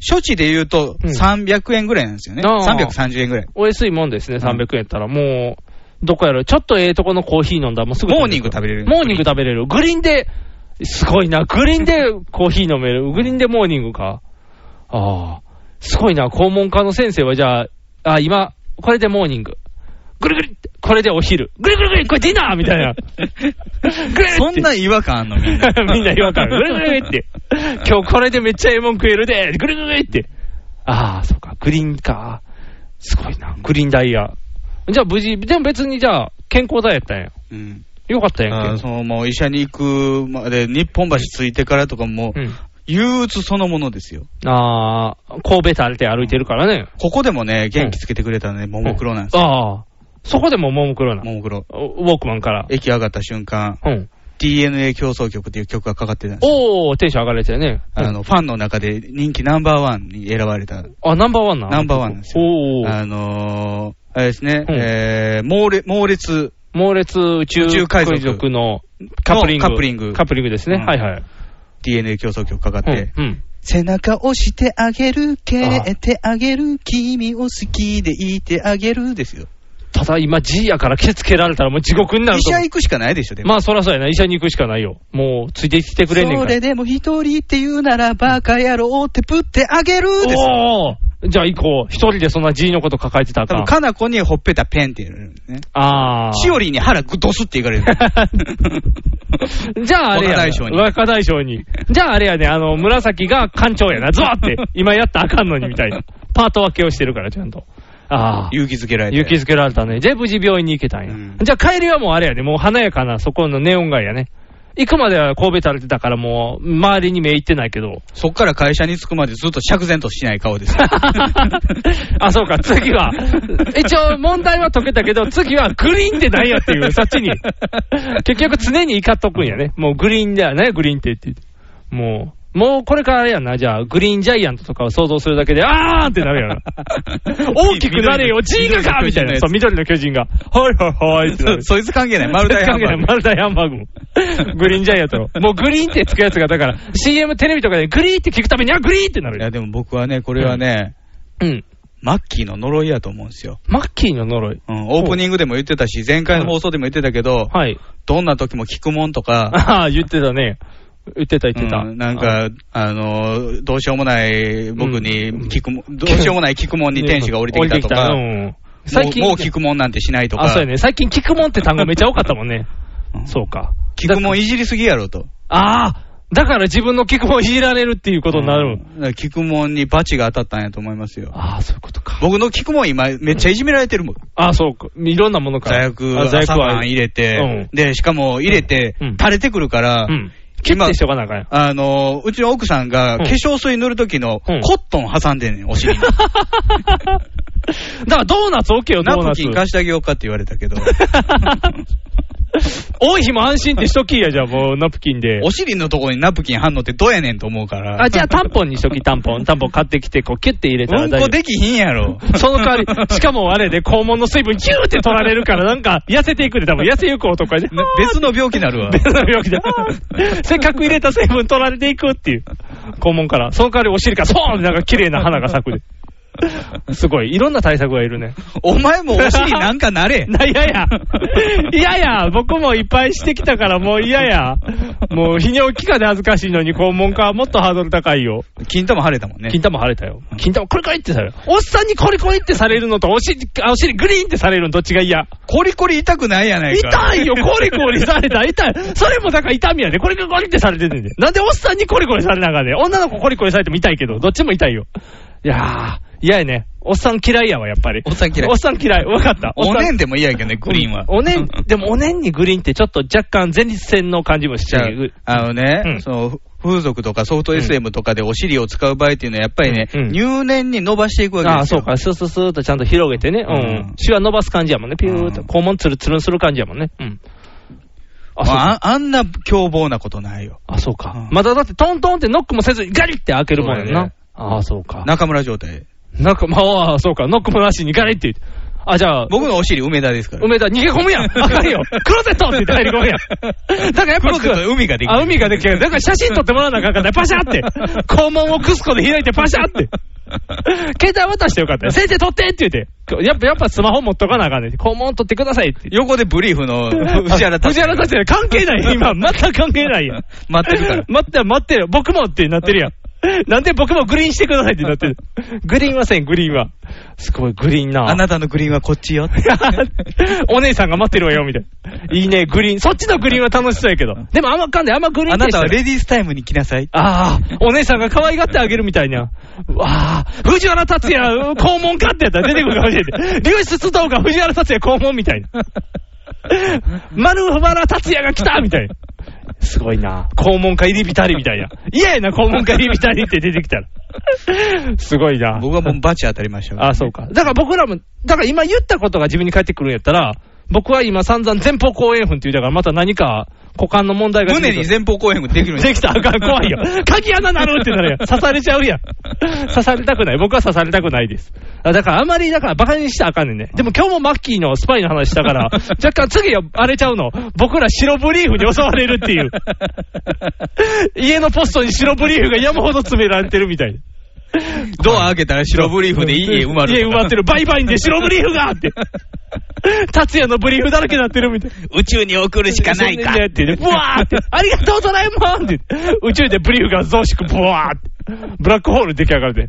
B: 処置で言うと
C: うん
B: 300円ぐらいなんですよね。
C: ああ
B: 330円ぐらい。
C: お安いもんですね、300円やったら。もう、どこやろ、ちょっとええとこのコーヒー飲んだらもうすぐ
B: モーニング食べれる
C: モーニン [LAUGHS] グ食べれる。グリーンで、すごいな。グリーンでコーヒー飲める。グリーンでモーニングか。ああ。すごいな。肛門科の先生はじゃあ、あ今、これでモーニング。ぐるぐるこれでお昼。ぐるぐるぐるこれディナーみたい
B: [LAUGHS]
C: な。ぐるって
B: そんな違和感 [LAUGHS] あんのみんな。
C: [LAUGHS] みんな違和感。ぐるぐるぐるって。今日これでめっちゃええもん食えるで。ぐるぐるぐるって。ああ、そうか。グリーンか。すごいな。グリーンダイヤ。じゃあ無事、でも別にじゃあ健康だやったんや。
B: [LAUGHS] うん
C: よかったんや
B: あー
C: んけ。
B: そう、もう医者に行くまで、日本橋着いてからとかも
C: う
B: う、
C: ん。
B: 憂鬱そのものですよ。
C: ああ、神戸垂れて歩いてるからね。
B: ここでもね、元気つけてくれたね、ももクロなんですよ。
C: ああ、そこでもももクロな。
B: ももクロ。
C: ウォークマンから。
B: 駅上がった瞬間、
C: うん。
B: DNA 競争曲っていう曲がかかってたんですよ。
C: おー、テンション上がるやつやね。
B: あの、ファンの中で人気ナンバーワンに選ばれた、
C: あ、ナンバーワンな。
B: ナンバーワンなんですよ。
C: おー、
B: あのー、あれですね、
C: うん
B: えー、猛烈、猛烈
C: 猛烈宇宙
B: 宇宙海賊
C: のカップリング。
B: のカップリング
C: カップリングですね。
B: うん
C: はいはい。
B: DNA 競争曲かかって、
C: うんうん。
B: 背中押してあげる、蹴れてあげる、君を好きでいてあげるですよ。
C: ただ今 G やからケツ蹴られたらもう地獄になる
B: 医
C: と思
B: 者
C: う。
B: 行くしかないでしょ、でも。
C: まあそらそうやな。医者に行くしかないよ。もうついてきてくれんねん
B: そ
C: か
B: れ
C: ら。
B: でも一人って言うならバカ野郎ってプってあげるですよ。
C: おーじゃあ行こう。一人でそんな G のこと抱えてたらあ
B: 多
C: か
B: 分、
C: ん。
B: かなこにほっぺたペンって言うね。
C: ああ。
B: しおりに腹グドスっていかれる。
C: [LAUGHS] じゃああれやな。
B: 若大将に
C: 若大将に。じゃああれやね、あの、紫が艦長やな。ズワって。今やったらあかんのにみたいな。パート分けをしてるから、ちゃんと。ああ。
B: 勇気づけられて。
C: 勇気づけられたね。で、無事病院に行けたんや。
B: うん
C: じゃあ帰りはもうあれやね。もう華やかな、そこのネオン街やね。行くまでは神戸垂れてたからもう、周りに目いってないけど。
B: そっから会社に着くまでずっと釈然としない顔ですよ。
C: [LAUGHS] あ、そうか、次は。 [LAUGHS] 一応問題は解けたけど、次はグリーンって何やっていう、そっちに。結局常に怒っとくんやね。もうグリーンだよね、グリーンってって言って。もう、もうこれからあれやんな、じゃあ、グリーンジャイアントとかを想像するだけで、あーってなる
B: [LAUGHS]
C: やろな。大きくなれよ、ジ
B: 緑の
C: ーガかみたいな。そう、緑の巨人が。はいはいはいってなる。
B: [LAUGHS] そいつ関係ない。丸大ハンバーグ
C: マルタイハンバーグも。グリーンジャイアントの。もうグリーンってつくやつが、だから、CM テレビとかでグリーンって聞くために、あ、グリーンってないる。
B: や、でも僕はね、これはね、
C: うん。
B: マッキーの呪いやと思うんですよ。
C: マッキーの呪い。
B: うん、オープニングでも言ってたし、前回の放送でも言ってたけど、
C: はい。
B: どんな時も聞くもんとか、
C: ああ、言ってたね。言ってた、言ってた。
B: うんなんか、あの、どうしようもない僕に聞くも、どうしようもない聞くも
C: あ、
B: んに天使が降りてきたとか、
C: う
B: も
C: ん
B: う
C: [LAUGHS] 最近、
B: もう聞くもんなんてしないとか、
C: あ、そうやね。最近、聞くもんって単語めっちゃ多かったもんね。
B: うん
C: そうか。
B: 聞くもんいじりすぎやろと。
C: ああ、だから自分の聞くもんいじられるっていうことになる。
B: うんだから聞くもんにバチが当たったんやと思いますよ。
C: ああ、そういうことか。
B: 僕の聞くもん今、めっちゃいじめられてるもん。
C: ああ、そうか。いろんなものか
B: 座
C: ら。
B: 薬、
C: あ
B: 朝
C: 座薬は
B: 晩入れて、
C: う
B: で、しかも入れて、
C: うん
B: 垂れてくるから、
C: うん。切ってしとかなあかんやん。
B: あの、うちの奥さんが
C: うん
B: 化粧水塗るときのコ
C: うん
B: ットン挟んでんねん、お
C: [LAUGHS]
B: 尻に。
C: だからドーナツ OK よ、ド
B: ナ
C: ーナ
B: プ
C: ツ
B: キ。ン貸してあげようかって言われた
C: [LAUGHS]
B: けど、
C: 多い日も安心ってしときや、じゃあもうナプキンで。
B: お尻のとこにナプキン貼んのってどうやねんと思うから。
C: あ、じゃあタンポンにしとき、タンポン。タンポン買ってきて、こう、キュッて入れた
B: う
C: ら
B: ん
C: 大
B: こ
C: 丈夫。
B: できひんやろ。
C: [LAUGHS] その代わり、しかもあれで、肛門の水分、キューって取られるから、なんか、痩せていくで、多分痩せゆく男やで。 [LAUGHS]
B: な別の病気なるわ。
C: 別の病気で。せっかく入れた成分取られていくっていう。肛門から。その代わりお尻から、ソーンってなんか綺麗な花が咲くで。すごい。いろんな対策がいるね。
B: お前もお尻なんかなれ。
C: [LAUGHS] な、いやいや。いやいや。僕もいっぱいしてきたから、もういやいや。もう、泌尿器科で恥ずかしいのに、肛門科はもっとハードル高いよ。
B: 金玉腫れたもんね。
C: 金玉腫れたよ。金玉コリコリってされる。おっさんにコリコリってされるのと、お尻、あお尻グリーンってされるのどっちが嫌
B: コリコリ痛くないやないか。
C: 痛いよ、コリコリされた、痛い。それもだから痛みやで、コリコリってされてんねんで。なんでおっさんにコリコリされながらね、女の子コリコリされても痛いけど、どっちも痛いよ。いやー、嫌やね。おっさん嫌いやわ、やっぱり。
B: おっさん嫌い
C: おっさん嫌い。わかった。
B: おねん
C: ん
B: でも嫌やけどね、グリーンは。
C: おねん、でもおねんにグリーンってちょっと若干前立腺の感じもしち
B: じ
C: ゃ
B: ゃ
C: う。
B: あ、あのね、
C: うん
B: その風俗とかソフト SM とかでお尻を使う場合っていうのは、やっぱりね、
C: うんうん
B: 入念に伸ばしていくわけですよ。
C: ああ、そうか、スースースーっとちゃんと広げてね、う
B: うんん。
C: シワ伸ばす感じやもんね、ピューっと、
B: うん
C: 肛門ツルツルする感じやもんね。うん。あ、そう
B: ま
C: か。
B: あああんな凶暴なことないよ。
C: あ、そうか
B: うん。
C: まだだってトントンってノックもせずにガリって開けるもんやん
B: そうだ
C: な
B: ね。
C: ああ、そうか。
B: 中村状態。
C: なんか、まあ、そうか、ノックもなしにガリって言って。あ、じゃあ、
B: 僕のお尻梅田ですから。
C: 梅田逃げ込むや
B: [LAUGHS]
C: ん。あかんよ。クローゼットって言って入り込むやん。だからやっぱ
B: クローゼットで海ができる
C: あ、海ができる。だから写真撮ってもらわなあかんかったよパシャって。肛門をクスコで開いてパシャって。 [LAUGHS] 携帯渡してよかったよ。先生撮ってって言って。やっぱ、やっぱスマホ持っとかなあかんねん。肛門撮ってくださいって。
B: [LAUGHS] 横でブリーフ
C: [LAUGHS]
B: の藤原達
C: 藤原達也関係
B: [LAUGHS]
C: ない。今、全く関係ないやん。
B: 待ってるから
C: [LAUGHS] 待って、待ってる。僕もってなってるやん。なんで僕もグリーンしてくださいってなってる。グリーンはせん、グリーンは。すごい、グリーンな。
B: あなたのグリーンはこっちよ。
C: [LAUGHS] お姉さんが待ってるわよ、みたいな。いいね、グリーン。そっちのグリーンは楽しそうやけど。でもあんまかんで、あんまグリーン
B: あ
C: って
B: な
C: した
B: た
C: ら
B: はレディースタイムに来なさい。
C: ああ、お姉さんが可愛がってあげるみたいな。うわあ、藤原達也、肛門かってやったら出てくるかもしれない。流出動画、藤原達也肛門みたいな。丸原達也が来たみたいな。すごいな。肛門か入り浸りみたいな。嫌やな、肛門か入り浸りって出てきたら。すごいな。
B: 僕はもうバチ当たりましたよ。
C: あ、そうか。だから僕らも、だから今言ったことが自分に返ってくるんやったら、僕は今散々前方後円墳って言うだから、また何か股間の問題が出てく
B: 胸
C: る
B: に前方後円ができるん
C: [LAUGHS] できたらあかん、怖いよ。鍵穴なるってなるやん。刺されちゃうやん。刺されたくない。僕は刺されたくないです。あだからあまり、だからバカにしたらあかんねんね。でも今日もマッキーのスパイの話し
B: [LAUGHS]
C: たから、若干次は荒れちゃうの。僕ら白ブリーフに襲われるっていう。家のポストに白ブリーフが山ほど詰められてるみたいな。
B: ドア開けたら白ブリーフで家埋まる。
C: 家埋まってる。バイバイんで白ブリーフ
B: [LAUGHS]
C: がって。達也のブリーフだらけになってるみたいな。
B: 宇宙に送るしかないか
C: そんん。だよってね、ブワーって、ありがとうドラえもんって、宇宙でブリーフが増殖、ブワーって、ブラックホール出来上がるで。い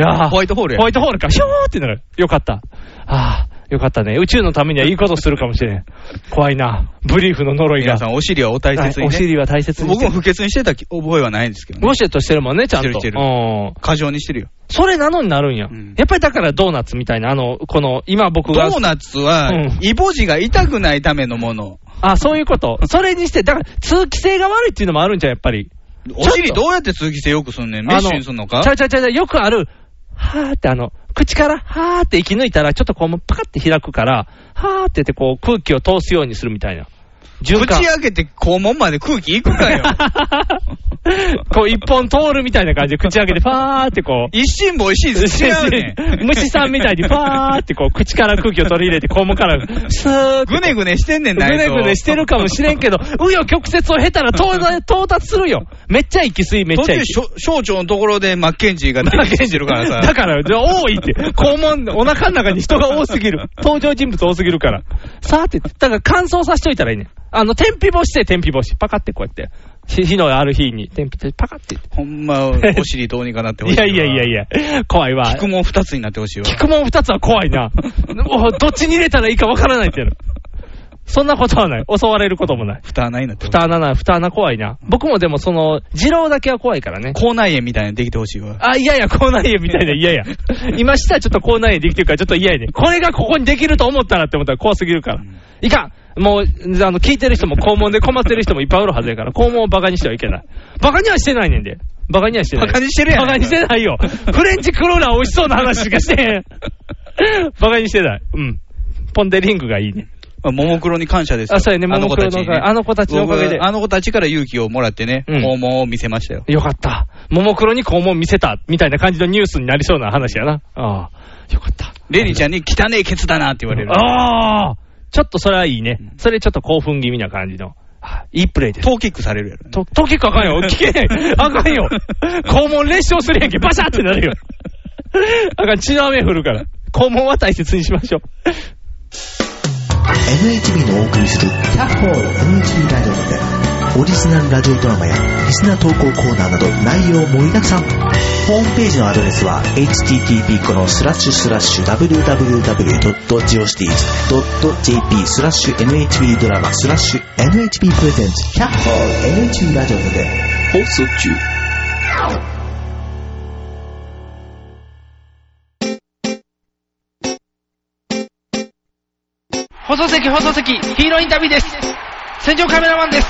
C: やー
B: ホワイトホールや
C: ホワイトホールか、シューってなる。よかった。あー、よかったね。宇宙のためにはいいことするかもしれん。怖いな。ブリーフの呪いが。
B: 皆さん、お尻はお大切
C: は
B: にね。
C: いお尻は大切にし
B: 僕
C: て。
B: も不潔にしてた覚えはないんですけど、ね
C: ウォ。シュレットしてるもんね、ちゃんと。
B: してるしてる
C: うん。
B: 過剰にしてるよ。
C: それなのになるんや。
B: うん
C: やっぱりだからドーナツみたいな、あの、この、今僕
B: ド
C: が。
B: ーナツは
C: うん、
B: イボ痔が痛くないためのもの。
C: あ、そういうこと。それにして、だから通気性が悪いっていうのもあるんじゃん、やっぱり。
B: お尻どうやって通気性よくすんねんメッシュにすんの
C: あ
B: か
C: ちゃうちゃうちゃうちゃう、よくある、はーってあの、口からはーって息抜いたら、ちょっとこう、パカって開くから、はーってやってこう、空気を通すようにするみたいな。循
B: 口
C: 環。
B: 開けて肛門まで空気いくかよ。
C: [LAUGHS] こう、一本通るみたいな感じで、口開けて、ファーってこう。
B: 一心棒一心ず違うねん。
C: [LAUGHS] 虫さんみたいに、ファーってこう、口から空気を取り入れて、肛門から、スーっ
B: [LAUGHS]
C: て。
B: ぐねぐねしてんねん、
C: ぐ
B: 内
C: ね
B: 臓
C: ぐねしてるかもしれんけど、紆余曲折を経たら到達到達するよ。めっちゃ息吸い、めっ
B: 途
C: ちゃ
B: 中、
C: 息
B: し。ょ小腸のところでマッケンジーが出てきてるから
C: [LAUGHS]
B: さ。
C: だから、じゃあ多いって。肛門、お腹の中に人が多すぎ [LAUGHS] る。登場人物多すぎるから。さーって、だから乾燥させといたらいいねん。あの、天日干しで天日干し。パカってこうやって。ひ火のある日に、天日でパカって。
B: ほんま、お尻どうにかなってほし
C: い
B: いわ。
C: やいやいやいや、怖いわ。
B: 菊も二つになってほしいわ。
C: 聞くもん二つは怖いな。おどっちに入れたらいいかわからないってやる。そんなことはない。襲われることもない。
B: 蓋穴になってほしい。
C: 蓋穴な、蓋穴怖いな。僕もでもその、二郎だけは怖いからね。
B: 口内炎みたいなのできてほしいわ。
C: あ、いやいや、口内炎み
B: [LAUGHS]
C: たいな、いやいや。今したらちょっと口内炎できてるから、ちょっと嫌やね。これがここにできると思ったらって思ったら怖すぎるから。いかんもう、あの、聞いてる人も肛門で困ってる人もいっぱいおるはずやから、肛門をバカにしてはいけない。バカにはしてないねんで。バカにはしてない。
B: バカにしてるやん
C: バカにしてないよ。フレンチクローラー美味しそうな話しかして
B: [LAUGHS]
C: へん。バカにしてない。うん。ポンデリングがいいね。
B: まあももクロに感謝ですよ
C: あそうやね
B: あの子たちにね
C: ももクロのおかげあの子たちのおかげで
B: 僕あの子たちから勇気をもらってね、
C: うん
B: 訪問を見せましたよ。
C: よかった。ももクロに肛門見せた。みたいな感じのニュースになりそうな話やな。ああ。よかった。
B: レニーちゃんに汚いケツだなって言われる。
C: ああちょっとそれはいいね。それちょっと興奮気味な感じの。はいいいプレイです。
B: トーキックされるやろね。
C: と、と結構あかん [LAUGHS] よ。聞けへん。あかんよ。肛門裂傷するやんけ。バシャってなるよ。あかん、血の雨降るから。肛門は大切にしましょう。
G: NHB のお送りする「キャッホール NHB ラジオ」でオリジナルラジオドラマやリスナー投稿コーナーなど内容盛りだくさんホームページのアドレスは http このスラッシュスラッシュ www.geocities.jp スラッシュ NHB ドラマスラッシュ NHB プレゼンツキャッホール NHB ラジオで放送中
H: 放送席、放送席、ヒーローインタビューです。戦場カメラマンです。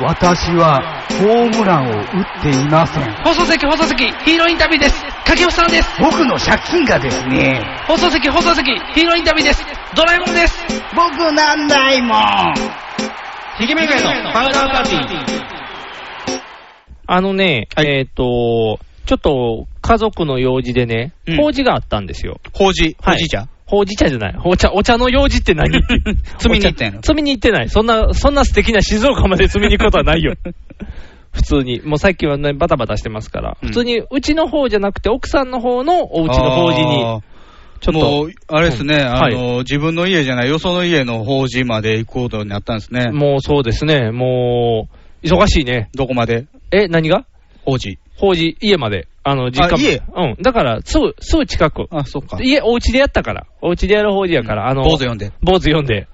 I: 私はホームランを打っていません。
H: 放送席、放送席、ヒーローインタビューです。柿吉さんです。
I: 僕の借金がですね、
H: 放送席、放送席、ヒーローインタビューです。ドラえもんです。
I: 僕なんないもん。
H: ひげめがえのパウダーパーティー。
C: あのね、えっ、と、ちょっと家族の用事でね
B: うん、
C: 法事があったんですよ。
B: 法事、
C: は
B: お
C: い
B: じいちゃん。
C: ほうじ茶じゃない。お茶、お茶の用事っ
B: [LAUGHS]
C: て何
B: 摘みに行ったんやろ
C: お茶摘みに行ってない。そんな、そんな素敵な静岡まで摘みに行くこと
B: [LAUGHS]
C: はないよ。普通に。もうさっきはね、バタバタしてますから。
B: うん
C: 普通に、うちの方じゃなくて、奥さんの方のお家の法
B: あ
C: 事に
B: ー。ちょっと。もう、あれですね、あ
C: はい
B: の、自分の家じゃない、よその家の法事まで行くことになったんですね。
C: もうそうですね。もう、忙しいね。
B: どこまで
C: え、何が
B: 法事。
C: 法事、家まで。あの、実家までうん。だから、すぐ、すぐ近く。
B: あ、そっか。
C: 家、お家でやったから。お家でやる法事やから。あの、
B: 坊主読んで。
C: 坊主読んで。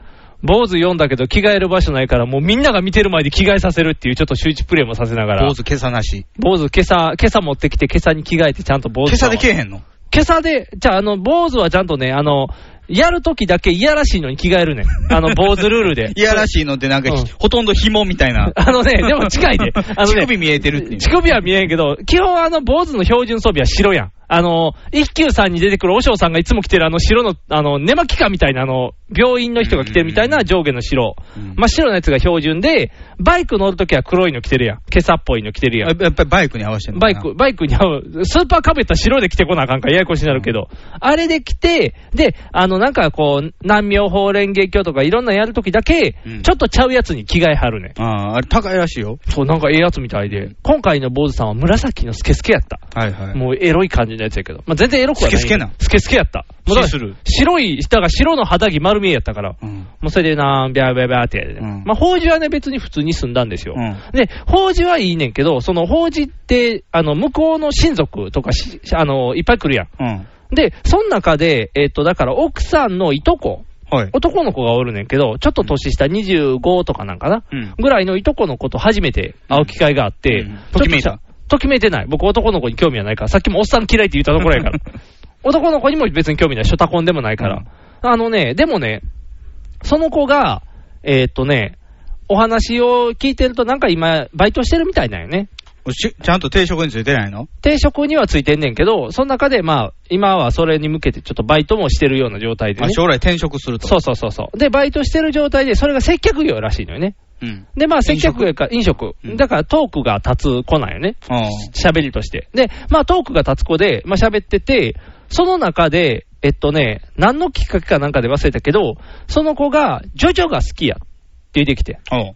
C: 坊主読んだけど着替える場所ないから、もうみんなが見てる前で着替えさせるっていうちょっと周知プレイもさせながら。
B: 坊主今朝なし。
C: 坊主、今朝、今朝持ってきて、今朝に着替えてちゃんと坊主。
B: 今朝でけえへんの
C: 今朝で、じゃあ、あの、坊主はちゃんとね、あの、やるときだけいやらしいのに着替えるねん。あの、坊主ルールで
B: [LAUGHS] 。いやらしいのってなんか、
C: うん
B: ほとんど紐みたいな。
C: あのね、
B: [LAUGHS]
C: でも近いで。あのね、
B: 乳首見えてるっていう
C: 乳首は見えんけど、基本あの、坊主の標準装備は白やん。あの、一休さんに出てくるお尚さんがいつも着てるあの白の、あの、寝巻きかみたいなあの、病院の人が着てるみたいな上下の白。
B: うん
C: 真っ白のやつが標準で、バイク乗るときは黒いの着てるやん。今朝っぽいの着てるや
B: やっ。
C: ん
B: ぱりバイクに合わせてんのか
C: バイ
B: な
C: ク、バイクに合う、スーパーカブやったら白で着てこなあかんからややこしになるけど、あれで着て、で、あの、なんかこう、南明法蓮華経とかいろんなのやるときだけ、
B: うん
C: ちょっとちゃうやつに着替えはるねん。
B: ああ、あれ高いらしいよ。
C: そう、なんかええやつみたいで、今回の坊主さんは紫のスケスケやった。
B: はいは。
C: もうエロい感じのやつやけど。まあ、全然エロくはない。
B: スケスケなん
C: スケスケやった。もうだから
B: シースルー
C: 白い、だから白の肌着丸見えやったから。
B: うん。
C: もうそれでなー、ビャービャービャーってやでね、
B: うん
C: まあ、法事はね、別に普通に済んだんですよ。
B: うん
C: で、法事はいいねんけど、その法事って、あの、向こうの親族とかし、あの、いっぱい来るや
B: うん。
C: ん。で、その中で、えっ、と、だから奥さんのいとこ、
B: はい。
C: 男の子がおるねんけど、ちょっと年下25とかなんかな、
B: うん
C: ぐらいのいとこの子と初めて会う機会があって、
B: うん
C: ちょっ
B: ときめいた
C: さときめいてない。僕男の子に興味はないから、さっきもおっさん嫌いって言ったところや
B: [LAUGHS]
C: から。男の子にも別に興味ない。ショタコンでもないから。あのね、でもね、その子が、えーっとね、お話を聞いてるとなんか今、バイトしてるみたいなんよね。
B: しちゃんと定食についてないの
C: 定職にはついてんねんけど、その中でまあ、今はそれに向けてちょっとバイトもしてるような状態で、
B: あ
C: ね。
B: 将来転職すると。
C: そうそうそうそう。で、バイトしてる状態で、それが接客業らしいのよね。
B: うん。
C: で、まあ、接客業か、飲食
B: うん。
C: だからトークが立つ子なんよね。
B: ああ
C: 喋りとして。で、まあ、トークが立つ子で、まあ、喋ってて、その中で、えっとね、何のきっかけかなんかで忘れたけど、その子が、ジョジョが好きやって言ってきて、
B: おう。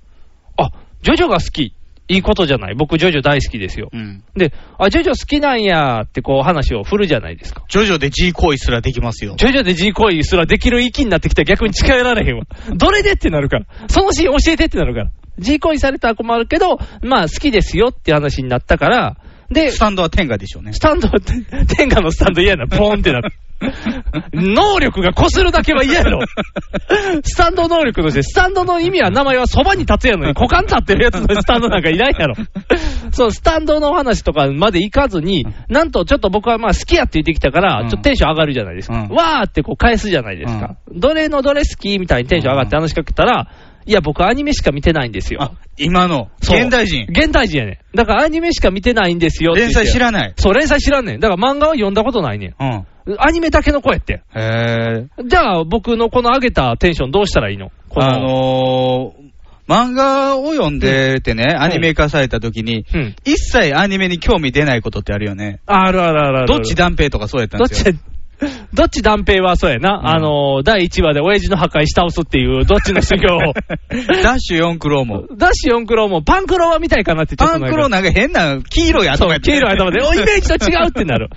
C: あ、ジョジョが好き。いいことじゃない。僕、ジョジョ大好きですよ
B: う。ん。
C: で、あ、ジョジョ好きなんやってこう話を振るじゃないですか。
B: ジョジョで G 行為すらできますよ。
C: ジョジョで G 行為すらできる域になってきたら逆に近寄られへんわ。どれでってなるから。そのシーン教えてってなるから。G 行為されたら困るけど、まあ好きですよって話になったから、で、
B: ス
C: ス
B: タンドは天下でしょうね。
C: タンド、天下のスタンド嫌やな。ボーンってなる。能力が擦るだけは嫌やろ。スタンド能力として、スタンドの意味は名前はそばに立つやのに、股間立ってるやつのスタンドなんかいないやろ。そのスタンドの話とかまで行かずに、なんとちょっと僕はまあ好きやって言ってきたから、
B: うん
C: ちょっとテンション上がるじゃないですか。
B: うん
C: わーってこう返すじゃないですか。どれのどれ好きみたいにテンション上がって話しかけたら、いや僕アニメしか見てないんですよ
B: あ。、今の、
C: そう
B: 現代人。
C: 現代人やねん。だからアニメしか見てないんですよって言っ
B: 連
C: て。
B: 載知らない。
C: そう、連載知らんねん。だから漫画は読んだことないねん。
B: うん。
C: アニメだけの声って。
B: へえ。
C: じゃあ、僕のこの上げたテンションどうしたらいいのこ
B: あのー、漫画を読んでてね、アニメ化された時に、
C: うん。
B: 一切アニメに興味出ないことってあるよね。
C: あるあるあるある。
B: どっち断平とかそうやったん
C: どっ
B: です
C: ち
B: よ。、
C: どっち断平はそうやな。
B: ん
C: あのー、第1話で親父の破壊し倒すっていう、どっちの修行 [LAUGHS]
B: [LAUGHS]
C: を。
B: ダッシュ4クローも。
C: ダッシュ4クロもパンクロは見たいかなってちょっ
B: パ
C: と
B: ンクロー
C: な
B: なんか変な黄色い
C: そ
B: 頭や
C: う、
B: った
C: 黄色い頭で、お、イメージと違うって [LAUGHS] なる。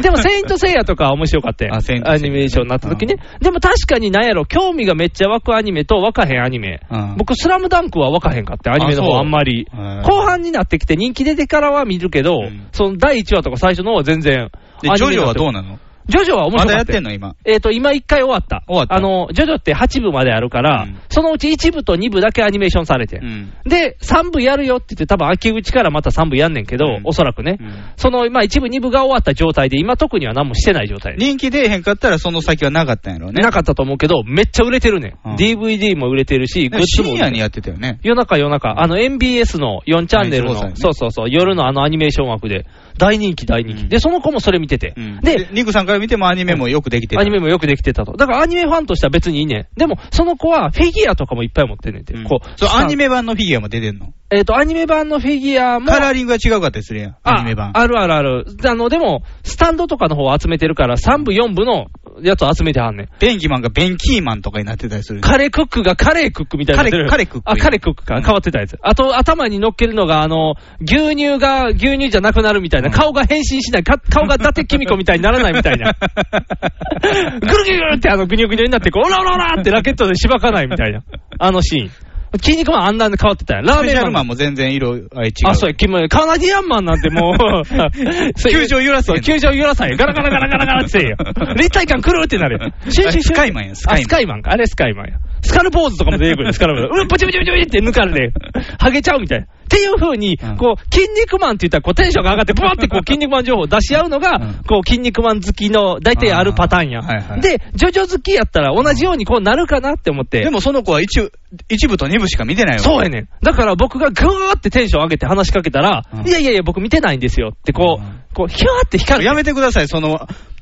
C: でも、セイントセイヤとかは面白かったよ。
B: あセイントセイ
C: ア
B: ヤ
C: ニメーションになった時ね。でも確かになんやろ、興味がめっちゃ湧くアニメと湧かへんアニメ
B: [LAUGHS] うん。
C: 僕、スラムダンクは湧かへんかって、アニメの
B: あそ
C: 方
B: う
C: あんまり。
B: うん
C: 後半になってきて人気出てからは見るけど
B: うん、
C: その第1話とか最初の方は全然。
B: で、ジョジョはどう
C: の
B: なの
C: ジョジョは面
B: ま
C: 白
B: だ
C: か
B: や
C: っ
B: った
C: よ
B: てん。の今。
C: えっ、と、今1回終わった。
B: 終わった
C: あの、ジョジョって8部まであるから、
B: うん
C: そのうち1部と2部だけアニメーションされて。
B: うん
C: で、3部やるよって言って、多分秋口からまた3部やんねんけど、
B: うん
C: おそらくね。
B: うん
C: その、まあ、1部、2部が終わった状態で、今特には何もしてない状態。
B: 人気出えへんかったらその先はなかったんやろうね。
C: なかったと思うけど、めっちゃ売れてるね、ん
B: うん
C: DVD も売れてるし、
B: で
C: グッ
B: も
C: ズも
B: 深夜
C: 売れて
B: に
C: る。
B: やってたよね。
C: 夜中夜中、あの MBS の4チャンネル
B: はいそうだ
C: の、
B: よね
C: そうそうそう、夜のあのアニメーション枠で、大人気大人気。
B: うん
C: で、その子もそれ見てて。
B: うん
C: で
B: で、、ニクさんから見てもアニメもよくできてた。
C: アニメもよくできてたと。だからアニメファンとしては別にいいねん。でも、その子はフィギュアとかもいっぱい持ってんねんて。
B: うん
C: こう。
B: そう、
C: スタ
B: ア
C: ン
B: ニメ版のフィギュアも出てんの。
C: えっ、と、アニメ版のフィギュアも。
B: カラーリングが違うかったりするやん、
C: あ
B: アニメ版。
C: あるあるある。あの、でも、スタンドとかの方を集めてるから、3部、4部のやつを集めてはんねん。
B: ベンキーマンがベンキーマンとかになってたりする。
C: カレークックがカレークックみたいになってる。
B: カレーカレークック
C: あ、カレークックか。変わってたやつ。あと、頭に乗っけるのが、あの、牛乳が牛乳じゃなくなるみたいな。顔が変身しない。か顔が伊達公子みたいにならないみた
B: [LAUGHS]
C: いな。ぐるぐるぐるってあの、ぐにゅぐにゅになって、こう、オラオラオラってラケットでしばかないみたいな。あのシーン。筋肉マンあんなんで変わってたやん。ラー
B: スペ
C: メ
B: シ
C: ン
B: ャ
C: マ
B: ル
C: ン。
B: マンも全然色合い違う。
C: あ、そうや、キムカナディアンマンなんても
B: [LAUGHS]
C: う、
B: 球場揺らせへんの
C: 球場揺らさへん。ガラガラガラガラガラって言え
B: [LAUGHS]
C: よ。立体感狂うってなるよ。シュンシュンシュン
B: あれスカイマンやスカイマン
C: あスカイマンか。あれスカイマンや。スカルポーズとかも出てくる。スカルポーズ。うん、プチプチプチプチって抜
B: [LAUGHS]
C: かれて、ハゲちゃうみたいな。っていう風に、
B: うん
C: こう、筋肉マンって言ったら、こう、テンションが上がって、ブワーってこう、筋肉マン情報を出し合うのが、
B: うん
C: こう、筋肉マン好きの、大体あるパターンや。
B: あーはいはい
C: で、ジョジョ好きやったら、同じようにこうなるかなって思って。
B: でもその子は一部一部と二部しか見てないわ。
C: そうやねん。だから僕がぐーってテンション上げて話しかけたら、
B: うん
C: いやいやいや、僕見てないんですよって、こう、
B: うん
C: こう、ひゃーって光る。
B: やめてください、その、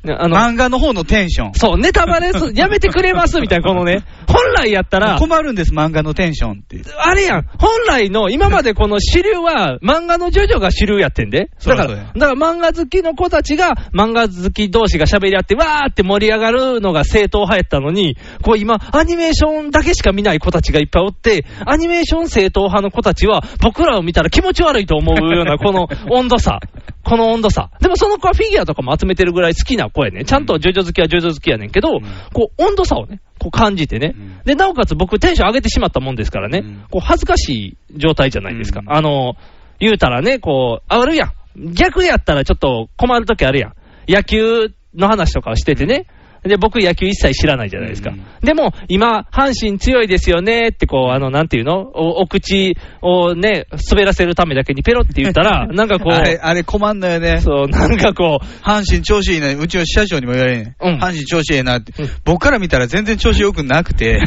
C: あの、
B: 漫画の方のテンション。
C: そう、ネタバレす、やめてくれますみたいな、このね、本来やったら、
B: 困るんです、漫画のテンションって。
C: あれやん、本来の、今までこの主流は、漫画のジョジョが主流やってんで。
B: そ
C: だ
B: ら
C: か
B: そう
C: ら、
B: や
C: だから漫画好きの子たちが、漫画好き同士が喋り合って、わーって盛り上がるのが正統派やったのに、こう今、アニメーションだけしか見ない子たちがいっぱいおって、アニメーション正統派の子たちは、僕らを見たら気持ち悪いと思うような、この温度差。 [LAUGHS] この温度差。でもその子はフィギュアとかも集めてるぐらい好きな子やね。ちゃんとジョジョ好きはジョジョ好きやねんけど、こう温度差をね、こう感じてね。
B: うん
C: で、なおかつ僕テンション上げてしまったもんですからね、
B: うん
C: こう恥ずかしい状態じゃないですか。
B: うん
C: あの、言うたらね、こう、あるやん。逆やったらちょっと困るときあるやん。野球の話とかをしててね。で、僕野球一切知らないじゃないですか。
B: うん
C: でも、今、阪神強いですよねって、こう、あの、なんていうのおお口をね、滑らせるためだけにペロって言った
B: [LAUGHS]
C: ら、なんかこ
B: あれ、
C: う、
B: あれ困んのよね。
C: そう、なんかこ
B: [LAUGHS]
C: う、
B: 阪神調子いいな、うちの社長にも言われん、
C: うん
B: 阪神調子いいなって、
C: うん、
B: 僕から見たら全然調子良くなくて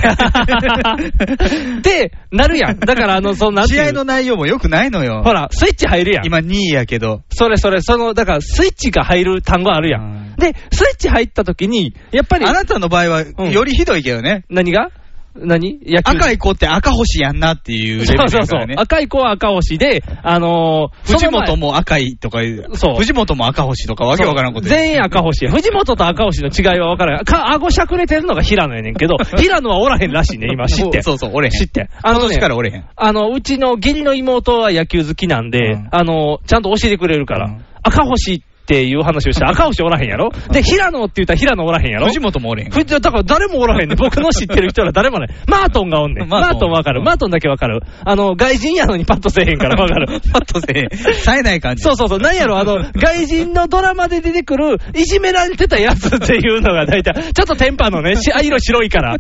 C: で、なるやん。だから、あの、その、なんてい
B: 試
C: う
B: 合の内容も良くないのよ。
C: ほら、スイッチ入るやん。
B: 今2位やけど。
C: それそれ、その、だから、スイッチが入る単語あるやん。で、スイッチ入った時に、やっぱ
B: あ
C: り、
B: なたの場合は、
C: ん
B: よりひどいけどね。
C: 何が何野球
B: 赤い子って赤星やんなっていうレベル
C: そう
B: だ
C: そう
B: か
C: そう
B: らね。。
C: 赤い子は赤星で、あのー、
B: 藤本
C: も
B: も赤いとか言う
C: そう
B: 藤本も赤星とかわけわからんこと言う
C: 全員赤星や。藤本と赤星の違いは分からん。か、顎しゃくれてるのが平野やねんけ [LAUGHS] ど、平野はおらへんらしいね、今知って。
B: そうそう、折れへん。
C: 知って。
B: あ
C: あ
B: の
C: の
B: 年
C: ね、
B: から折れへん。
C: あの、うちの義理の妹は野球好きなんで、
B: うん
C: あの、ちゃんと教えてくれるから、
B: うん
C: 赤星っていう話をしたら赤星おらへんやろで、平野って言ったら平野おらへんやろ
B: 藤本も折れへん。
C: ふだから誰もおらへん
B: [LAUGHS]
C: ねん僕の知ってる人ら誰もね。マートンがおんねん。
B: マー
C: マ
B: トン
C: ートンわかる。マートンだけわかる。あの、外人やのにパッとせえへんからわか
B: [LAUGHS]
C: る。
B: パッとせえ、冴えない感じ。
C: そうそうそう。なんやろ、あの、外人のドラマで出てくる、いじめられてたやつっていうのが大体、ちょっとテンパのね、しあ色白
B: [LAUGHS]
C: いから。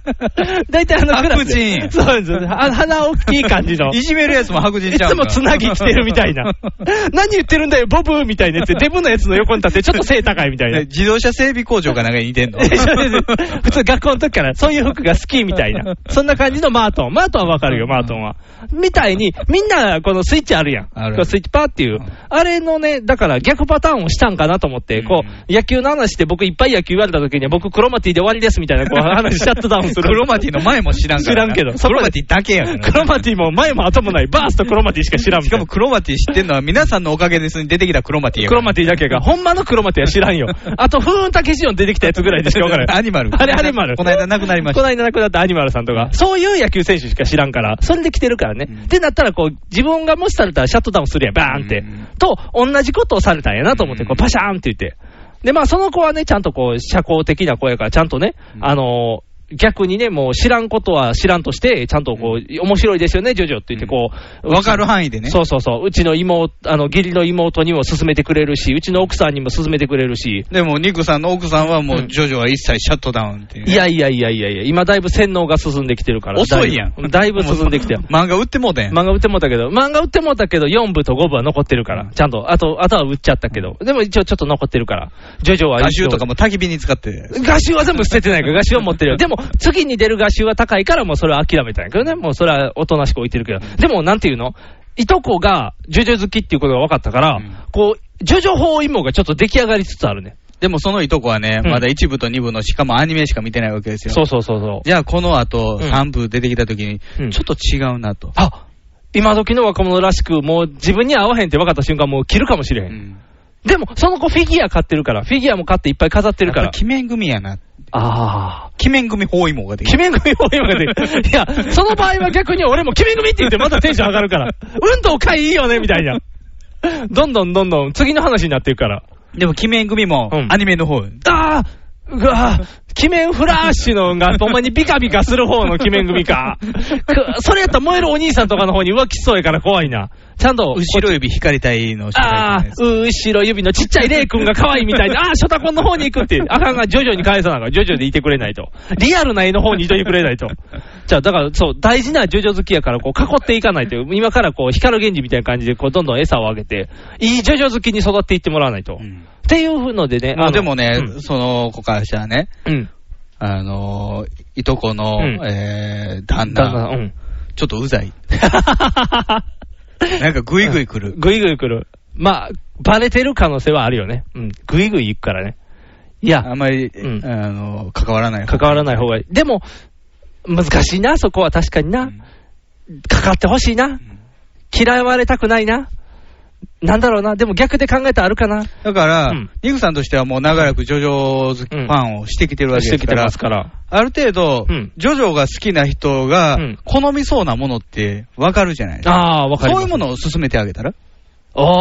C: 大体あのクラスで、
B: 白人
C: そうです。あ鼻大きい感じの。
B: いじめるやつも白人
C: い
B: ちゃう
C: つ
B: んか
C: もつなぎ着てるみた
B: [LAUGHS]
C: いな。何言ってるんだよ、ボブみたいなやつで、デブのやつの横に立って、ちょっと背高いみたいな。
B: 自動車整備工場かなんかに似てんの
C: 一緒です [LAUGHS] 普通学校の時からそういう服が好きみたいな。そんな感じのマートン。マートンはわかるよ、マートンは。みたいに、みんなこのスイッチあるやん。
B: ある
C: こうスイッチパーっていう
B: うん。
C: あれのね、だから逆パターンをしたんかなと思って、こう、野球の話で僕いっぱい野球言われた時には僕クロマティで終わりですみたいなこう話 [LAUGHS] シャットダウンする。
B: クロマティの前も知らんからな。
C: 知らんけど
B: クロマティだけやからな
C: クロマティも前も後もない、バースとクロマティしか知らんみ
B: したか
C: いな
B: もクロマティ知ってんのは皆さんのおかげですに出てきたクロマティやか
C: ク
B: ら
C: ロマティだけが、ほんまのクロマティは知らんよ。あと、ふーんたけしおん出てきたやつぐらいでしか分からな
B: [LAUGHS]
C: い。
B: アニマル
C: あれアニマル。
B: この間亡くなりました
C: この間亡くなったアニマルさんとか、そういう野球選手しか知らんから、それで来てるからね。ってなったら、こう、自分が無視されたらシャットダウンするやん、バーンって
B: うん。
C: と、同じことをされたんやなと思って、こう、パシャーンって言って。で、まあ、その子はね、ちゃんとこう、社交的な子やから、ちゃんとね、あのー逆にね、もう知らんことは知らんとして、ちゃんとこう、面白いですよね、ジョジョって言って、こう、
B: わかる範囲でね。
C: そうそうそう、うちの妹、あの義理の妹にも勧めてくれるし、うちの奥さんにも勧めてくれるし、
B: でも、ニクさんの奥さんはもう、ジョジョは一切シャットダウンっていうね。
C: いやいやいやいやいや、今だいぶ洗脳が進んできてるから、
B: 遅いやん。
C: だいぶだいぶ進んできてる。
B: [LAUGHS] 漫画売ってもうたやん。
C: 漫画売ってもうたけど、漫画売ってもうたけど、4部と5部は残ってるから、ちゃんと、あと、あとは売っちゃったけど、でも一応ちょっと残ってるから、ジョジョは
B: 画
C: 一応
B: 集とかも焚き火に使って。
C: 画集は全部捨ててないから、画集は持ってるよ。でも、次に出る画集は高いから、もうそれは諦めたんやけどね。もうそれはおとなしく置いてるけど。でも、なんていうのいとこが、ジョジョ好きっていうことが分かったから、
B: うん
C: こう、ジョジョ包囲網がちょっと出来上がりつつあるね。
B: でも、そのいとこはね、
C: うん
B: まだ一部と二部の、しかもアニメしか見てないわけですよ。
C: そうそうそうそう。
B: じゃあ、この後、
C: うん
B: 3部出てきた時に
C: うん、
B: ちょっと違うなと。
C: あ今時の若者らしく、もう自分に合わへんって分かった瞬間、もう切るかもしれへん。
B: うん
C: でも、その子フィギュア買ってるから、フィギュアも買っていっぱい飾ってるか
B: や
C: ら
B: っぱ。鬼面組やな。
C: ああ。
B: 鬼面組包囲網ができ
C: 鬼
B: る。
C: 面組を今で、いや、その場合は逆に俺も鬼面組って言ってまたテンション上がるから、運動会いいよね、みたいな。どんどんどんどん次の話になっていくから。
B: でも鬼面組も
C: うん
B: アニメの方。
C: ああうわぁ、鬼面フラッシュのが、ほんまにビカビカする方の鬼面組か。くそれやったら燃えるお兄さんとかの方に浮気しそうやから怖いな。ちゃんと、
B: 後ろ指光りたいの主題歌
C: ああ
B: です、
C: 後ろ指のちっちゃいレイ君が可愛いみ
B: [LAUGHS]
C: たいで、ああ、ショタコンの方に行くっていう、あかんが徐々に返さなあかん、徐々でいてくれないと。リアルな絵の方にいてくれないと。じゃあ、だからそう、大事なジョジョ好きやから、こう、囲っていかないと。今からこう、光源氏みたいな感じで、こう、どんどん餌をあげて、いいジョジョ好きに育っていってもらわないと。
B: う
C: っ
B: ん
C: ていうのでね、
B: ま
C: の
B: あでもね、
C: うん
B: その子からしたらね、
C: うん。
B: あのーいとこの、
C: うん
B: えー旦那
C: だか
B: [LAUGHS]
C: ら、うん。
B: ちょっとうざい。なんかグイグイ来る。
C: ぐいぐい来る。まあ、バレてる可能性はあるよね。うん。ぐいぐい行くからね。いや、
B: [LAUGHS] あんまり、
C: うん
B: あのー関わらない。
C: 関わらない方がいい。でも、難しいな、そこは確かにな。かかってほしいな。嫌われたくないな。なんだろうな。でも逆で考えたらあるかな。
B: だから、
C: うん
B: ニグさんとしてはもう長らくジョジョ好きフ
C: うん
B: ァンをしてきてるわけ
C: し
B: で
C: て
B: す
C: き
B: か
C: て
B: ら、
C: ますから。
B: ある程度、
C: うん
B: ジョジョが好きな人が
C: うん
B: 好みそうなものってわかるじゃないですか。
C: ああ、わかり
B: そ
C: ま
B: うい
C: す
B: うものを勧めてあげたら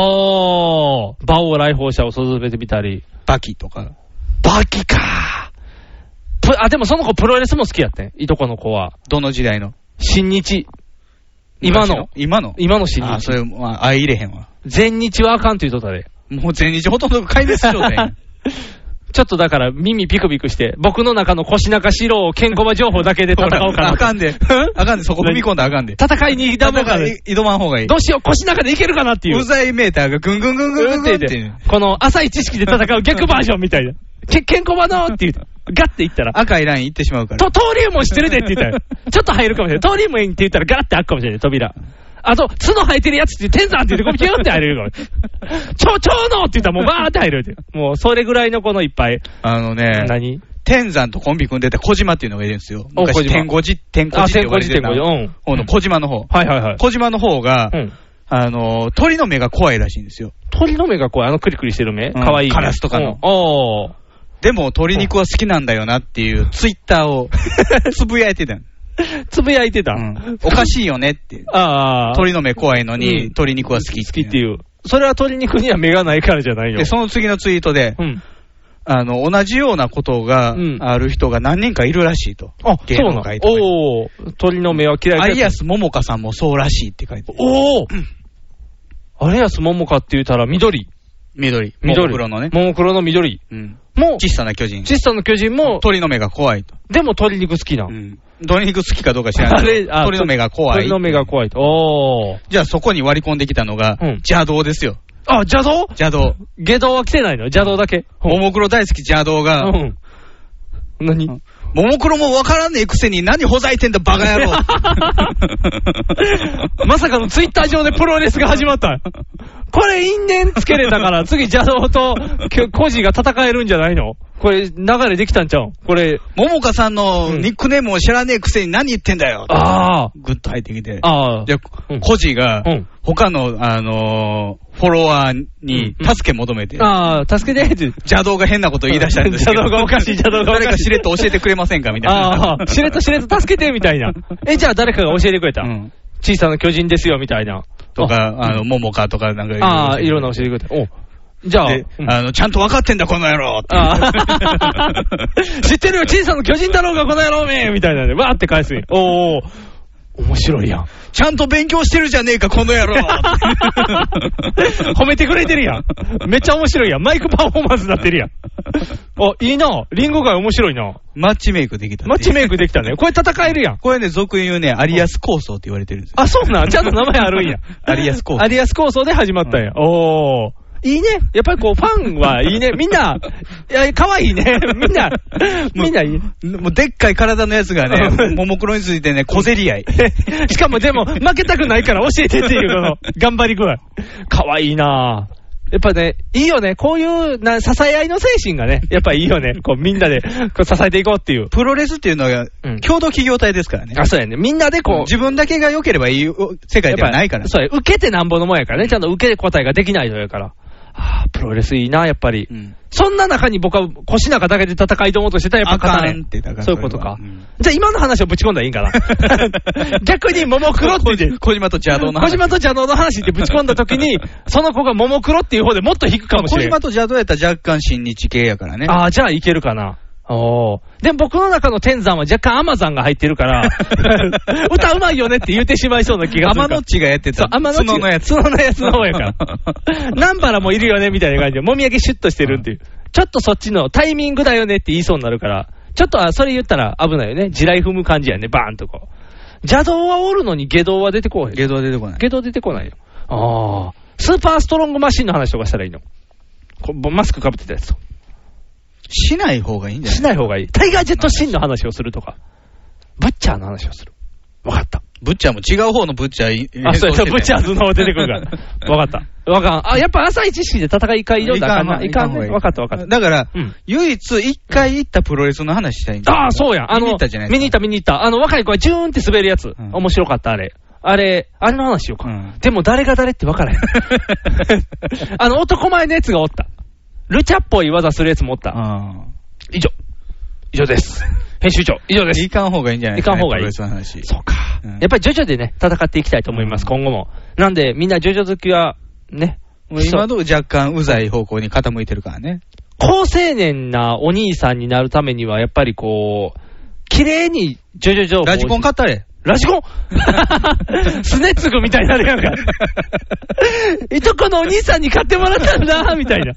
C: おー、馬王来訪者を進めてみたり。
B: バキとか。
C: バキかプあ、でもその子プロレスも好きやってん。いとこの子は。
B: どの時代の
C: 新日。今の。
B: 今の
C: 今の新
B: あ、
C: 日
B: そ。れ、まあ、相入れへんわ。
C: 全日はあかんって言うとったで。
B: もう全日ほとんど壊滅状態やん。
C: [LAUGHS] ちょっとだから耳ピクピクして、僕の中の腰中四郎をケンコバ情報だけで戦おうかな
B: あ
C: と。
B: かん
C: [LAUGHS]
B: で。あかんで、そこ踏み込んだらあかんで。
C: 戦いに挑もうかな。
B: 挑まん方がいい
C: ど。うしよう、腰中でいけるかなっていう。
B: うざいメーターがぐんぐんぐんぐんぐんぐんって。
C: この浅い知識で戦う逆バージョンみた
B: [LAUGHS]
C: いな。けケンコバのっていう、ガッていったら。
B: 赤いライン行ってしまうから。
C: と、登竜門知ってるでって言
B: [LAUGHS]
C: ったら、ちょっと入るかもしれない。登竜門って言ったらガラッて開くかもしれない、扉。あと、角生えてるやつって、天山って言って、こうピューって入れるかもしれない。超、超能って言ったらもうバーって入れるって。もう、それぐらいのこのいっぱい。
B: あのね、
C: 何
B: 天山とコンビ組んでた小島っていうのがいるんですよ。
C: お小
B: 昔、
C: 島
B: 天小寺、天小寺って呼ばれてた。
C: あ天小寺天小寺うん
B: この小島の方。
C: はいはいはい。
B: 小島の方が、
C: うん。
B: あの、鳥の目が怖いらしいんですよ。
C: 鳥の目がこう、あのクリクリしてる目、
B: ん
C: かわいい目。
B: カラスとかの
C: うんおー。
B: でも、鶏肉は好きなんだよなっていうツイッター
C: [LAUGHS]
B: をつぶやいてたの
C: つぶやいてた。
B: うんおかしいよねって。
C: ああ。
B: 鳥の目怖いの
C: うん
B: に、鶏肉は好き
C: 好きっていう。それは鳥肉には目がないからじゃないよ。
B: で、その次のツイートで、
C: うん。
B: あの、同じようなことが
C: うん
B: ある人が何人かいるらしいと。
C: あ、
B: 芸
C: そうな
B: 能
C: の
B: 界とかに
C: おー。鳥の目は嫌いだ
B: 有安桃香さんもそうらしいって書いてある。
C: おー。あれやすももかって言ったら緑。
B: 緑。
C: 緑。
B: 黒のね。
C: ももクロの緑。
B: うん。
C: もう、
B: 小さな巨人。
C: チッサの巨人も、
B: 鳥の目が怖いと。
C: でも鶏肉好きな。
B: うん。鶏肉好きかどうか知ら
C: あ
B: ない
C: れ
B: けど。
C: あ
B: 鳥の目が怖い。
C: 鳥の目が怖いと。おー。
B: じゃあそこに割り込んできたのが、
C: うん
B: 邪道ですよ。
C: あ、邪道
B: 邪道。
C: 下道は来てないの邪道だけ。
B: ももクロ大好き邪道が、
C: うん。何。
B: ももクロもわからねえくせに何ほざいてんだバカ野郎
C: [LAUGHS] まさかのツイッター上でプロレスが始まった。これ因縁つけれたから、次邪道ときょコジが戦えるんじゃないのこれ流れできたんちゃうんこれ、
B: ももかさんのニックネームを知らねえくせに何言ってんだよ。
C: ああ、
B: ぐっと入ってきて。
C: ああ
B: じ、ゃ
C: うん
B: あ、コジが
C: うん、
B: 他の、あのーフォロワーに
C: うん
B: 助け求めて、
C: ああ、助けてって。
B: 邪道が変なこと言い出したんですけど。
C: 邪道がおかしい邪道がおかしい
B: 誰かしれっと教えてくれませんかみたいな。
C: ああ、しれっとしれっと助けてみたいな。え、じゃあ誰かが教えてくれた。
B: うん
C: 小さな巨人ですよみたいな。
B: とか、あの、ももかとかなんか
C: ああ、いろんな
B: で
C: 教えてくれた。おじゃあ、うん
B: あの、ちゃんと分かってんだ、この野郎って
C: あー [LAUGHS]
B: [LAUGHS]
C: 知ってるよ、小さな巨人だろうが、この野郎めみたいなんで、わーって返すんやおーおー、面白いやん。 [LAUGHS]
B: ちゃんと勉強してるじゃねえか、この野郎
C: 褒めてくれてるやん。めっちゃ面白いやん。マイクパフォーマンスになってるやん。あ、いいな。リンゴ街面白いな。
B: マッチメイクできたっていう。
C: マッチメイクできたね。これ戦えるやん。
B: これね、俗に言うね、有安構想って言われてるんですよ。
C: あ、そう [LAUGHS] なん。ちゃんと名前あるんや。
B: 有安構想
C: 有安構想で始まったんや。おー。いいね。やっぱりこう、ファンはいい [LAUGHS] ね。みんな、いや、可愛いね。 [LAUGHS] みんな、みんないい。 [LAUGHS]
B: もうでっかい体のやつがね、ももクロについてね、小競り合い。
C: しかもでも、負けたくないから教えてっていう、この、頑張り具合。かわいいなぁ。やっぱね、いいよね。こういう、な、支え合いの精神がね、やっぱいいよね。こう、みんなで、こう、支えていこうっていう。
B: プロレスっていうのは
C: うん、
B: 共同企業体ですからね。
C: あ、そうやね。みんなでこう、
B: 自分だけが良ければいい世界ではないから。
C: そうや、受けてなんぼのもんやからね。ちゃんと受けて答えができないのやから。ああプロレスいいな、やっぱり。
B: うん
C: そんな中に僕は腰中だけで戦いと思うとしてたらやっぱ勝たれ
B: あかんってだから
C: そういうことか
B: それはうん。
C: じゃあ今の話をぶち込んだらいいんか
B: [LAUGHS]
C: な。逆に、ももクロって言って。
B: 小島と邪道の
C: 小
B: 話。
C: 島と邪道の話ってぶち込んだ
B: [LAUGHS]
C: 時に、その子がももクロっていう方でもっと引くかもし
B: 小
C: れない
B: 島。と邪道やったら若干新日系やからね。
C: ああ、じゃあいけるかな。おーでも僕の中の天山は若干アマザンが入って
B: [LAUGHS]
C: るから、歌うまいよねって言ってしまいそうな気がする
B: 天
C: から。
B: のっちがやって
C: そう
B: た。、
C: 天
B: 角のやつ。
C: 角のやつの方
B: [LAUGHS]
C: や [LAUGHS] から。南原もいるよね、みたいな感じで、もみあげシュッとしてるっていう。ちょっとそっちのタイミングだよねって言いそうになるから、ちょっとあそれ言ったら危ないよね。地雷踏む感じやね、バーンとこう。邪道はおるのに下道は出てこうへん。
B: ゲドは出てこない。
C: 下道出てこないよ。ああ。スーパーストロングマシンの話とかしたらいいの。こマスクかぶってたやつと。
B: しない方がいいんじゃない
C: しない方がいい。タイガージェットシーンの話をするとか、ブッチャーの話をする。わかった。
B: ブッチャーも違う方のブッチャー
C: あ、そうや、そうブッチャー
B: ー。
C: ズの方出てく
B: [LAUGHS]
C: るから。わかった。わかん。あ、やっぱ浅い知識で戦い会挑んだらあかんな。いかんね。わかったわかった。
B: だから
C: うん、
B: 唯一一回行ったプロレスの話したいんだ。
C: ああ、そうや。あ
B: 見
C: の、
B: に行ったじゃない
C: 見に行った見に行った。あの、若い子がジューンって滑るやつ。
B: ん
C: 面白かった、あれ。あれ、あれの話しようか。
B: うん
C: でも誰が誰って
B: [LAUGHS]
C: 分からへん。あの、男前のやつがおった。ルチャっぽい技するやつもおった。
B: あ
C: 以上。以上です。編集長、以上で
B: あ。
C: す
B: 行。かん方 [LAUGHS] がいいんじゃない
C: 行かん方が
B: プ
C: いい
B: ロレスの話。
C: そうか、
B: うん
C: やっぱり徐々でね、戦っていきたいと思います、今後も。なんで、みんな徐々好きは、ね、
B: もう今の若干うざい方向に傾いてるからね。
C: 高青年なお兄さんになるためには、やっぱりこう、綺麗にジョジョ情報を
B: ラジコン買ったれ。
C: ラジコン [LAUGHS] スネツグみたいになるやんか。 [LAUGHS] いとこのお兄さんに買ってもらったんだ、みたい
B: [LAUGHS]
C: な。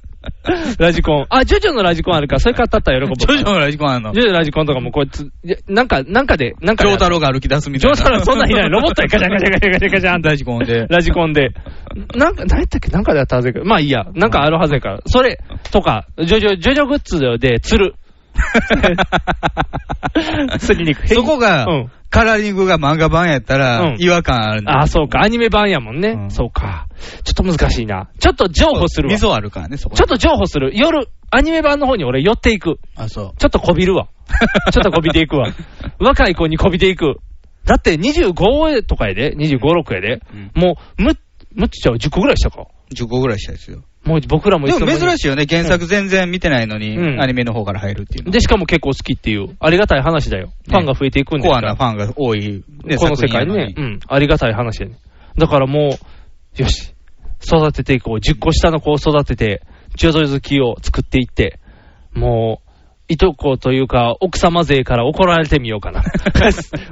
C: ラジコン。あ、ジョジョのラジコンあるから、それ買ったったら喜ぶ。
B: ジョジョのラジコンあんの。
C: ジ
B: ジ
C: ョジョのラジコンとかもこいつ、いやなんか、なんかで、なんかで
B: ョータロが歩き出すみ
C: ジ
B: たい
C: ョー
B: な。
C: さんそんなんいない。ロボットでガチャガチャガチャガチャガチャンって
B: ラジコン
C: [LAUGHS]
B: で。
C: ラジコンで。なんか、何やったっけなんかでやったはずやから。まあいいや。なんかあるはずやから。それとか、ジョジョ、ジョジョグッズで釣
B: [LAUGHS]
C: る。釣りに行く。
B: そこが
C: うん、
B: カラーリングが漫画版やった
C: う
B: ら
C: ん、
B: 違和感あるんだよ
C: ああ、そうか。アニメ版やもんね。
B: うん
C: そうか。ちょっと難しいな。ちょっと譲歩するわ。ちょ
B: 溝あるからね、そこに
C: っと譲歩する。夜、アニメ版の方に俺寄っていく。
B: あ、そう。
C: ちょっとこ
B: [LAUGHS]
C: びるわ。ちょっとこびていくわ。若い子にこびていく。だって25とかやで、25、6やで、
B: うん
C: もう、む、むっちゃん10個ぐらいしたか。
B: 10個ぐらいしたですよ。
C: もう僕らもい
B: で
C: つ
B: も珍
C: し
B: しいよね、原作全然見てないのに、
C: うん
B: アニメの方から入るっていうの
C: で、しかも結構好きっていう、ありがたい話だよ。ファンが増えていくんです
B: コ
C: か
B: アな
C: ら。
B: ファンが多い、ね、
C: この世界にね。
B: 作
C: う
B: 品やの
C: ん。ありがたい話やね。だからもう、よし。育てていこう。10個下の子を育てて、ジョジョ好きを作っていって、もう、いとこというか、奥様勢から怒られてみよう
B: [LAUGHS]
C: かな。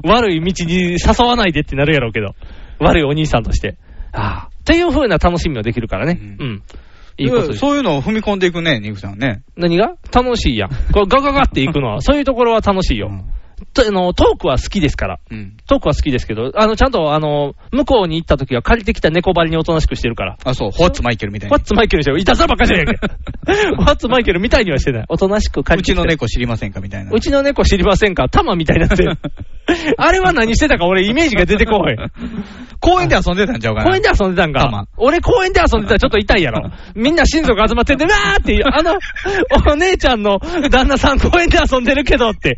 C: 悪い道に誘わないでってなるやろうけど。悪いお兄さんとして。ああ。という風な楽しみもできるからね。う。
B: うん
C: いいことです。
B: そういうのを踏み込んでいくね、ニクさんね。
C: 何が楽しいやん。これガガガっていく [LAUGHS] のは、そういうところは楽しいよ。とあのトークは好きですから。
B: うん。
C: トークは好きですけど、あの、ちゃんと、あの、向こうに行った時は借りてきた猫張りにおとなしくしてるから。
B: あ、そう、ホッツマイケルみたい
C: ワ
B: な
C: ッ。ツマイケルでしょいたずらばっかじゃねえ [LAUGHS] か。ワッツマイケルみたいにはしてない。おとなしく借
B: う
C: りて
B: ち
C: きた
B: の。猫知りませんかみたいな。
C: うちの猫知りませんかタマみたいに [LAUGHS] なってる。あれは何してたか俺イメージが出てこい。 [LAUGHS]
B: 公園で遊んでたんちゃうかな。
C: 公園で遊んでたん
B: タ
C: か
B: マ。
C: 俺公園で遊んでたらちょっと痛いや [LAUGHS] ろ。みんな親族集まってて、なーっていう、あの、お姉ちゃんの [LAUGHS] 旦那さん公園で遊んでるけどって。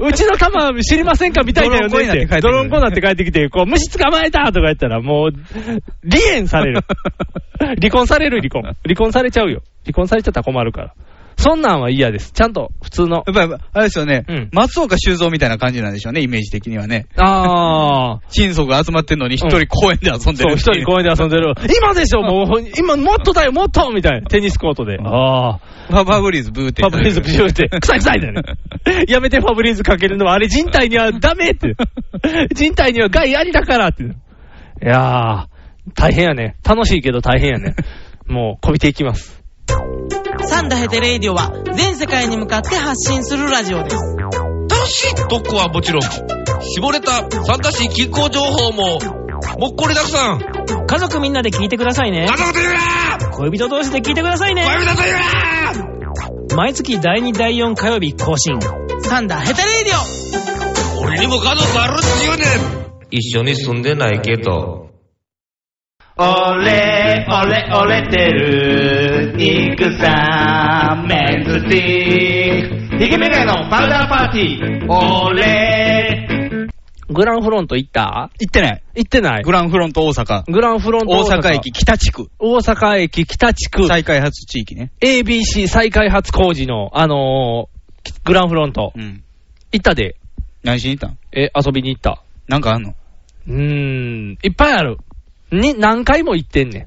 C: うちのタマ知りませんかみたいだよねって。ドロ
B: 泥
C: ン
B: んこ
C: コに
B: に
C: な
B: な
C: っ
B: ってて
C: 帰ってきて、こう、虫捕まえたとか言ったらもう、離縁さ [LAUGHS] れる。離婚される離婚。離婚されちゃうよ。離婚されちゃったら困るから。そんなんは嫌です。ちゃんと普通の。
B: やっぱり、あれですよね、
C: うん
B: 松岡修造みたいな感じなんでしょうね、イメージ的にはね。
C: [LAUGHS] あー。
B: 親族が集まってんのに一
C: うん
B: 人公園で遊んで
C: そう、
B: る
C: 一人公園で遊ん [LAUGHS] でる。今でしょ、もう、今、もっとだよ、もっとみたいな。テニスコートで。ああ。
B: ファブリーズブーテ
C: ファブリーズプシューって、臭い臭いだよね。やめてファブリーズかけるのは、あれ人体にはダメって。人体には害ありだからって。いやー、大変やね。楽しいけど大変やね。もう、こびていきます。
J: サンダヘテレイディオは全世界に向かって発信するラジオです。
H: 楽しい特攻はもちろん、絞れた参加し気候情報も、もっこりたくさん。
J: 家族みんなで聞いてくださいね。
H: 家族と言うな
J: 恋人同士で聞いてくださいね。
H: 恋人と言うな
J: 毎月第2第4火曜日更新。サンダヘテレイディオ
H: 俺にも家族あるって言うねん一緒に住んでないけど。
A: 俺、俺、折れてる、肉さん、メンズティー。ヒゲメガネのパウダーパーティー。俺、
C: グランフロント行った
B: 行ってない。
C: 行ってない
B: グランフロント大阪。
C: グランフロント
B: 大阪駅。北地区。
C: 大阪駅北地区。
B: 再開発地域ね。
C: ABC 再開発工事の、あのーグランフロント。
B: うん。
C: 行ったで。
B: 何しに行ったん
C: え、遊びに行った。
B: なんかあんの
C: うーん、いっぱいある。に、何回も行ってんね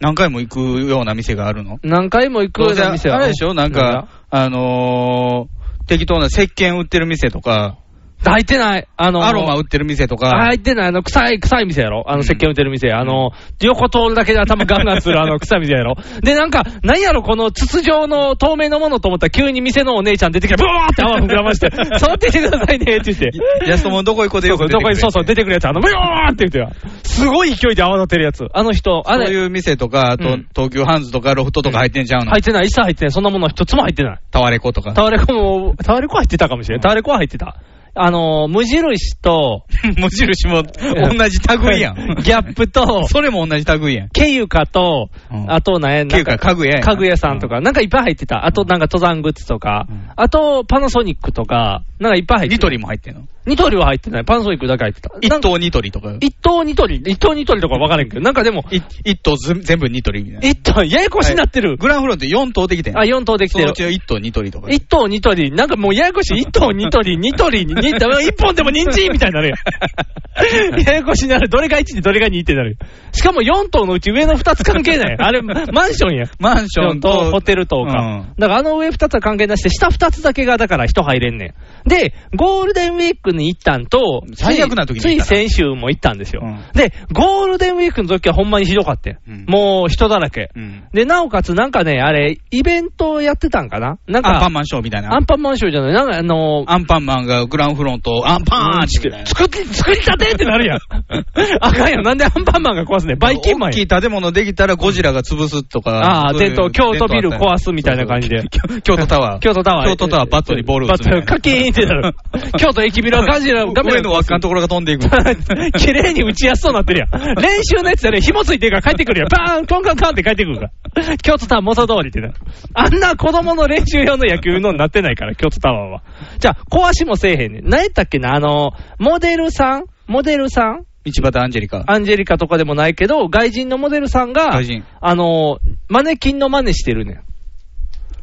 B: 何回も行くような店があるの
C: ん。何回も行くような店は
B: あれでしょなんか、、あのー、適当な石鹸売ってる店とか、
C: 抱いてない。あのー、
B: アロマ売ってる店とか
C: 入、ってない、あの、臭い、臭い店やろあの、石鹸売ってる店。あの、横通るだけで頭ガンガンする、あの、臭い店やろで、なんか、なんやろ、この筒状の透明のものと思ったら、急に店のお姉ちゃん出てきて、ブワーって泡膨らまして、触ってきてくださいね、って言って。
B: 安友どこ行こうで
C: ど
B: よく
C: こ
B: 出て
C: ど
B: く
C: こ
B: る
C: に、そうそう、出てくるやつ、あの、ブワーって言ってよすごい勢いで泡立てるやつ。あの人、あ
B: そう
C: れ、
B: いう店とか、あと、
C: うん
B: 東急ハンズとかロフトとか入ってんちゃうの、
C: 入ってない、一切入ってない、そんなものは一つも入ってない。
B: タワレコとか。
C: タワレコも、タワレコは入ってたかもしれない。タワレコは入ってた。あのー、無印と、
B: [LAUGHS] 無印も同じ類やん。
C: [LAUGHS] ギャップ [LAUGHS] と、
B: それも同じ類やん。
C: ケユカと、
B: うん
C: あと何や、なん
B: ケユカ家具屋やな
C: 家具屋さんとか、なんかいっぱい入ってた。あとなんか登山グッズとか
B: うん、
C: あとパナソニックとか、なんかいっぱい入ってた。
B: ニトリも入ってんの
C: ニトリは入ってない。パナソニックだけ入ってた。な
B: 一
C: んか
B: 等ニトリとか。
C: 一等ニトリ一等ニトリとか分からんけど、なんかでも、
B: い一等ず全部ニトリみたいな。
C: 一等、ややこしになってる。
B: グランフロント4等できてんの
C: あ、4等でき
B: そ
C: て
B: の
C: る
B: う。ちの一等ニトリとか。
C: 一等ニトリ、なんかもうややこしい。一等ニトリ、ニトリ、ニトリ、一本でも人参みたいになるやん。ややこしになる。どれが1でどれが2ってなる。しかも4棟のうち上の2つ関係ない。あれ、マンションや。
B: マンションと
C: ホテルとか。
B: うん
C: だからあの上2つは関係なしで、下2つだけがだから人入れんねん。で、ゴールデンウィークに行ったんと、
B: 最悪な時に
C: つ
B: 行
C: い
B: ったな
C: つい先週も行ったんですよ。
B: うん
C: で、ゴールデンウィークの時はほんまにひどかったよ、
B: うん
C: もう人だらけ。
B: うん。
C: で、なおかつなんかね、あれ、イベントやってたんかななんか、
B: アンパンマンショーみたいな。
C: アンパンマンションじゃない、なんかあのー、
B: アンパンマンがグランフロント、アンパーンって言って
C: 作り、作りたてってなる
B: [LAUGHS]
C: やん。あかんやん。なんでアンパンマンが壊すねんバイキンマン
B: 大き
C: や
B: い建物できたらゴジラが潰すとか。
C: ああ、
B: そういう
C: 伝統、京都ビル
B: 伝統あ
C: 壊
B: った
C: すみたいな感じで。
B: よ京都タワー。
C: 京都タワー。
B: 京都タワーバットにボール打
C: バ
B: つ
C: ッ
B: みたいな
C: ト、カキーンって
B: [LAUGHS]
C: なる。京都駅ビルはガジラ、画面 [LAUGHS]
B: 上の輪っかのところが飛んでいく。
C: 綺麗に打ちやすそうになってるやん。練習のやつでね、紐ついてるから帰ってくるやん。バーン、コンコンコンって帰ってくるから。京都タワー元通りってな。あんな子供の練習用の野球のになってないから、京都タワーは。じゃあ、壊しもせえへんねん。何やったっけな、あの、モデルさんモデルさん
B: [LAUGHS] 道端アンジェリカ。
C: アンジェリカとかでもないけど、外人のモデルさんが
B: 外人、
C: あの、マネキンの真似してるねん。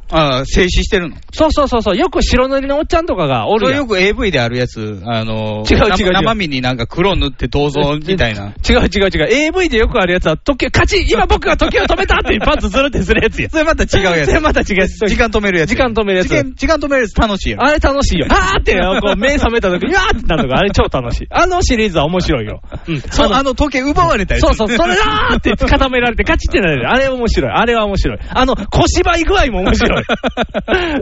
B: ああ、静止してるの。
C: そうそうそうそう、よく白塗りのおっちゃんとかがお
B: それ
C: るやん
B: よ。く AV であるやつ、あの、
C: 違う違う違う
B: 生身になんか黒塗って銅像みたいな。
C: 違う違う違う。AV でよくあるやつは、時を、勝ち今僕が時を止めたっていうパンツずるってするやつや。
B: それまた違うやつ
C: それまた違うやつ。
B: 時間止めるやつ。
C: 時間止めるやつ
B: 時間時間止めるやつ楽しいよ。
C: あれ楽しいよ。あーって、こう、目覚めた時に、わーってなるの [LAUGHS] が、あれ超楽しい。 [LAUGHS] あのシリーズは面白いよ。うん。
B: そう、あの時計奪われたやつ。
C: そうそう、そ [LAUGHS] れだーって固められて、カチってなれる。あれ面白い。あれは面白い。あの、小芝居具合も面白い。 [LAUGHS]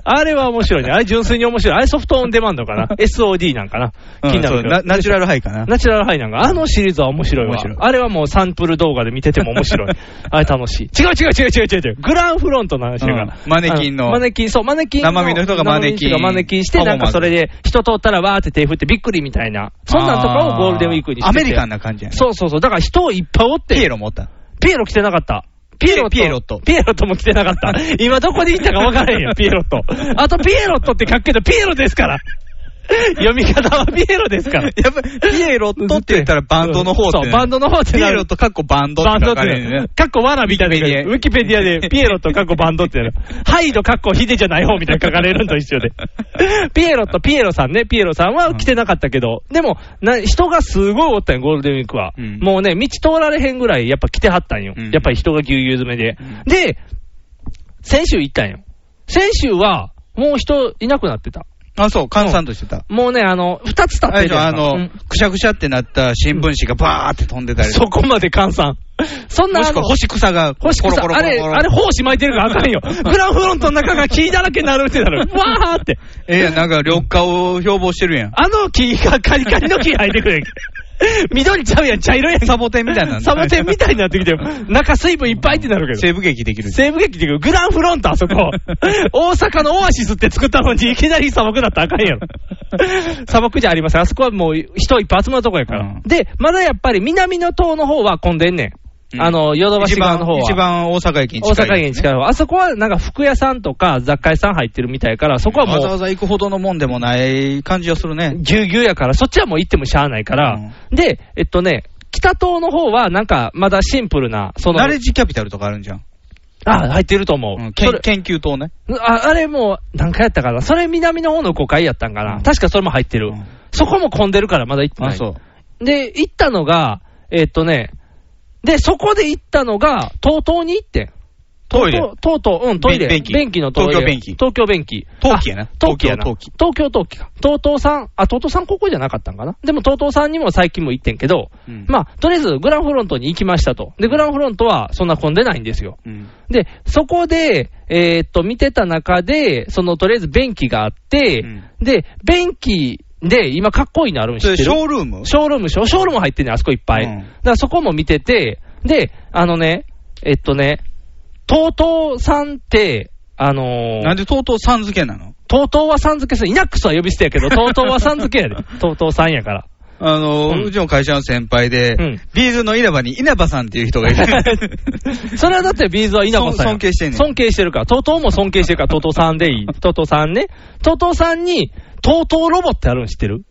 C: あれは面白いね。あれ純粋に面白い。あれソフトオンデマンド [LAUGHS] かな。SOD なんかな。
B: うん
C: 気にな
B: そ
C: る
B: う
C: けど
B: ナナチュラルハイかな。
C: ナチュラルハイなんか、あのシリーズは面白いわ
B: 面白い。
C: あれはもうサンプル動画で見てても面
B: [LAUGHS]
C: 白い。あれ楽しい。違う違う違う違う違う違う。グランフロントの話だから。
B: うんマネキンの
C: あマネキン、そう、マネキン
B: 生身の人がマネキン
C: 生身の人がマネキンして、
B: パフォ
C: な
B: ーマン
C: ん
B: ス
C: かそれで人通ったらわーって手振ってびっくりみたいな。そんなんとかをゴールデンウィークにして
B: ア
C: て。
B: メリカンな感じやね。
C: そうそうそう。だから人をいっぱいおって。
B: ピエロもおった。
C: ピエロ着てなかった。
B: ピエロピエロット
C: ピエロットも着てな
B: [LAUGHS]
C: かった。今どこで行ったか分からへんよ、ピエロット。あと、ピエロットって書くけど、ピエロです
B: [LAUGHS]
C: から。読み方はピエロですから。
B: やっぱり、ピエロットって言ったらバンドの方ってな
C: そ
B: る。
C: う、バンドの方って
B: ピ
C: な
B: エ
C: る
B: ロとかっこバンド
C: バ
B: っ
C: ン
B: て
C: ドっ
B: 書か
C: て
B: れる
C: な
B: ね
C: る。。かっこわらみたいな
B: ウ
C: ウィ
B: ィ
C: キペ
B: [LAUGHS]
C: ディアで、ピエロとかっこバンドってなる。ハイドかっこヒデじゃない方みたい
B: [LAUGHS]
C: な書かれるのと一緒で。ピエロとピエロさんね、ピエロさんは来てなかったけど、でもな、人がすごいおったんよ、ゴールデンウィークは。
B: うん
C: もうね、道通られへんぐらいやっぱ来てはったんよ。
B: うん
C: やっぱり人がぎゅうぎゅう詰めで。で、先週行ったんよ。先週は、もう人いなくなってた。
B: あ、そう、閑散としてた。
C: もうね、あの、二つ立って
B: あれ
C: る
B: でしょ
C: や
B: あ
C: んかう
B: の
C: ん、
B: くしゃくしゃってなった新聞紙がバーって飛んでたりとか
C: そこまで換算。そんな
B: も
C: あ
B: しく
C: の
B: は星草がコロ
C: 星
B: コ
C: 草
B: ロコロ
C: さ
B: コロ
C: ん、あれ、あれ、胞子巻いてるからあ [LAUGHS] かんよ。グランフロントの中が木だらけになるって [LAUGHS] なる。わーって。
B: [LAUGHS] ええやん、なんか緑化を標榜してるやん。
C: あの木がカリカリの木生えて [LAUGHS] くれ。緑ちゃうやん、茶色やん。
B: サボテンみたいになる
C: サボテンみたいになってきて、中水分いっぱいってなるけど。
B: 西部劇できる。
C: 西部劇っていうかグランフロントあそ [LAUGHS] こ。大阪のオアシスって作ったのに、いきなり砂漠だったらあかんやろ。 [LAUGHS] 砂漠じゃありません。あそこはもう人いっぱい集まるとこやから。
B: うん
C: で、まだやっぱり南の島の方は混んでんねん。
B: うん
C: あの、ヨドバシ
B: 一
C: 側
B: 番
C: の方は。、
B: 一番大阪駅に
C: 大
B: 近い、
C: 阪駅に近い方。あそこはなんか服屋さんとか雑貨屋さん入ってるみたいから、そこはも
B: わざ
C: う
B: わざ行くほどのもんでもない感じがするね。
C: ぎゅうぎゅうやから、そっちはもう行ってもしゃあないから。で、えっとね、北東の方はなんかまだシンプルな、その、
B: ナレッジキャピタルとかあるんじゃん。
C: あ、入ってると思う。
B: うん
C: そ
B: 研
C: れ
B: 研究棟ね。
C: ああれもう、何回やったかな、それ南の方の5階やったんかな、
B: うん
C: 確かそれも入ってる、
B: うん
C: そこも混んでるから、まだ行ってない。
B: そう。
C: で、行ったのが、えーっとね、で、そこで行ったのが、東東に行ってん。
B: トイレ。
C: ととうとう、うん、トイレ。
B: 便便器
C: 便器のトイレ。
B: 東京便器
C: 東京便器。
B: 陶器やな
C: あ陶器やな。
B: 東京陶
C: 東
B: 器
C: 京陶器か。東東さん、あ、東東さんここじゃなかったんかな。でも東東さんにも最近も行ってんけど、
B: うん
C: まあ、とりあえずグランフロントに行きましたと。で、グランフロントはそんな混んでないんですよ。
B: うん
C: で、そこで、えーっと、見てた中で、その、とりあえず便器があって、
B: うん
C: で、便器で、今、かっこいいのあるん知
B: そ
C: っ
B: れ
C: て
B: シ
C: る
B: ョールーム
C: ショールーム、ショーショールーム入ってんねんあそこいっぱい。
B: うん
C: だからそこも見てて、で、あのね、えっとね、TOTO さんって、あのー
B: なんでとうとうさん付けなの
C: TOTO はさん付けする。イナックスは呼び捨てや [LAUGHS] けど、TOTO はさん付けやで。TOTO さんやから。
B: あの、
C: う
B: うんちの会社の先輩で、
C: うん
B: ビーズの稲葉に稲葉さんっていう人がい
C: [LAUGHS]
B: る。
C: それはだってビーズは稲葉さん
B: 尊
C: や
B: 尊敬してんねん
C: 尊敬してるから。TOTO も尊敬してるから、TOTO さんでいい。TOTO さんね。TOTO さんに、TOTO ロボってあるん知ってる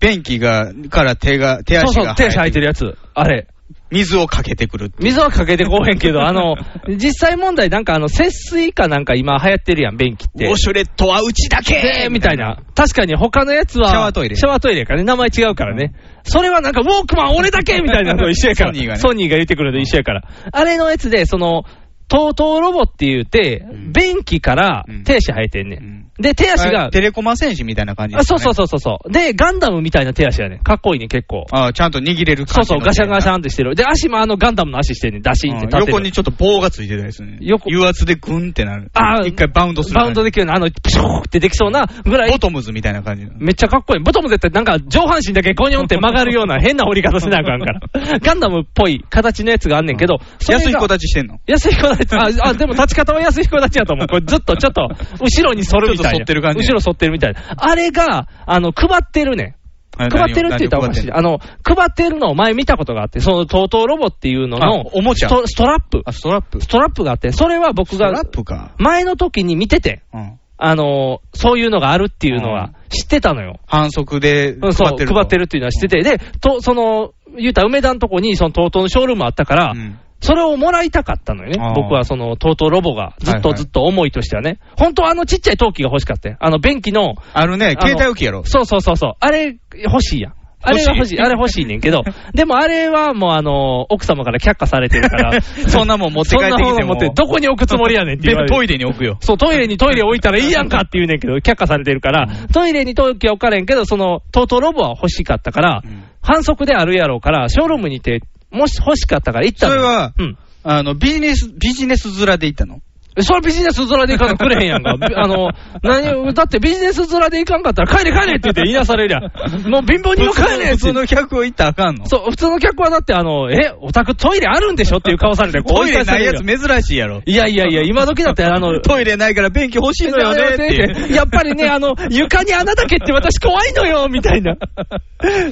B: 便器が、から手が、手足
C: そうそ
B: が
C: う、手足入ってる
B: や
C: やつ。あれ。
B: 水をかけてくる。
C: 水はかけてこうへんけど、あ [LAUGHS] の、実際問題、なんかあの、節水かなんか今流行ってるやん、便器っ
B: ウ
C: て
B: ォ。シュレットはうちだ
C: で
B: け
C: ーみたい。な。確かに他のやつは。
B: シャワートイレ
C: シャワートイレかね。名前違うからね。それはなんか、ウォークマン俺だけみたいなのと一緒やから。 [LAUGHS]
B: ソニーがね
C: ソニーが言ってくるのと一緒やから。あれのやつで、その、TOTO ロボって言うて
B: ん、
C: 便器から
B: うん
C: 手足生えてんねん
B: ん。
C: で、手足が
B: あ、テレコマ戦士みたいな感じ
C: あ、そうそう
B: う。
C: そうそうそう。で、ガンダムみたいな手足やねん。かっこいいね、結構。
B: あちゃんと握れる
C: そ
B: 感
C: う
B: じ
C: そう、ガシャンガシャン
B: ン。
C: ってしてる。で、足もあのガンダムの足してんねん。ダシンって立
B: うん
C: ってる。
B: 横にちょっと棒がついてたりするね。
C: 横
B: 油圧でグンってなる。
C: あー
B: 一回バウンドする。
C: バウンドできるような、あの、ピショーってできそうなぐらい
B: ボ、トムズみたいな感じの。
C: めっちゃかっこいい。ボトム絶対なんか上半身だけゴニョンって曲がるような変な折り方しなあかん
B: [LAUGHS]
C: から。ガンダムっぽい形のやつがあんねんけど、それが
B: 安い子たちしてんの
C: 安い子たち、あ、あでも立ち方は安い子たちやと思う。これずっとちょっと、後ろに反るみ
B: ちょっ
C: たいな。
B: と反ってる感じ
C: 後ろ反ってるみたいな。あれが、あの、配ってるねん。配ってるって言ったらおかしい。あの、配ってるのを前見たことがあって、その TOTO ロボっていうのの、
B: あおもちゃ
C: ストストラップ。
B: あ、ストラップ。
C: ストラップがあって、それは僕
B: ストラ
C: が
B: ップか。
C: 前の時に見てて、
B: うん。
C: あのーそういうのがあるっていうの
B: う
C: は知ってたのよ。
B: 反則で
C: うん、そう、
B: 配ってると。
C: 配ってるっていうのは知ってて、で、と、その、言うたら梅田のとこに、その TOTO のショールームあったから、
B: うん
C: それをもらいたかったのよね
B: あー。
C: 僕はその TOTO ロボが、ずっ
B: はい
C: と
B: はい
C: ずっと思いとしてはね。本当はあのちっちゃい陶器が欲しかったよ。あの便器の、
B: あるね、
C: あの
B: 携帯置きやろ。
C: そうそうそうそう。あれ欲しいやん。あれが欲しい、あれ欲しいねん
B: [LAUGHS]
C: けど、でもあれはもうあの、奥様から却下されてるか
B: [LAUGHS]
C: ら、
B: そんなもん持って帰ってきても
C: そんなもん持って、どこに置くつもりやねんって言われる
B: トイレに置くよ。
C: そう、トイレにトイレ置いたらいいやんかって言うねんけど、却下されてるから、トイレにトイレ置かれんけど、その、トートロボは欲しかったから、
B: うん
C: 反則であるやろうから、ショールームにて、もし欲しかったから行ったのよ
B: それは
C: うん。
B: あの、ビジネス、ビジネス面で行ったの
C: それビジネス面で行かんとくれへん
B: [LAUGHS]
C: やんか。びあの、何、だってビジネス面で行かんかったら帰れ帰れって言って言いなされるやん。もう貧乏人も帰
B: 普
C: れって
B: 通。の客を行ったらあかんの
C: そう、普通の客はだってあの、え、お宅トイレあるんでしょっていう顔されて、
B: トイレないやつ
C: め
B: 珍しいやろ。
C: いやいやいや、今時だってあの、
B: トイレないから便器欲しいの
C: [LAUGHS]
B: よねっていう。
C: やっぱりね、あの、床に穴だけって私怖いのよ、みたい [LAUGHS] な。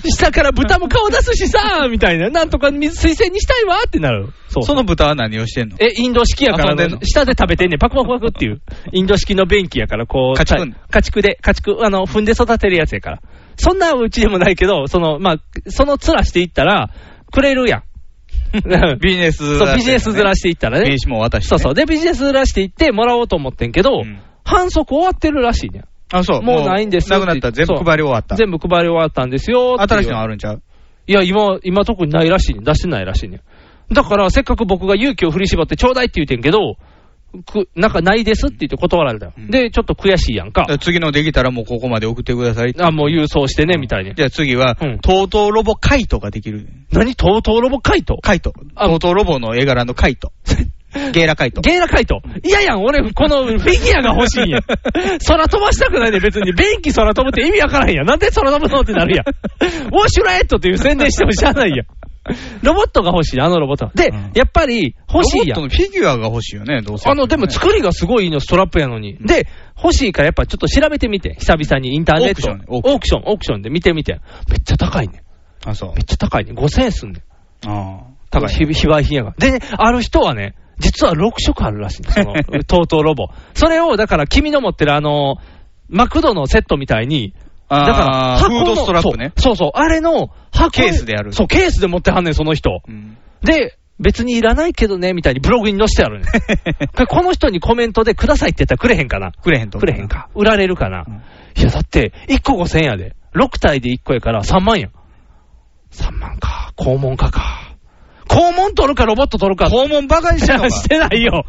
C: 下から豚も顔出すしさ、みたいな。なんとか水水洗にしたいわってなる。そう。
B: その豚は何をしてんの
C: え、インド式やから
B: 遊んでんの
C: 下で食べてんねんパクパクパクっていう。インド式の便器やから、こう。
B: 家畜
C: 家畜で、家畜、あの、踏んで育てるやつやから。そんなうちでもないけど、その、まあ、その面していったら、くれる [LAUGHS] やん。
B: ビジネス面
C: そう、ビジネス面していったらね。
B: 名刺も渡して。
C: そうそう。で、ビジネス面していってもらおうと思ってんけど、
B: ん
C: 反則終わってるらしいねん。
B: あ、そう。
C: もうないんです
B: なくなった。全部配り終わった。
C: 全部配り終わったんですよ。
B: 新しいのあ
C: る
B: るんちゃう
C: いや、今、今特にないらしいねん。出してないらしいねん。だから、せっかく僕が勇気を振り絞ってちょうだいって言うてんけど、くなんかないですって言って断られたよ。
B: うん
C: で、ちょっと悔しいやんか
B: だか。ら次のできたらもうここまで送ってくださいって。
C: あ、もう郵送してね、みたいに。
B: じゃあ次は
C: うん、
B: とうとうロボカイトができる。
C: 何とうとうロボカイト
B: カイト。
C: あ
B: とうとうロボの絵柄のカイ
C: [LAUGHS]
B: ト。ゲイラカイト。
C: ゲイラカイト。いややん、俺、このフィギュアが欲しいんや。空飛ばしたくないで、別に。便器空飛ぶって意味わからへんやん。なんで空飛ぶのってなるやん。ウォシュレットっていう宣伝してもしゃあないやん。ロボットが欲しい、あのロボット。で、
B: うん
C: やっぱり欲しい
B: ロボッ。
C: やん
B: トのフィギュアが欲しいよね、どうせ。
C: あの、でも作りがすごいいいの、ストラップやのに。で、欲しいからやっぱちょっと調べてみて。久々にインターネット。
B: オ
C: オークション、オークションで見てみて。めっちゃ高いね。
B: あ、そう
C: めっ。ちゃ高いね。5000円すんね。
B: ああ。
C: 高い。非売品やから。で、ある人はね、実は6色あるらしいんです、そ
B: [LAUGHS]
C: の、TOTO ロボ。それを、だから、君の持ってるあの、マクドのセットみたいに、だから
B: あー、
C: 箱の
B: フードストラップね
C: そうそうそう、あれの箱。
B: ケースでやる
C: そう、ケースで持ってはんねん、その人。
B: うん
C: で、別にいらないけどね、みたいにブログに載せてある
B: [LAUGHS]
C: ねんでこの人にコメントでくださいって言ったらくれへんかな。
B: くれへんと思
C: [LAUGHS] く
B: うな
C: れへんか。売られるかな。
B: うん
C: いや、だって、1個5000円やで。6体で1個やから3万やん。3万か。肛門かか。肛門取るかロボット取るか。
B: 肛門バカにしてんのか
C: [LAUGHS] してない
B: [LAUGHS]
C: よ。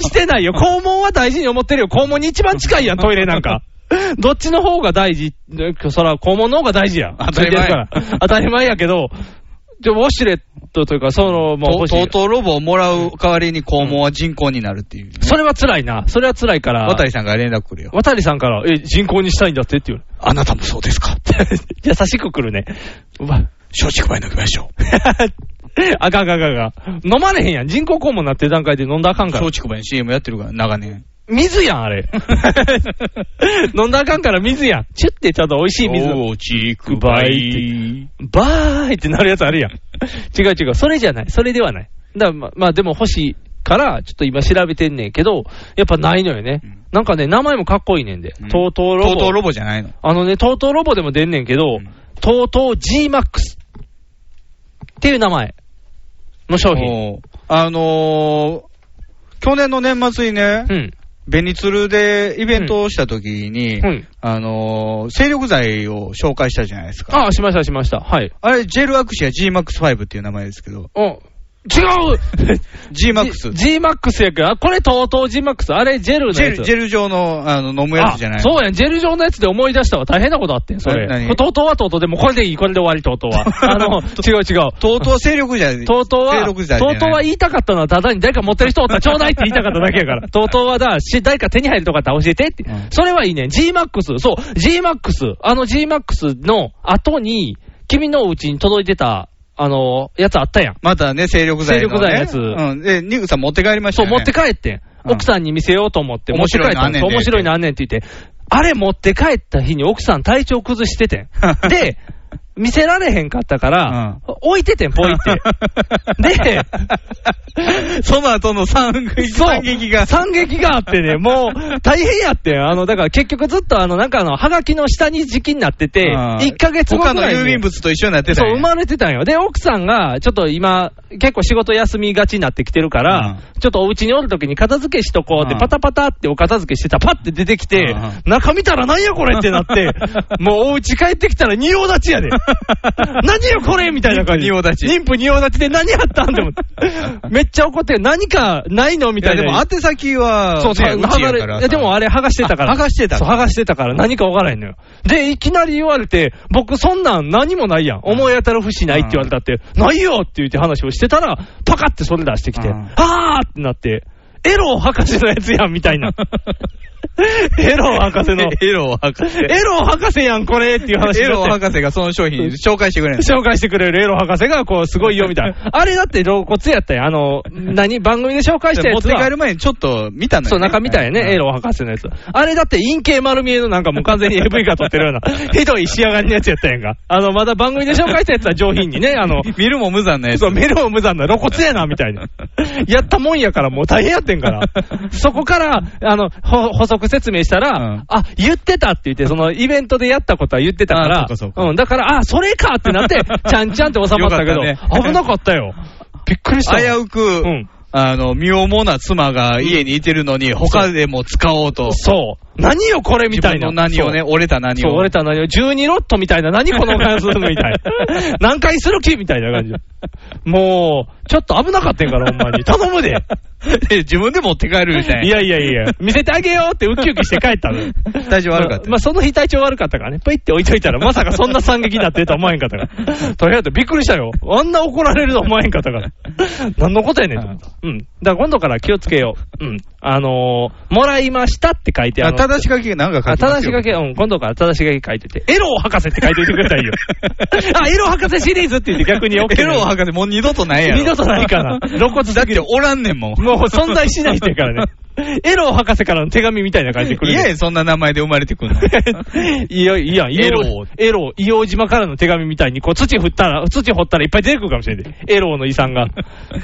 C: してないよ。肛門は大事に思ってるよ。肛門に一番
B: [LAUGHS]
C: 近いやん、トイレなんか。どっちの方が大事そら、肛門の方が大事やん。
B: 当たり前
C: ついてるから当たり前やけど、でウォシュレットというか、その、もう
B: と
C: 欲しい
B: とうとうロボをもらう代わりに肛門は人工になるっていう。
C: それは辛いな。それは辛いから。
B: 渡さんが連絡来るよ。
C: 渡さんから、え、人工にしたいんだってって言う
B: あなたもそうですか。
C: の [LAUGHS] 優しく来るね。うわ。 [LAUGHS]
B: 正直前飲みましょう。
C: あかんあかんあかんあかん。飲まれへんやん。人工肛門なってる段階で飲んだらあかんから
B: 松。竹梅の CM やってるから、長年。
C: 水やん、
B: [LAUGHS]
C: あれ。飲んだらあかんから水やん。チュッてちゃんと美味しい水。
B: 竹
C: 梅。バーイってなるやつあるやん。違う違う。それじゃない。それではない。だからま、まあでも欲しいから、ちょっと今調べてんねんけど、やっぱないのよね。
B: うん
C: なんかね、名前もかっこいいねんで。
B: うん
C: TOTO ロ
B: と
C: ボ。
B: うとうロボじゃないの。
C: あのね、TOTO ロボでも出んねんけ
B: う
C: ど
B: ん、
C: TOTO G-MAX っていう名前の商品。
B: おーあのー、去年の年末にね
C: う、ん。
B: ベニツルでイベントをした時に、
C: うん。
B: あのー、精力剤を紹介したじゃないですか。
C: ああ、しました、しました。はい。
B: あれ、ジェルアクシア GMAX5 っていう名前ですけど、
C: お違う
B: GMAX。ジ
C: G-MAX やけど、あこれ TOTO G-MAX。あれ、ジェルのや
B: ェ
C: つ
B: ル、ジ。ェル状の、あの、飲むやつじゃない
C: あそうやん、ジェル状のやつで思い出したわ。大変なことあってん、それ。
B: え何
C: これ TOTO は TOTO でも、これでいい、これで終わり、TOTO は。
B: [LAUGHS]
C: あの、違う違う。
B: とうとう精力剤。
C: とうとうは、
B: 精
C: と
B: 力剤じゃないう
C: とうは言いたかったのは、ただに誰か持ってる人おったらちょうだいって言いたかっただけ
B: [LAUGHS]
C: やから。とうとうはだ、し、誰か手に入るとかあったら教えてって。
B: うん
C: それはいいね。G-MAX、そう、G-MAX、あの G-MAX の後に、君のうちに届いてた、あの、やつあったやん。
B: またね、精力剤の、ね。
C: 精力剤のやつ
B: うん。で、ニグさん持って帰りました
C: そう、
B: よ、ね。
C: 持って帰ってん。
B: うん
C: 奥さんに見せようと思って、持
B: 面
C: って
B: 白
C: 帰っ
B: いのあ
C: た
B: ん
C: んで
B: ねん
C: す
B: で
C: 面白いのあんねんって言って、あれ持って帰った日に奥さん体調崩し
B: [LAUGHS]
C: ててん。で、見せられへんかったから、置いててん、ポ
B: [LAUGHS]
C: イって。で、
B: その後の三撃
C: [LAUGHS] そう
B: 三撃が。
C: 惨劇があっ
B: [LAUGHS]
C: てね、もう大変やってん。あの、だから結局ずっとあの、なんかあの、はがきの下に時期になってて、
B: うん
C: 1ヶ月後
B: 他
C: ぐ
B: の
C: らいに
B: 郵便物と一緒になってた
C: そ
B: んや
C: う、生まれてたんよ。で、奥さんが、ちょっと今、結構仕事休みがちになってきてるから、ちょっとお家におるときに片付けしとこうって、
B: うん
C: パタパタってお片付けしてたら、パって出てき
B: う
C: て
B: ん、
C: 中見たらなんやこれってなって、
B: [LAUGHS]
C: もうお家帰ってきたら仁王立ちやで。何よこれみたいな感じ。
B: 妊婦仁王立ち
C: 妊婦仁王立ちで何やったんって
B: [LAUGHS]
C: 思って。めっちゃ怒ってる。何かないのみ
B: い
C: た
B: や
C: いな。
B: でも宛先は、
C: そうそう、
B: ねうちや
C: 剥
B: か
C: が
B: ら
C: れ、いやでもあれ剥がしてたから。
B: あ剥がしてた
C: そう、剥がしてたから何か分からへんのよ。で、いきなり言われて、僕そんなん何もないやん。思い当たる節ないって言われたって、ないよって言って話をしてたら、パカってそれ出してきて、
B: うん
C: あーってなって、エロー博士のやつやん、み
B: [LAUGHS]
C: たいな。エロー博士の、
B: エロ博士。
C: エロー博士やん、これっていう話
B: エ
C: になっ
B: ロ
C: て
B: 博士がその商品紹介してくれるんです
C: 紹介してくれるエロ博士が、こう、すごいよ、みたい
B: [LAUGHS]
C: な。あれだって露骨やったやん。あの、何、番組で紹介したや
B: 持っ
C: つ
B: て
C: は
B: 帰る前にちょっと見たのよ、ね。
C: そう、中見たいね、エロ博士のやつ。あれだって陰茎丸見えのなんかもう完全
B: [LAUGHS]
C: に AV が撮ってるような、ひどい仕上がりのやつやったやんか。あの、まだ番組で紹介したやつは上品
B: [LAUGHS]
C: にね、あの、
B: 見るも無残なやつ。
C: そう、メロン無残な露骨やな、みたいな。やったもんやからもう大変やってんから。そこから、あの、ほ補足説明したら、
B: うん
C: あ、言ってたって言って、そのイベントでやったことは言ってたから、
B: あそうかそうか
C: ん、だから、あ、それかっ
B: [LAUGHS]
C: てなって、ちゃんちゃんって収まったけど、
B: よかったね
C: 危なかったよ。びっくりしたわ。
B: 危うく、
C: うん
B: あの、身重な妻が家にいてるのに、他でも使おうと。
C: そう。何よこれみたい
B: 自
C: な。
B: 分の何をね、折れた何
C: そう、
B: を。
C: 折れた何を、12ロットみたいな、何この感するのみた
B: [LAUGHS]
C: いな。何回する気みたいな感じ。もう、ちょっと危なかったんやから、ほんまに。頼むで。
B: え自 [LAUGHS] 分で持って帰るみたいな。
C: いやいやいや、見せてあげようってウキウキして帰ったの。
B: 体調悪かった
C: まあ、まあその日体調悪かったからね、ぷいって置いといたら、まさかそんな惨劇になってるとは思わへんかったから。とりあえずびっくりしたよ。あんな怒られると思わへんかったから。何のことやねんと思った。うん。だから今度から気をつけよう。うん。あのー、もらいましたって書いてあ
B: あ
C: る。
B: 正し書きなんか書
C: あ
B: きますよ
C: 正し書き、うん、今度から正し書き書いてて、エロー博士って書いていてくれたら
B: [LAUGHS]
C: いいよ。あ、エロー博士シリーズって言って逆に OK
B: エ
C: なの。
B: ロ博士もう二度とないやろ。 [LAUGHS]
C: 二度とないかな。露骨
B: だ
C: だ
B: っ
C: け
B: て
C: ど、 [LAUGHS]
B: おらんねんもん。
C: もう存在しないって言うからね。
B: [LAUGHS]
C: エロー博士からの手紙みたいな感じで来
B: い
C: る。
B: やいや、そんな名前で生まれて
C: [LAUGHS]
B: くんの。
C: いや、いや、エロー、エロー、硫黄島からの手紙みたいに、こう、土振ったら、土掘ったらいっぱい出てくるかもしれない。エローの遺産が。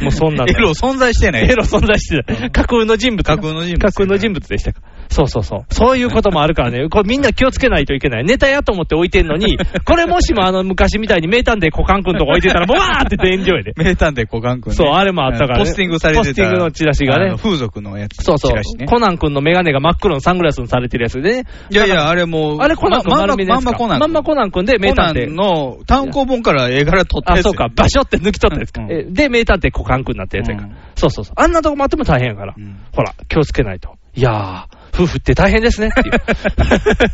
C: もうそんなん
B: [LAUGHS]
C: だ
B: エロ存在してない。
C: エロ存在してた。架空の人物。
B: 架空の人物
C: 架空の人物でしたか。そうそうそう。そういうこともあるから
B: [LAUGHS]
C: ね。これみんな気をつけないといけない。ネタやと思って置いてんのに、これもしもあの昔みたいに名探偵コカン君とか置いてたら、ボワーって炎上やで。
B: 名探偵コカン君ね、
C: そうあれもあったからね
B: ポスティングされてた。
C: ポスティングのチラシがね
B: あの風俗のやつ。
C: そうそう
B: チラシね。。
C: コナン君のメガネが真っ黒のサングラスにされてるやつでね。
B: いやいや、あれもう、
C: あれコナン君
B: まんま
C: 丸めのや
B: ま
C: つ
B: ん
C: か
B: まコナン。
C: まんまコナン君で名探偵
B: コナンの単行本から絵柄取った
C: あ、
B: やつ
C: そうか、バショって抜き取ったやつか。
B: うん
C: えで、名探偵コカン君になったやつやから、
B: うん
C: そうそうそう。あんなとこ待っても大変やから。
B: うん
C: ほら、気をつけないと。いやー、夫婦って大変ですねっ
B: [LAUGHS]
C: ていう。 [LAUGHS]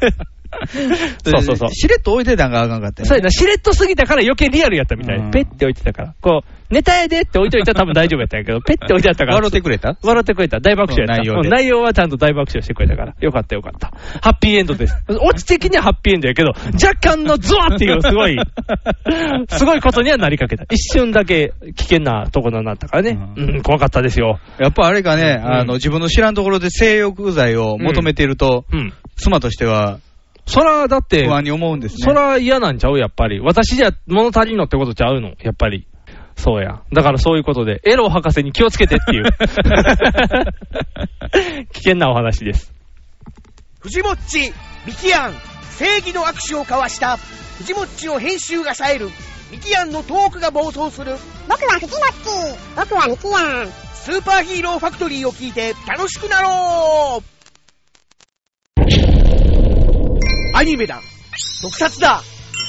C: そうそうそう。
B: しれっと置いてたんがあかんかったよ
C: そうやな、しれっとすぎたから余計リアルやったみたい。
B: うん
C: ペッて置いてたから。こう、ネタやでって置いといたら多分大丈夫やったんやけ
B: [LAUGHS]
C: ど、ペッて置いてあったから。
B: 笑ってくれた
C: 笑ってくれた。大爆笑やった。
B: 内容で
C: うん内容はちゃんと大爆笑してくれたから。よかったよかった。ハッピーエンドです。オチ的にはハッピーエンドやけど、若干のズワっていうすご
B: [LAUGHS]
C: い、すごいことにはなりかけた。一瞬だけ危険なところになったからね。
B: う
C: うん、怖かったですよ。
B: やっぱあれがね、あ
C: う
B: の、
C: ん
B: 自分の知らんところで性欲剤を求めていると、
C: うん。
B: 妻としては
C: そら、だって
B: 不、安に思うんですね。
C: そら嫌なんちゃうやっぱり。私じゃ物足りんのってことちゃうのやっぱり。そうや。だからそういうことで、エロ博士に気をつけてっていう。危険なお話です。
K: 藤もっち、ミキアン、正義の握手を交わした、藤もっちの編集が冴える、ミキアンのトークが暴走する、
D: 僕は藤もっち僕はミキヤン
K: スーパーヒーローファクトリーを聞いて楽しくなろうアニメだ特撮だ